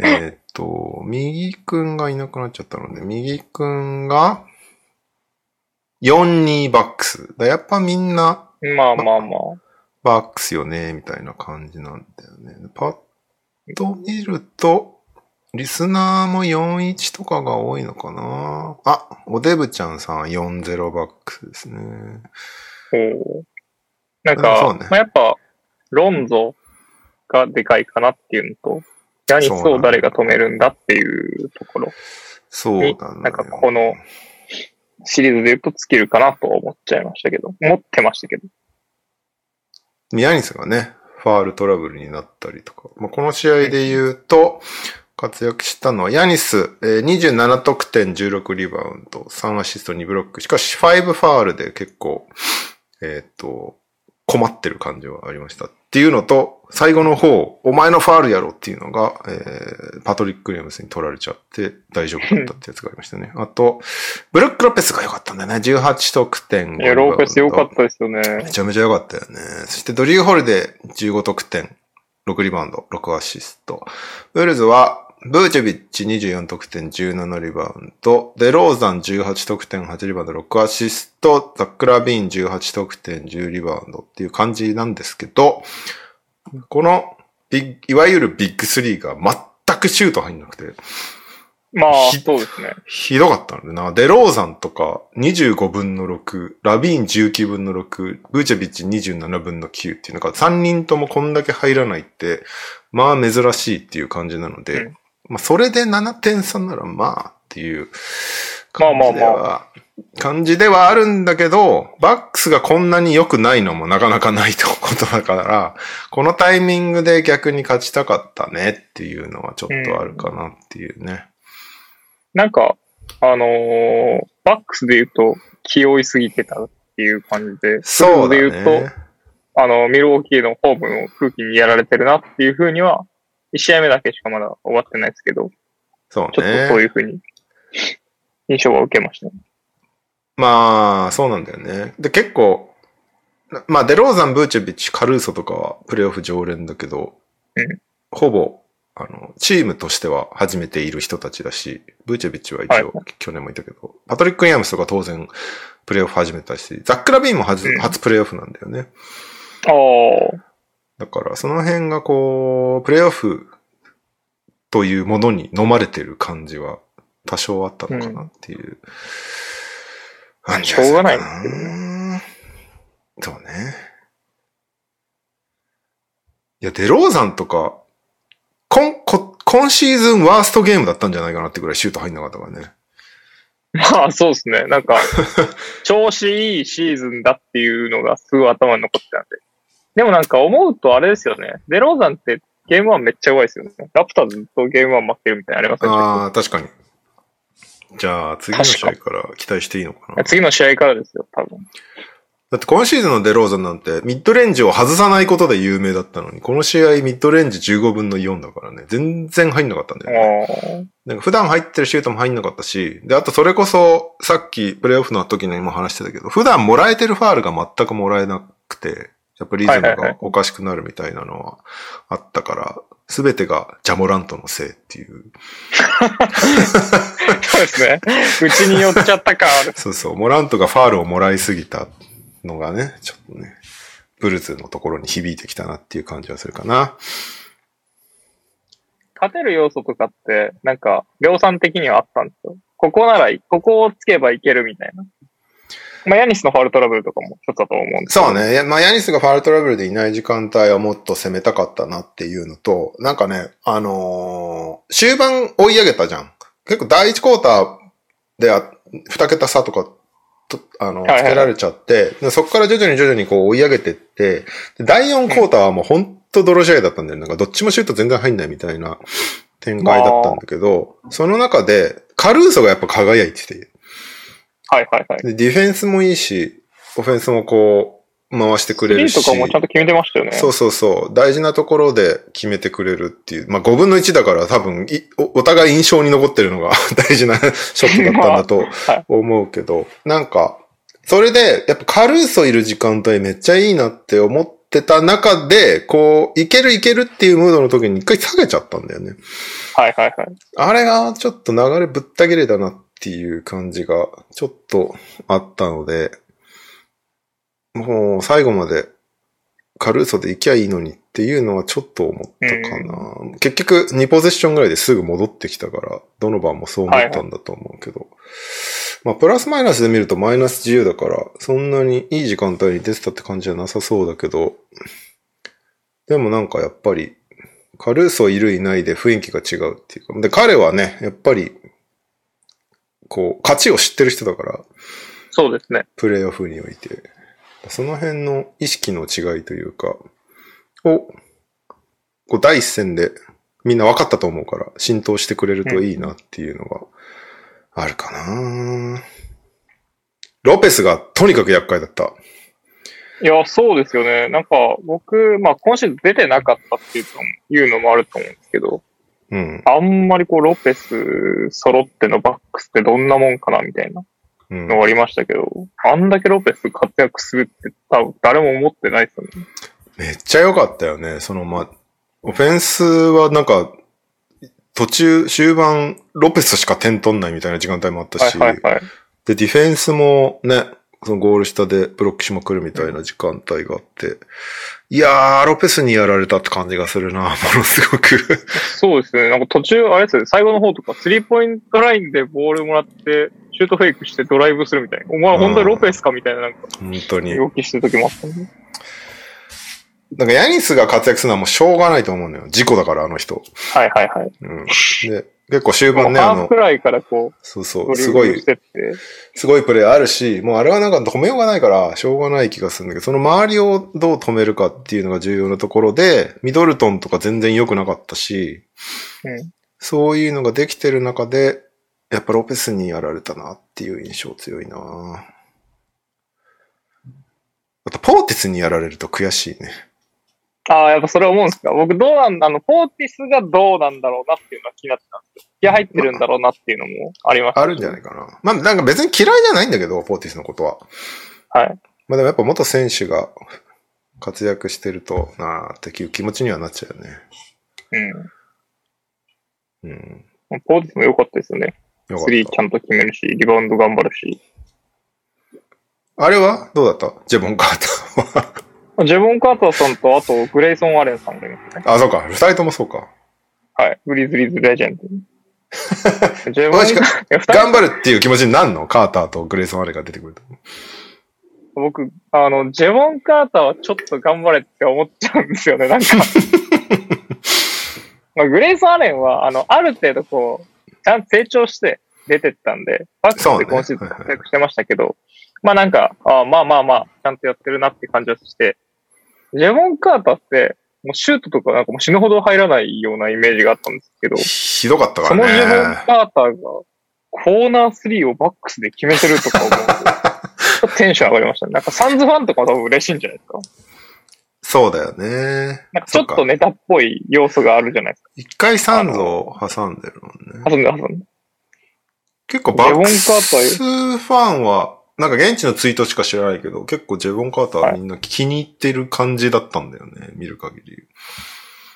Speaker 3: えーっと、右くんがいなくなっちゃったので、右くんが42バックス。だやっぱみんな
Speaker 1: た。まあまあまあ。
Speaker 3: バックスよね、みたいな感じなんだよね。パッと見ると、リスナーも41とかが多いのかなあ、おデブちゃんさんは40バックスですね。
Speaker 1: おーなん
Speaker 3: そう
Speaker 1: か、
Speaker 3: ね
Speaker 1: まあ、やっぱ、ロンゾがでかいかなっていうのと、ヤニスを誰が止めるんだっていうところ
Speaker 3: そう
Speaker 1: に、
Speaker 3: だね。
Speaker 1: なんかこのシリーズで言うと尽きるかなとは思っちゃいましたけど、思ってましたけど。
Speaker 3: 宮西がね、ファールトラブルになったりとか。まあ、この試合で言うと、活躍したのは、ヤニス、えー27得点、16リバウンド、3アシスト、2ブロック。しかし、5ファールで結構、えーっと、困ってる感じはありました。っていうのと、最後の方、お前のファールやろっていうのが、えーパトリック・ウィリアムスに取られちゃって大丈夫だったってやつがありましたね。あと、ブルック・ロペスが良かったんだよね。18得点。
Speaker 1: いや、ローペス良か
Speaker 3: た
Speaker 1: ったですよね。
Speaker 3: めちゃめちゃ良かったよね。そしてドリューホルで15得点、6リバウンド、6アシスト。ウェールズは、ブーチェビッチ24得点、17リバウンド。デローザン18得点、8リバウンド、6アシスト。ザックラビーン18得点、10リバウンドっていう感じなんですけど、このビッグ、いわゆるビッグスリーが全くシュート入んなくて、
Speaker 1: まあ、
Speaker 3: ひ
Speaker 1: そうですね。
Speaker 3: ひどかったんだな。デローザンとか25分の6、ラビーン19分の6、ブーチェビッチ27分の9っていうのが3人ともこんだけ入らないって、まあ珍しいっていう感じなので、
Speaker 1: うん
Speaker 3: まあそれで7点差ならまあっていう
Speaker 1: まあ
Speaker 3: 感
Speaker 1: まあ
Speaker 3: じ
Speaker 1: まあ
Speaker 3: では、感じではあるんだけど、バックスがこんなに良くないのもなかなかないということだから、このタイミングで逆に勝ちたかったねっていうのはちょっとあるかなっていうね。
Speaker 1: なんか、あのーバックスで言うと、気負いすぎてたっていう感じで、
Speaker 3: そうだ
Speaker 1: ブルーズで言う
Speaker 3: ね
Speaker 1: と、。あの、ミルウォーキーのホームの空気にやられてるなっていうふうには、1試合目だけしかまだ終わってないですけど、
Speaker 3: そうね。
Speaker 1: ちょっとそういうふうに印象は受けましたね。
Speaker 3: まあ、そうなんだよね。で、結構、なまあ、デローザン、ブーチェビッチ、カルーソとかはプレイオフ常連だけど、
Speaker 1: うん
Speaker 3: ほぼ、あの、チームとしては始めている人たちだし、ブーチェビッチは一応、去年もいたけど、パトリック・イアムスとか当然、プレイオフ始めたし、ザック・ラビーンもはじ
Speaker 1: うん
Speaker 3: 初プレイオフなんだよね。
Speaker 1: ああ、
Speaker 3: だから、その辺がこう、プレイオフというものに飲まれてる感じは多少あったのかなっていう感じがするか
Speaker 1: しょうがないですけど
Speaker 3: な。そうね。いや、デローザンとか、今、こ今シーズンワーストゲームだったんじゃないかなってぐらいシュート入んなかったからね。
Speaker 1: まあそうですね。なん か、調子いいシーズンだっていうのがすごい頭に残ってたんで。でもなんか思うとあれですよね。デローザンってゲーム1めっちゃ弱いですよね。ラプターズとゲーム1負けるみたいなのありませんでした
Speaker 3: ああ、確かに。じゃあ、次の試合から期待していいのか
Speaker 1: 次の試合からですよ、多分。
Speaker 3: だって今シーズンのデローザンなんてミッドレンジを外さないことで有名だったのに、この試合ミッドレンジ15分の4だからね、全然入んなかったんだよね。
Speaker 1: あ
Speaker 3: なんか普段入ってるシュートも入んなかったし、で、あとそれこそ、さっきプレイオフの時にも話してたけど、普段もらえてるファールが全くもらえなくて、やっぱリズム
Speaker 1: はいはいは
Speaker 3: が
Speaker 1: い
Speaker 3: おかしくなるみたいなのはあったから、すべてがジャモラントのせいっていう。
Speaker 1: あ。そうで すね。うちに寄っちゃったか。
Speaker 3: そうそう、モラントがファールをもらいすぎたのがね、ちょっとね、ブルズのところに響いてきたなっていう感じはするかな。
Speaker 1: 勝てる要素とかって、なんか、量産的にはあったんですよ。ここなら、ここをつけばいけるみたいな。まあ、ヤニスのファウルトラブルとかも一つだと思うんですけど
Speaker 3: そう。ね。やまあ、ヤニスがファウルトラブルでいない時間帯はもっと攻めたかったなっていうのと、なんかね、あのー終盤追い上げたじゃん。結構第1クォーターであ2桁差とか、とあの、つ
Speaker 1: はいはい
Speaker 3: けられちゃって、でそこから徐々に徐々にこう追い上げてって、で第4クォーターはもうほんと泥試合だったんだよね。なんかどっちもシュート全然入んないみたいな展開だったんだけど、その中で、カルーソがやっぱ輝いてて、
Speaker 1: はいはいはい。
Speaker 3: で、ディフェンスもいいし、オフェンスもこう、回してく
Speaker 1: ス
Speaker 3: れ
Speaker 1: リ
Speaker 3: る
Speaker 1: ー
Speaker 3: し。
Speaker 1: とかもちゃんと決めてましたよね。
Speaker 3: そうそうそう。大事なところで決めてくれるっていう。まあ、5分の1だから多分いお、お互い印象に残ってるのが 大事なショットだったんだと
Speaker 1: はい
Speaker 3: 思うけど、なんか、それで、やっぱカルーソいる時間帯めっちゃいいなって思ってた中で、こう、いけるいけるっていうムードの時に一回下げちゃったんだよね。
Speaker 1: はいはいはい。
Speaker 3: あれがちょっと流れぶった切れだなっていう感じがちょっとあったので、もう最後までカルーソで行きゃいいのにっていうのはちょっと思ったかな。結局2ポゼッションぐらいですぐ戻ってきたから、どの番もそう思ったんだと思うけど。まあ、プラスマイナスで見るとマイナス自由だから、そんなにいい時間帯に出てたって感じじゃなさそうだけど、でもなんかやっぱり、カルーソいるいないで雰囲気が違うっていうか、で、彼はね、やっぱり、こう、勝ちを知ってる人だから、
Speaker 1: そうですね。
Speaker 3: プレイオフにおいて、その辺の意識の違いというか、を、こう第一線でみんな分かったと思うから、浸透してくれるといいなっていうのがあるかな、ロペスがとにかく厄介だった。
Speaker 1: いや、そうですよね。なんか、僕、まあ、今シーズン出てなかったっていうのもいうのもあると思うんですけど、
Speaker 3: うん。
Speaker 1: あんまりこう、ロペス揃ってのバックスってどんなもんかなみたいな
Speaker 3: うん
Speaker 1: のがありましたけど、あんだけロペス活躍するって多分誰も思ってないですよね。
Speaker 3: めっちゃ良かったよね。その、まあ、オフェンスはなんか、途中、終盤、ロペスしか点取んないみたいな時間帯もあった
Speaker 1: はい
Speaker 3: し、
Speaker 1: はいはい。
Speaker 3: で、ディフェンスもね、そのゴール下でブロックしまくるみたいな時間帯があって、いやー、ロペスにやられたって感じがするな、も のすごく。
Speaker 1: そうですね。なんか途中、あれですよね、最後の方とか、スリーポイントラインでボールもらって、シュートフェイクしてドライブするみたいな。お前、本当にロペスかみたいな、なんか、
Speaker 3: 本当に。
Speaker 1: 動きしてる時もあったね。
Speaker 3: なんかヤニスが活躍するのはもうしょうがないと思うのよ。事故だから、あの人。
Speaker 1: はいはいはい。
Speaker 3: うん。で、結構終
Speaker 1: も
Speaker 3: 盤
Speaker 1: う
Speaker 3: ね、
Speaker 1: ハ
Speaker 3: あ
Speaker 1: ーフ
Speaker 3: の
Speaker 1: く、らいからこ
Speaker 3: そう
Speaker 1: う、
Speaker 3: そ
Speaker 1: ド
Speaker 3: う、
Speaker 1: リ
Speaker 3: す
Speaker 1: ブ
Speaker 3: ご
Speaker 1: ル
Speaker 3: い
Speaker 1: してって。
Speaker 3: すごいプレーあるし、もうあれはなんか止めようがないから、しょうがない気がするんだけど、その周りをどう止めるかっていうのが重要なところで、ミドルトンとか全然良くなかったし、
Speaker 1: うん
Speaker 3: そういうのができてる中で、やっぱロペスにやられたなっていう印象強いなあと、ポーティスにやられると悔しいね。
Speaker 1: ああ、やっぱそれ思うんですか。僕どうなんだ、あの、ポーティスがどうなんだろうなっていうのは気になってたんですよ。気合入ってるんだろうなっていうのもありました。
Speaker 3: あるんじゃないかな。まあ、なんか別に嫌いじゃないんだけど、ポーティスのことは。
Speaker 1: はい。
Speaker 3: まあでもやっぱ元選手が活躍してるとなあっていう気持ちにはなっちゃうよね。うん。
Speaker 1: うん。ポーティスも良かったですよね。
Speaker 3: よか
Speaker 1: スリー
Speaker 3: っ
Speaker 1: ちゃんと決めるし、リバウンド頑張るし。
Speaker 3: た。あれはどうだったジェボン・カーターは。
Speaker 1: ジェボン・カーターさんと、あと、グレイソン・アレンさんがいますね。
Speaker 3: あ、そうか。二人ともそうか。
Speaker 1: はい。グリズリーズ・レジェン ド。ジェボン
Speaker 3: マジか
Speaker 1: いや二人
Speaker 3: 頑張るっていう気持ちになんのカーターとグレイソン・アレが出てくると。
Speaker 1: 僕、あの、ジェボン・カーターはちょっと頑張れって思っちゃうんですよ ね、なんか。まあ、グレイソン・アレンは、あの、ある程度こう、ちゃんと成長して出てったんで、バックス
Speaker 3: そう
Speaker 1: で
Speaker 3: ね
Speaker 1: 今シーズン活躍してましたけど、まあなんか、あまあまあまあ、ちゃんとやってるなって感じはして、ジェボン・カーターって、もうシュートとかなんかもう死ぬほど入らないようなイメージがあったんですけど、
Speaker 3: ひどかったか
Speaker 1: そのジェボ
Speaker 3: ら
Speaker 1: ン・
Speaker 3: ね。
Speaker 1: カーターが、コーナー3をバックスで決めてるとか思うとょっとテンション上がりましたね。なんかサンズファンとかも多分嬉しいんじゃないですか。
Speaker 3: そうだよね。
Speaker 1: なんかちょっ
Speaker 3: そ
Speaker 1: と
Speaker 3: っか
Speaker 1: ネタっぽい要素があるじゃないですか。
Speaker 3: 一回サンズを挟んでるもんね。
Speaker 1: 挟んで挟んで。
Speaker 3: 結構バックス
Speaker 1: ジェボンカーター
Speaker 3: ファンは、なんか現地のツイートしか知らないけど、結構ジェボン・カーターはみんな気に入ってる感じだったんだよね、見る限り。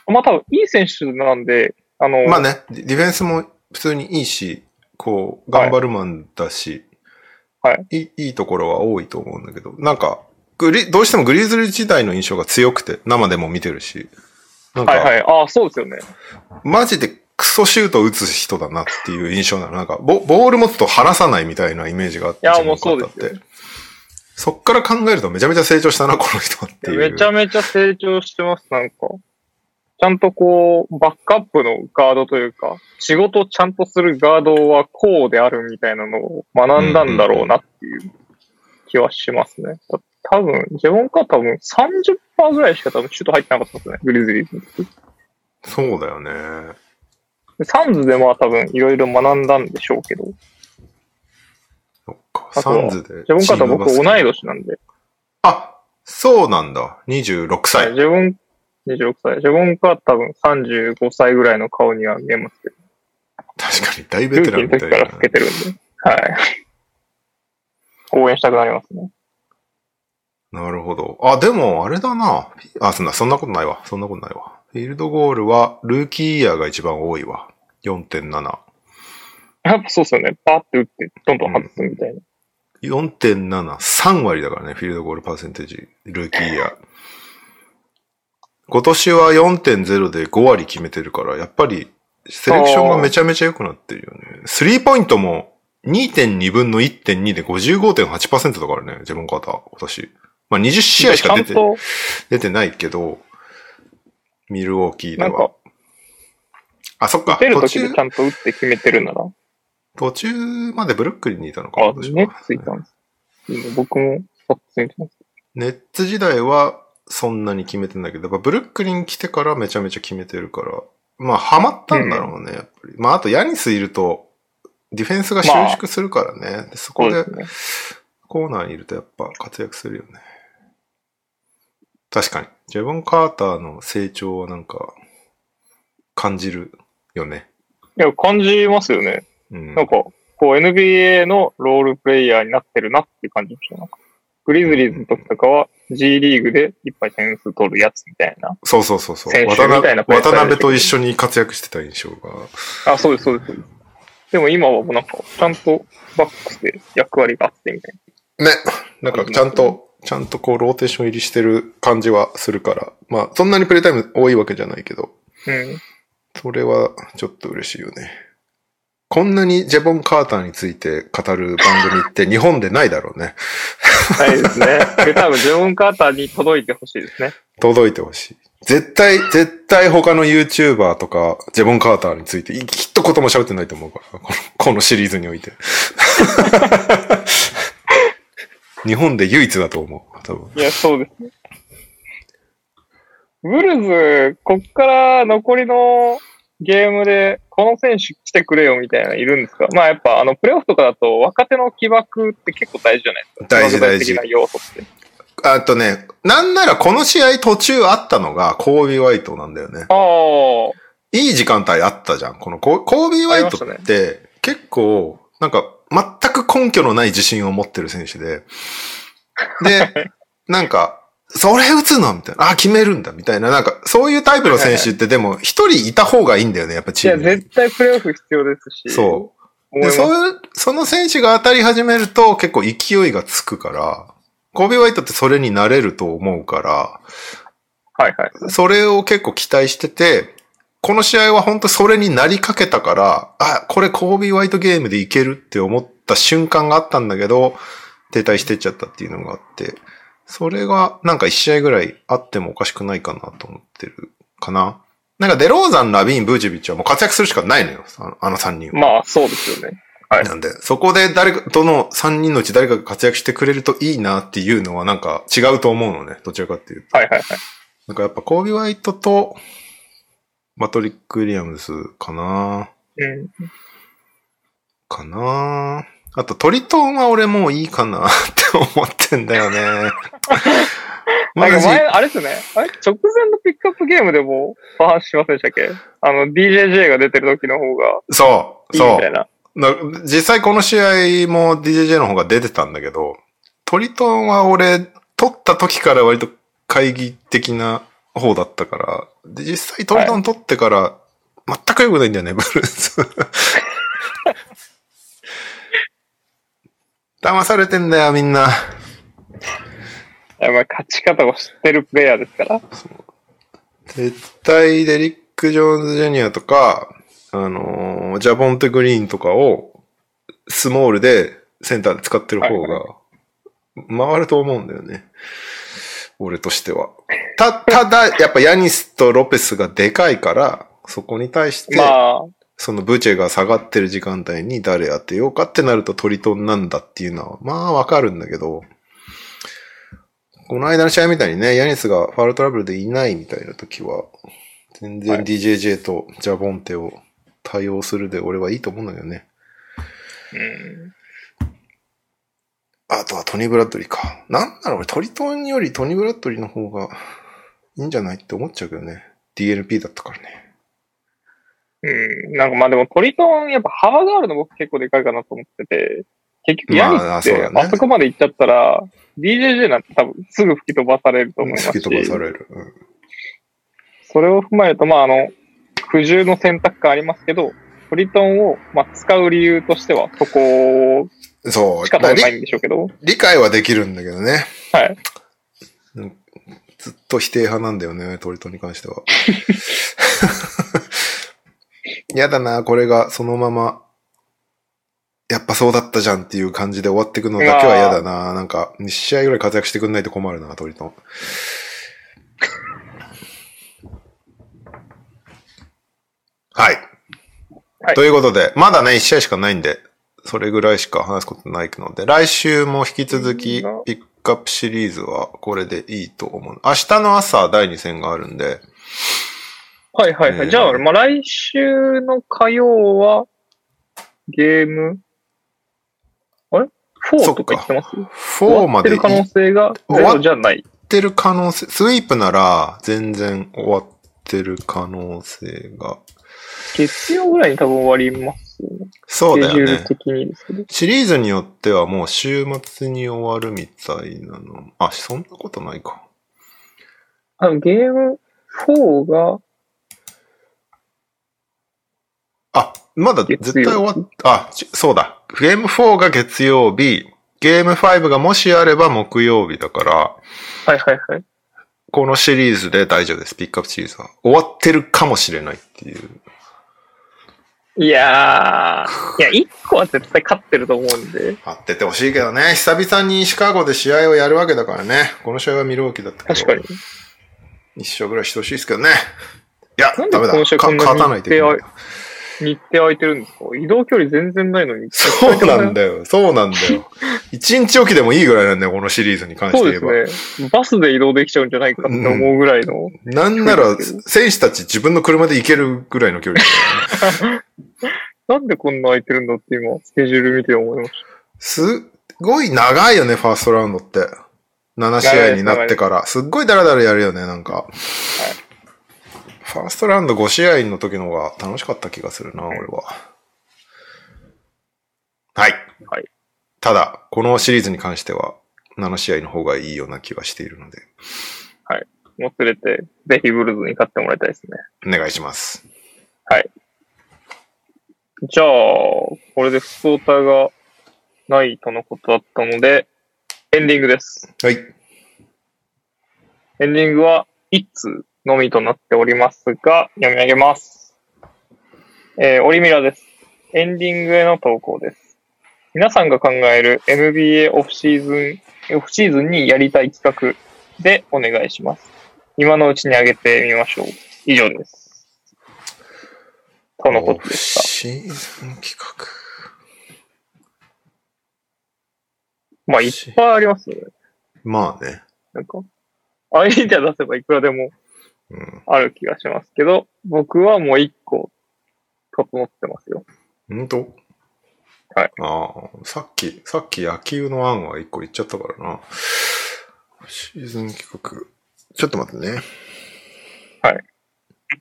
Speaker 1: まあ多分いい選手なんで、あの、
Speaker 3: まあね、ディディフェンスも普通にいいし、こう、頑張るマンだし、
Speaker 1: はい
Speaker 3: いい、いいところは多いと思うんだけど、なんか、グリ、どうしてもグリズル時代の印象が強くて、生でも見てるし、なんか、
Speaker 1: はいはい。ああ、そうですよね。
Speaker 3: マジでクソシュート打つ人だなっていう印象なの。なんかボ、ボール持つと離さないみたいなイメージがあって、
Speaker 1: いや
Speaker 3: 自分
Speaker 1: もう
Speaker 3: の
Speaker 1: そうで
Speaker 3: 方
Speaker 1: すよ
Speaker 3: って。そっから考えるとめちゃめちゃ成長したな、この人はっていう。
Speaker 1: めちゃめちゃ成長してます、なんか。ちゃんとこう、バックアップのガードというか、仕事をちゃんとするガードはこうであるみたいなのを学んだんだろうなっていう気はしますね。だ多分、ジェボンカー多分30%ぐらいしか多分シュート入ってなかったですね、グリズリーズの時
Speaker 3: そうだよね。
Speaker 1: でサンズでまあ多分いろいろ学んだんでしょうけど、ジ
Speaker 3: そっか。
Speaker 1: あと
Speaker 3: サ
Speaker 1: は
Speaker 3: ンズで。
Speaker 1: ェボンカータ僕同い
Speaker 3: 度。
Speaker 1: 年なんで、
Speaker 3: あ、そうなんだ。26歳。
Speaker 1: ジェボン、26歳、ジェボンカータ多分35歳ぐらいの顔には見えますけど
Speaker 3: 確かに大ベ
Speaker 1: ル
Speaker 3: テ
Speaker 1: ーキ
Speaker 3: ラ
Speaker 1: ー
Speaker 3: ン
Speaker 1: の
Speaker 3: みた
Speaker 1: 時
Speaker 3: い
Speaker 1: から
Speaker 3: な
Speaker 1: 老。けてるんで。はい。応援したくなりますね。
Speaker 3: なるほど。あ、でも、あれだな。あ、そんな、そんなことないわ。そんなことないわ。フィールドゴールは、ルーキーイヤーが一番多いわ。4.7。
Speaker 1: やっぱそうっすよね。パーって打って、どんどん外すみたいな。
Speaker 3: 4.7、3割だからね、フィールドゴールパーセンテージ、ルーキーイヤー。今年は4.0で5割決めてるから、やっぱりセレクションがめちゃめちゃ良くなってるよね。スリーポイントも2.2分の1.2で55.8%だからね、ジェボンカーター、今年。まあ20試合しか出て
Speaker 1: ちゃんと、
Speaker 3: 出てないけど、ミルウォーキーで
Speaker 1: なん
Speaker 3: は
Speaker 1: か。、
Speaker 3: あ、そっか、
Speaker 1: 出る
Speaker 3: 途
Speaker 1: とき
Speaker 3: 中
Speaker 1: でち、ゃんと打って決めてるなら、
Speaker 3: 途中までブルックリンにいたのか、
Speaker 1: あ、
Speaker 3: 今年は
Speaker 1: ね、ついたんです。今僕も、そうついてます。
Speaker 3: ネッツ時代はそんなに決めてんだけど、やっぱブルックリン来てからめちゃめちゃ決めてるから、まあ、ハマったんだろうね、やっぱり。まあ、あと、ヤニスいると、ディフェンスが収縮するからね。でそ
Speaker 1: そ
Speaker 3: こ
Speaker 1: う
Speaker 3: で
Speaker 1: で
Speaker 3: す
Speaker 1: ね。
Speaker 3: コーナーにいるとやっぱ活躍するよね。確かに。ジェボン・カーターの成長はなんか、感じるよね。
Speaker 1: いや、感じますよね。
Speaker 3: うん。
Speaker 1: なんか、こう NBA のロールプレイヤーになってるなっていう感じでした。なんかグリズリーズの時とかは G リーグでいっぱい点数取るやつみたいな。
Speaker 3: そうそうそうそう。
Speaker 1: 選手
Speaker 3: 渡
Speaker 1: みたい
Speaker 3: 辺
Speaker 1: なプレッシャー
Speaker 3: 渡辺と一緒に活躍してた印象が。
Speaker 1: あ、そうです、そうです。そうですでも今はもうなんか、ちゃんとバックスで役割があってみたい
Speaker 3: ね。なんかちゃんと、ちゃんとこうローテーション入りしてる感じはするから。まあそんなにプレイタイム多いわけじゃないけど、
Speaker 1: な。うん。
Speaker 3: それはちょっと嬉しいよね。こんなにジェボン・カーターについて語る番組って 日本でないだろうね。
Speaker 1: ないですね。 で、多分ジェオン・カーターに届いてほしいですね。
Speaker 3: 届いてほしい。絶対、絶対他の YouTuber とか、ジェボン・カーターについて、きっとことも喋ってないと思うから、このこのシリーズにおいて。 日本で唯一だと思う、多分。
Speaker 1: いや、そうですね。ブルズ、こっから残りのゲームで、この選手来てくれよみたいなのいるんですかまあやっぱ、あの、プレイオフとかだと若手の起爆って結構大事じゃないですか。
Speaker 3: 大事
Speaker 1: 起爆
Speaker 3: 大事
Speaker 1: 的な要素って。
Speaker 3: あとね、なんならこの試合途中あったのがコービー・ワイトなんだよね。
Speaker 1: ああ、
Speaker 3: いい時間帯あったじゃん。このココービー・ワイト
Speaker 1: あり
Speaker 3: っ
Speaker 1: ま
Speaker 3: て結構、なんか全く根拠のない自信を持ってる選手で。 で、なんか、それ打つのみたいな。あ、決めるんだみたいな。なんか、そういうタイプの選手ってでも一人いた方がいいんだよね。やっぱ
Speaker 1: い
Speaker 3: チー
Speaker 1: や、
Speaker 3: ムに。
Speaker 1: 絶対プレイオフ必要ですし。
Speaker 3: そう。
Speaker 1: 思い
Speaker 3: で、
Speaker 1: ます。
Speaker 3: そういう、その選手が当たり始めると結構勢いがつくから、コービー・ワイトってそれになれると思うから、
Speaker 1: はいはい。
Speaker 3: それを結構期待してて、この試合は本当それになりかけたから、あ、これコービー・ワイトゲームでいけるって思った瞬間があったんだけど、停滞してっちゃったっていうのがあって、それがなんか1試合ぐらいあってもおかしくないかなと思ってるかな。なんかデローザン、ラビーン、ブーチェビッチはもう活躍するしかないのよ、あのあの3人は。
Speaker 1: まあ、そうですよね。はい
Speaker 3: なんで、そこで誰か、どの3人のうち誰かが活躍してくれるといいなっていうのはなんか違うと思うのね。どちらかっていうと。
Speaker 1: はいはいはい。
Speaker 3: なんかやっぱコービー・ワイトとマトリック・ウィリアムズかな
Speaker 1: うん。
Speaker 3: かなあと、トリトンは俺もういいかなって思ってんだよ ね。
Speaker 1: な
Speaker 3: マ
Speaker 1: んか
Speaker 3: ジ
Speaker 1: 前、あれですね。あれ直前のピックアップゲームでも、パーしませんでしたっけあの、DJJ が出てる時の方が
Speaker 3: そう、
Speaker 1: いい
Speaker 3: そ。
Speaker 1: みたいうな。
Speaker 3: な実際この試合も DJJ の方が出てたんだけど、トリトンは俺、取った時から割と会議的な方だったから、で実際トリトン取ってから全く良くないんだよね、ブルース。騙されてんだよ、みんな。
Speaker 1: いやまあ勝ち方を知ってるプレイヤーですから。
Speaker 3: 絶対デリック・ジョーンズ・ジュニアとか、あのージャボンテ・グリーンとかをスモールでセンターで使ってる方
Speaker 1: はい
Speaker 3: が回ると思うんだよね。俺としては。た、ただ、やっぱヤニスとロペスがでかいから、そこに対して、
Speaker 1: まあ、
Speaker 3: そのブチェが下がってる時間帯に誰当てようかってなるとトリトンなんだっていうのは、まあわかるんだけど、この間の試合みたいにね、ヤニスがファウルトラブルでいないみたいな時は、全
Speaker 1: は
Speaker 3: 然
Speaker 1: い
Speaker 3: DJJ とジャボンテを対応するで俺はいいと思うんだけどね。
Speaker 1: うん。
Speaker 3: あとはトニー・ブラッドリーか。なんだろう、俺トリトンよりトニー・ブラッドリーの方がいいんじゃないって思っちゃうけどね。DNP だったからね。
Speaker 1: うん。なんかまあでもトリトン、やっぱ幅があるの僕結構でかいかなと思ってて、結局ヤニ
Speaker 3: まあ
Speaker 1: スっ
Speaker 3: そう
Speaker 1: て
Speaker 3: だね
Speaker 1: あそこまで行っちゃったら、DJJ なんて多分すぐ吹き飛ばされると思います
Speaker 3: 突き飛ば
Speaker 1: し
Speaker 3: さ、れる。うん
Speaker 1: それを踏まえると、まああの、苦渋の選択感ありますけど、トリトンを、まあ、使う理由としては、そこ
Speaker 3: そう。
Speaker 1: しか
Speaker 3: だから
Speaker 1: 取れな
Speaker 3: リ
Speaker 1: いんでしょうけど、
Speaker 3: 理解はできるんだけどね。
Speaker 1: はい。
Speaker 3: ずっと否定派なんだよね、トリトンに関しては。 やだな、これがそのまま、やっぱそうだったじゃんっていう感じで終わってくのだけは嫌だな。なんか、2試合ぐらい活躍してくんないと困るな、トリトン。はい。
Speaker 1: はい
Speaker 3: ということで、まだね、1試合しかないんで、それぐらいしか話すことないので、来週も引き続き、ピックアップシリーズはこれでいいと思う。明日の朝、第2戦があるんで、
Speaker 1: はいはいは
Speaker 3: ね
Speaker 1: い。じゃあ、まあ、来週の火曜は、ゲーム、あれ ?4 とか言ってます
Speaker 3: 4まで
Speaker 1: 終わってる可
Speaker 3: 行
Speaker 1: 能
Speaker 3: っ
Speaker 1: 性がゼロじゃない。
Speaker 3: てる可能性、スイープなら全然終わってる可能性が。
Speaker 1: 月曜ぐらいに多分終わりますよね。
Speaker 3: そうだ
Speaker 1: スケジュ
Speaker 3: よ
Speaker 1: ール
Speaker 3: ね。
Speaker 1: 的にですけど。
Speaker 3: シリーズによってはもう週末に終わるみたいなの。あ、そんなことないか。
Speaker 1: あの、ゲーム4が、
Speaker 3: あ、まだ絶対終わっ、あ、ちそうだ。ゲーム4が月曜日、ゲーム5がもしあれば木曜日だから、
Speaker 1: はいはいはい。
Speaker 3: このシリーズで大丈夫です。ピックアップシリーズは。終わってるかもしれないっていう。
Speaker 1: いやー、いや、1個は絶対勝ってると思うんで。
Speaker 3: あっててほしいけどね。久々にシカゴで試合をやるわけだからね。この試合はミルウォーキーだったけど。
Speaker 1: 確かに。。
Speaker 3: 一勝ぐらいしてほしいですけどね。いや、
Speaker 1: なんで
Speaker 3: ダメだ。
Speaker 1: この試合
Speaker 3: か
Speaker 1: こんなに
Speaker 3: 勝たないといけない
Speaker 1: 手。日程空いてるんですか移動距離全然ないのに。
Speaker 3: そうなんだよ。そうなんだよ。一日おきでもいいぐらいなんだよ、このシリーズに関して
Speaker 1: そう
Speaker 3: 言え
Speaker 1: で
Speaker 3: ば。
Speaker 1: すね。バスで移動できちゃうんじゃないかって思うぐらいの。
Speaker 3: なん なら
Speaker 1: 低いですけ、
Speaker 3: 選手たち自分の車で行けるぐらいの距離だよね
Speaker 1: なんでこんな空いてるんだって今、スケジュール見て思いまし
Speaker 3: すっごい長いよね、ファーストラウンドって。7試合になってから。すっごいダラダラやるよね、なんか。ファーストラウンド5試合の時の方が楽しかった気がするな、俺は。はい。
Speaker 1: はい
Speaker 3: ただ、このシリーズに関しては、7試合の方がいいような気がしているので、
Speaker 1: た。もつれて、ぜひブルーズに勝ってもらいたいですね。
Speaker 3: お願いします。
Speaker 1: じゃあ、これでスポーターがないとのことだったので、エンディングです。
Speaker 3: はい。
Speaker 1: エンディングは1通のみとなっておりますが、読み上げます。えー、オリミラです。エンディングへの投稿です。皆さんが考える NBA オフシーズン、オフシーズンにやりたい企画でお願いします。今のうちに上げてみましょう。以上です。とのことでした。
Speaker 3: シーズン企画。
Speaker 1: まあ、いっぱいありますよね。
Speaker 3: まあね。
Speaker 1: なんか、アイデア出せばいくらでも
Speaker 3: うん
Speaker 1: ある気がしますけど、僕はもう一個整ってますよ。。
Speaker 3: 本当ああ、さっき、さっき野球の案は一個言っちゃったからな。シーズン企画。ちょっと待ってね。
Speaker 1: はい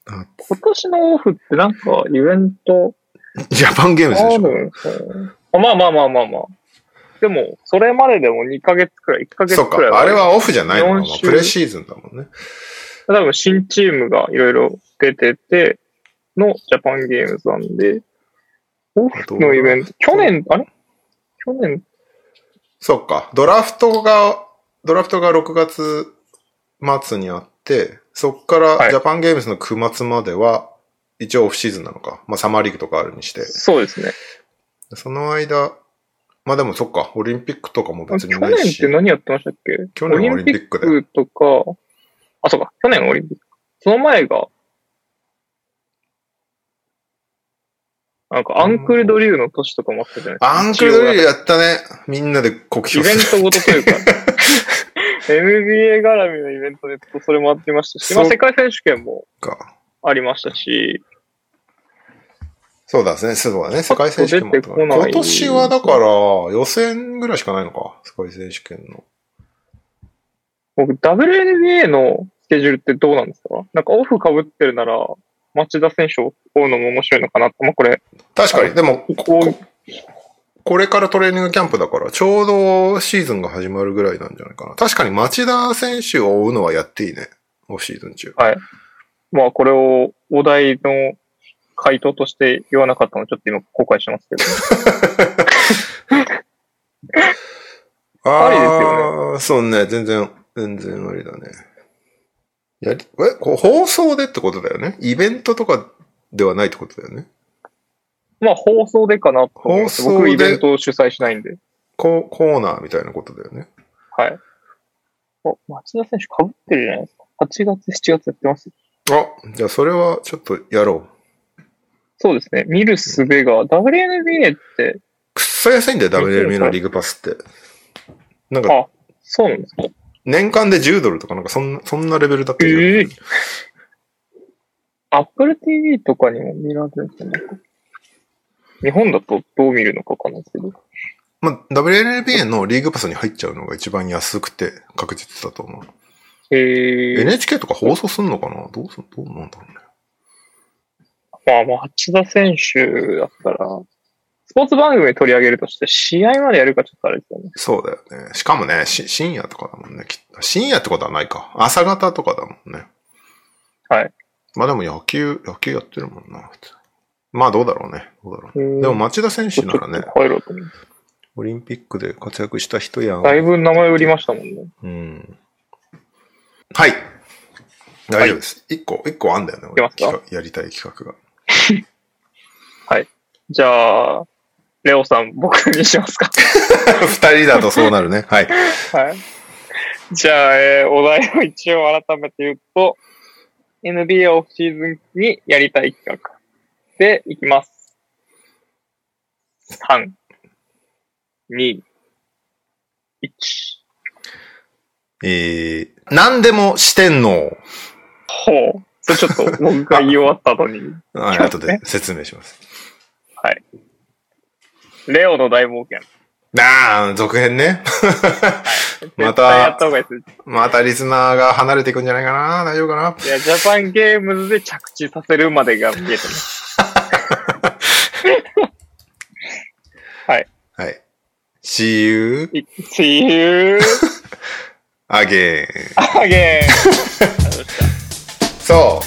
Speaker 3: あ。
Speaker 1: 今年のオフってなんかイベント
Speaker 3: ジャパンゲー
Speaker 1: あ
Speaker 3: ムズでし
Speaker 1: るん
Speaker 3: ょ
Speaker 1: ですよね。あまあまあまあまあまあ。でも、それまででも2ヶ月くらい、1ヶ月
Speaker 3: そっ
Speaker 1: くらい
Speaker 3: か、あれはオフじゃないのか、
Speaker 1: 4
Speaker 3: まあ、
Speaker 1: 週
Speaker 3: プレシーズンだもんね。
Speaker 1: 多分新チームがいろいろ出てて、のジャパンゲームズなんで、オフのイベント、去年、あれ去年、
Speaker 3: そっか、ドラフトが、ドラフトが6月末にあって、そっか
Speaker 1: は
Speaker 3: ら
Speaker 1: い
Speaker 3: ジャパンゲームズの9月までは、一応オフシーズンなのか。まあ、サマーリーグとかあるにして。
Speaker 1: そうですね。
Speaker 3: その間、まあでもそっか、オリンピックとかも
Speaker 1: 去
Speaker 3: 別にない
Speaker 1: 年っ
Speaker 3: し。
Speaker 1: て何やってましたっけ
Speaker 3: 去年はオリンピックだよ
Speaker 1: オリンピックとか、あ、そうか、去年はオリンピック。その前が、なんかアンクルドリューの年とかもあったじゃないですか。
Speaker 3: アンクルドリル
Speaker 1: 一応
Speaker 3: やったね。みんなで酷
Speaker 1: イ
Speaker 3: 評
Speaker 1: ベン
Speaker 3: する。
Speaker 1: トごとというか、NBA 絡みのイベントでずっとそれもあってましたし、まあ
Speaker 3: そう
Speaker 1: 世界選手権も
Speaker 3: か。
Speaker 1: ありましたし、
Speaker 3: そうだですね、そうだね。世界選手権もあったか
Speaker 1: ち
Speaker 3: ら
Speaker 1: ょっと出てこない
Speaker 3: 今年はだから、予選ぐらいしかないのか。世界選手権の。
Speaker 1: 僕 WNBA のスケジュールってどうなんですかなんかオフ被ってるなら、町田選手を追うのも面白いのかなと。まあこれ、
Speaker 3: 確か
Speaker 1: あ
Speaker 3: に、でも、
Speaker 1: こう
Speaker 3: これからトレーニングキャンプだから、ちょうどシーズンが始まるぐらいなんじゃないかな。確かに町田選手を追うのはやっていいね。オフシーズン中。
Speaker 1: まあ、これをお題の回答として言わなかったのをちょっと今後悔してますけど。 ありですよ
Speaker 3: あーそうね。全然、全然ありだね。やり、え、こう放送でってことだよね。イベントとかではないってことだよね。
Speaker 1: まあ、放送でかなと思います。
Speaker 3: 放送で
Speaker 1: 僕イベントを主催しないんで。
Speaker 3: こう、コーナーみたいなことだよね。
Speaker 1: はい。お、町田選手被ってるじゃないですか。8月、7月やってます。
Speaker 3: あ、じゃあそれはちょっとやろう。
Speaker 1: そうですね。見る術が、WNBA って、
Speaker 3: くっそ安いんだよ、WLB のリーグパスって。なんか、
Speaker 1: あ、そうなんですか。
Speaker 3: 年間で10ドルとか、なんかそんな、そんなレベルだったよ
Speaker 1: ええ Apple TV とかにも見られるんじゃないか。日本だとどう見るのかわかんないですけど。
Speaker 3: まあ、WLB のリーグパスに入っちゃうのが一番安くて確実だと思う。
Speaker 1: えー、
Speaker 3: NHK とか放送すんのかなどうすどうなんだろうね。
Speaker 1: まあ、町田選手だったら、スポーツ番組に取り上げるとして、試合までやるかちょっとあれですよね。
Speaker 3: そうだよね。しかもね、し深夜とかだもんね。きっと深夜ってことはないか。朝方とかだもんね。
Speaker 1: はい。
Speaker 3: まあでも野球、野球やってるもんな。普通にまあどうだろうね。どうだろうね。でも町田選手ならね
Speaker 1: ちょっ、と帰ろうと思う
Speaker 3: オリンピックで活躍した人やん。
Speaker 1: だいぶ名前売りましたもんね。
Speaker 3: うん。はい。大丈夫です。一、個、一個あんだよね。
Speaker 1: き
Speaker 3: 俺
Speaker 1: ますか
Speaker 3: 企画やりたい企画が。
Speaker 1: じゃあ、レオさん、僕にしますか。
Speaker 3: 二人だとそうなるね。 はい。
Speaker 1: はい。じゃあ、えーお題を一応改めて言うと、NBA オフシーズンにやりたい企画でいきます。3、2、1。
Speaker 3: えー、何でも四天王。
Speaker 1: ほう。それちょっと僕が言い終わった後に。
Speaker 3: はい、後で説明します。
Speaker 1: レオの大冒険。
Speaker 3: あー、続編ね。 ま、
Speaker 1: 絶対やったた方がいいで
Speaker 3: またリスナーが離れていくんじゃないかな大丈夫かな
Speaker 1: す。いや、ジャパンゲームズで着地させるまでが見えてます。
Speaker 3: はい。See you
Speaker 1: い See you
Speaker 3: again.
Speaker 1: again!
Speaker 3: そ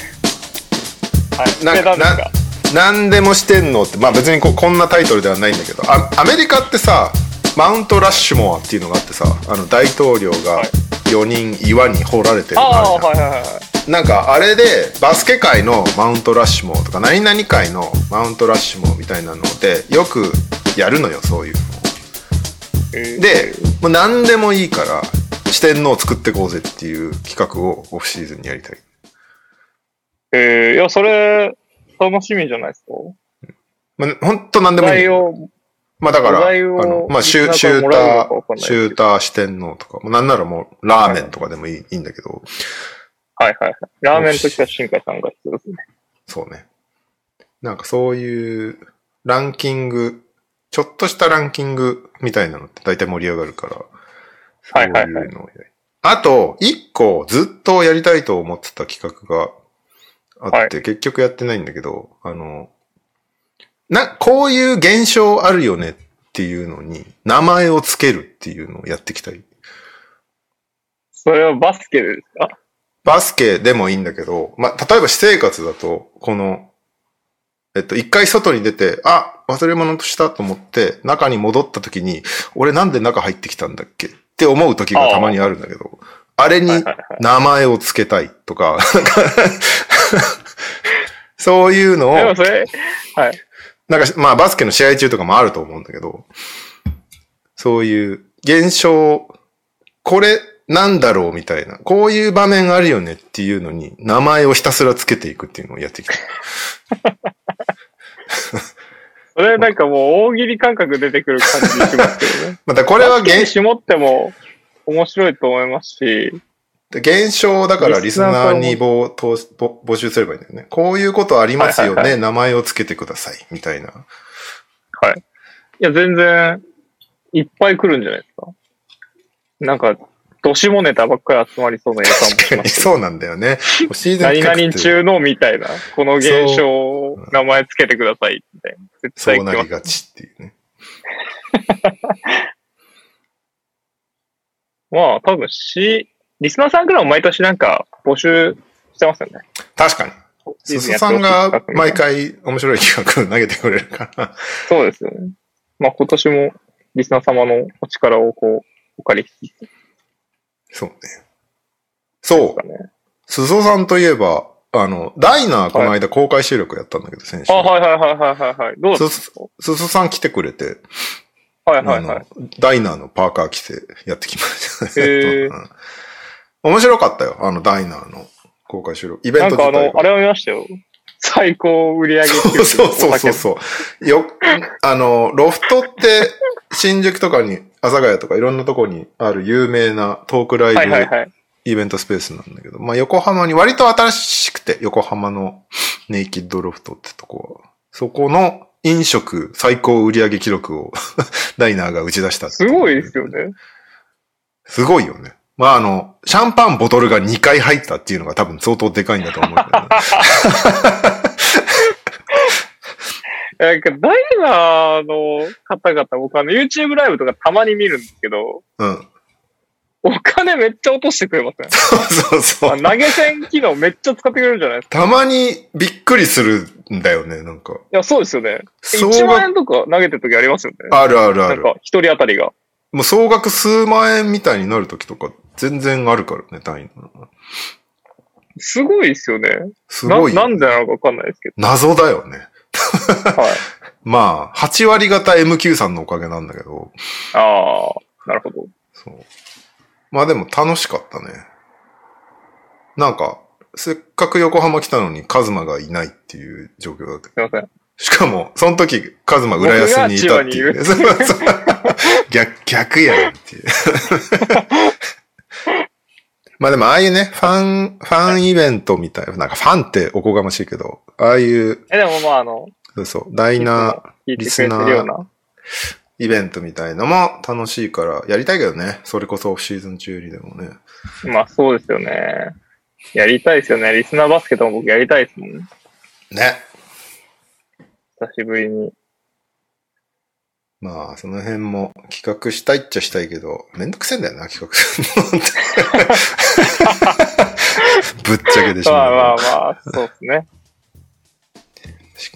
Speaker 1: はい。
Speaker 3: なんか
Speaker 1: でなんか
Speaker 3: う。何でもしてんのって、まあ別にここんなタイトルではないんだけど、あアメリカってさ、マウント・ラッシュモアっていうのがあってさ、あの大統領が
Speaker 1: はい
Speaker 3: 4人岩に掘られてるのある
Speaker 1: あ
Speaker 3: じ
Speaker 1: あ、
Speaker 3: ゃん
Speaker 1: はいはいはい。
Speaker 3: なんかあれでバスケ界のマウントラッシュモーとか何々界のマウントラッシュモーみたいなのでよくやるのよそういうの
Speaker 1: えー
Speaker 3: でもう何でもいいから四天王作ってこうぜっていう企画をオフシーズンにやりたい
Speaker 1: えー、いや、それ、楽しみじゃないですか。
Speaker 3: まあ、ほんと何で
Speaker 1: お
Speaker 3: もいい
Speaker 1: 題
Speaker 3: のよ
Speaker 1: を、
Speaker 3: まあだから
Speaker 1: お
Speaker 3: あ
Speaker 1: 題を
Speaker 3: の、まあ、シ
Speaker 1: みん
Speaker 3: ュ
Speaker 1: な
Speaker 3: シュ
Speaker 1: が
Speaker 3: ー
Speaker 1: も
Speaker 3: タ
Speaker 1: らえるのかわか
Speaker 3: ー
Speaker 1: んない
Speaker 3: シューター四天王とかもうなんならもうラーメンとかでもいい,、い、いんだけど
Speaker 1: はいはいはい。ラーメンときは新海さんが必要ですね。
Speaker 3: そうねなんかそういうランキングちょっとしたランキングみたいなのって大体盛り上がるから、
Speaker 1: はいはいはい
Speaker 3: そういうのをやりあと、一個ずっとやりたいと思ってた企画があって、結局やってないんだけど、あの、な、こういう現象あるよねっていうのに、名前をつけるっていうのをやっていきたい。
Speaker 1: それはバスケですか
Speaker 3: バスケでもいいんだけど、まあ、例えば私生活だと、この、えっと、一回外に出て、あ、忘れ物したと思って、中に戻った時に、俺なんで中入ってきたんだっけって思う時がたまにあるんだけど、あれに
Speaker 1: はいはいはい。
Speaker 3: 名前を付けたいとか、なんか そういうの
Speaker 1: で
Speaker 3: を
Speaker 1: も、それ、はい。
Speaker 3: なんか、まあ、バスケの試合中とかもあると思うんだけど、そういう現象、これなんだろうみたいな、こういう場面あるよねっていうのに、名前をひたすらつけていくっていうのをやってきた。
Speaker 1: それなんかもう大喜利感覚出てくる感じしますけどね。
Speaker 3: まあだこれは
Speaker 1: バスケに
Speaker 3: 現
Speaker 1: 絞っても面白いと思いますし、
Speaker 3: 現象だからリスナーにぼ投ぼ募集すればいいんだよね。こういうことありますよね、
Speaker 1: はいはい
Speaker 3: 名前をつけてください、みたいな。
Speaker 1: いや、全然、いっぱい来るんじゃないですか。なんか、どしもネタばっかり集まりそうな予感も
Speaker 3: 確
Speaker 1: し
Speaker 3: か
Speaker 1: ま
Speaker 3: に
Speaker 1: す。
Speaker 3: そうなんだよね。もうシーズン
Speaker 1: 何
Speaker 3: 企画って
Speaker 1: 々中のみたいな、この現象を名前つけてくださいみたいな。絶
Speaker 3: そ
Speaker 1: 対
Speaker 3: う
Speaker 1: 来
Speaker 3: な
Speaker 1: ま
Speaker 3: り
Speaker 1: す。
Speaker 3: がちっていうね。
Speaker 1: まあ、多分し、リスナーさんからも毎年なんか募集してますよね。
Speaker 3: 確かに。
Speaker 1: シ
Speaker 3: す
Speaker 1: ーズン
Speaker 3: す
Speaker 1: やって
Speaker 3: さ
Speaker 1: ほしい
Speaker 3: んが
Speaker 1: 企画みたい
Speaker 3: 毎
Speaker 1: な
Speaker 3: 回面白い企画投げてくれるから。
Speaker 1: そうですよね。まあ今年もリスナー様のお力をこう、お借りしつつで
Speaker 3: そうね。そ
Speaker 1: すか
Speaker 3: う。
Speaker 1: ね。
Speaker 3: 鈴尾さんといえば、あの、ダイナーこの間公開収録やったんだけど、先週
Speaker 1: あ、。はいはいはいはいはいはい。どうですか
Speaker 3: 鈴尾さん来てくれて、
Speaker 1: はいは
Speaker 3: あ
Speaker 1: いはい
Speaker 3: の。、ダイナーのパーカー着てやってきました。
Speaker 1: へ ー
Speaker 3: うん面白かったよ、あの、ダイナーの公開収録。イベ
Speaker 1: な
Speaker 3: ン
Speaker 1: ん
Speaker 3: ト
Speaker 1: か
Speaker 3: 自
Speaker 1: あ
Speaker 3: 体
Speaker 1: の、
Speaker 3: が
Speaker 1: あれを見ましたよ。最高売り上げ
Speaker 3: そうそうそうそうそう。よ、あの、ロフトって、新宿とかに、阿佐ヶ谷とかいろんなとこにある有名なトークライブ
Speaker 1: はいはいはい。
Speaker 3: イベントスペースなんだけど、まあ横浜に割と新しくて、横浜のネイキッドロフトってとこは、そこの飲食最高売上記録を ダイナーが打ち出したって
Speaker 1: す
Speaker 3: う
Speaker 1: ごいですよ。ね。
Speaker 3: すごいよね。まああの、シャンパンボトルが2回入ったっていうのが多分相当でかいんだと思うけどね。
Speaker 1: なんか、ダイナーの方々、僕あの、YouTube ライブとかたまに見るんですけど、
Speaker 3: うん。
Speaker 1: お金めっちゃ落としてくれません
Speaker 3: そうそう。
Speaker 1: あ投げ銭機能めっちゃ使ってくれるじゃないですか。
Speaker 3: たまにびっくりするんだよね、なんか。
Speaker 1: いや、そうですよね。
Speaker 3: 総
Speaker 1: 1万
Speaker 3: 額、
Speaker 1: 円とか投げてる時ありますよね。
Speaker 3: あるあるあ
Speaker 1: なん
Speaker 3: る。
Speaker 1: か、一人当たりが。
Speaker 3: もう総額数万円みたいになるときとか、全然あるからね、単位の。
Speaker 1: すごいですよね。
Speaker 3: すごいよ
Speaker 1: な。なんでなのかわかんないですけ
Speaker 3: 謎だよね。
Speaker 1: ど。はい。
Speaker 3: まあ、8割型 MQ さんのおかげなんだけど、
Speaker 1: ああ、なるほど。
Speaker 3: そう。まあでも楽しかったね。なんか、せっかく横浜来たのにカズマがいないっていう状況だった。
Speaker 1: すいません。
Speaker 3: しかも、その時、カズマ浦安にいたっていう、ね。そうそう逆、逆やんっていう。 まあでも、ああいうね、ファン、ファンイベントみたいな、なんかファンっておこがましいけど、ああいう、
Speaker 1: え、でもまあ、あの、
Speaker 3: そうそう、ダイナ
Speaker 1: 聞いてくれてるような。
Speaker 3: ーイベントみたいのも楽しいから、やりたいけどね、それこそオフシーズン中にでもね。
Speaker 1: まあ、そうですよね。やりたいですよね。リスナーバスケットも僕やりたいですもん。
Speaker 3: ね。
Speaker 1: 久しぶりに。
Speaker 3: まあ、その辺も企画したいっちゃしたいけど、めんどくせえんだよな、企画するのって。 ぶっちゃけてし
Speaker 1: ま
Speaker 3: ま
Speaker 1: あ
Speaker 3: う。
Speaker 1: まあまあ、そうですね。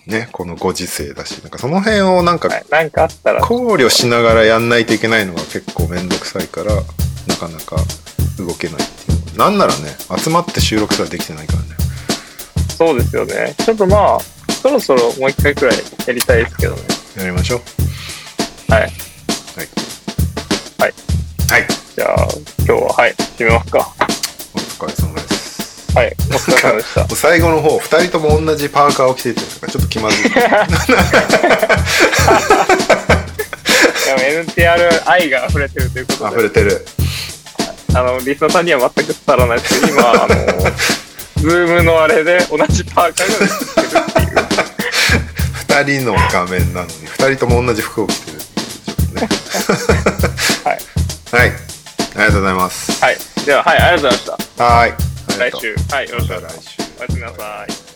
Speaker 3: ね、このご時世だし、なんかその辺をなんか
Speaker 1: はい。なんかあったら、
Speaker 3: 考慮しながらやんないといけないのが結構めんどくさいから、なかなか動けないっていう。なんならね、集まって収録すらできてないからね。
Speaker 1: そうですよね。ちょっとまあ、そろそろもう一回くらいやりたいですけどね。
Speaker 3: やりましょう。
Speaker 1: はい。
Speaker 3: はい。
Speaker 1: はい。
Speaker 3: はい。
Speaker 1: じゃあ、今日は、はい、決めますか。は
Speaker 3: お疲れ様です。
Speaker 1: い。お疲れ様 でした。
Speaker 3: 最後の方、二人とも同じパーカーを着ていてるから、ちょっと気まずい。
Speaker 1: でも NTR 愛が溢れてるということで
Speaker 3: 溢。れてる。
Speaker 1: あの、リスナーさんには全く伝わらないですけど、今、あの、ズームのあれで同じパーカーが出てるっていう。
Speaker 3: 二人の画面なのに二2人とも同じ服を着てるっていうことですね
Speaker 1: はい
Speaker 3: はいありがとうございます
Speaker 1: はい。では、はい、ありがとうございまし
Speaker 3: はいあり
Speaker 1: た。
Speaker 3: がとう
Speaker 1: 来週。はい、よろしくお願いし
Speaker 3: また来
Speaker 1: ます。
Speaker 3: 週
Speaker 1: おやすみなさい。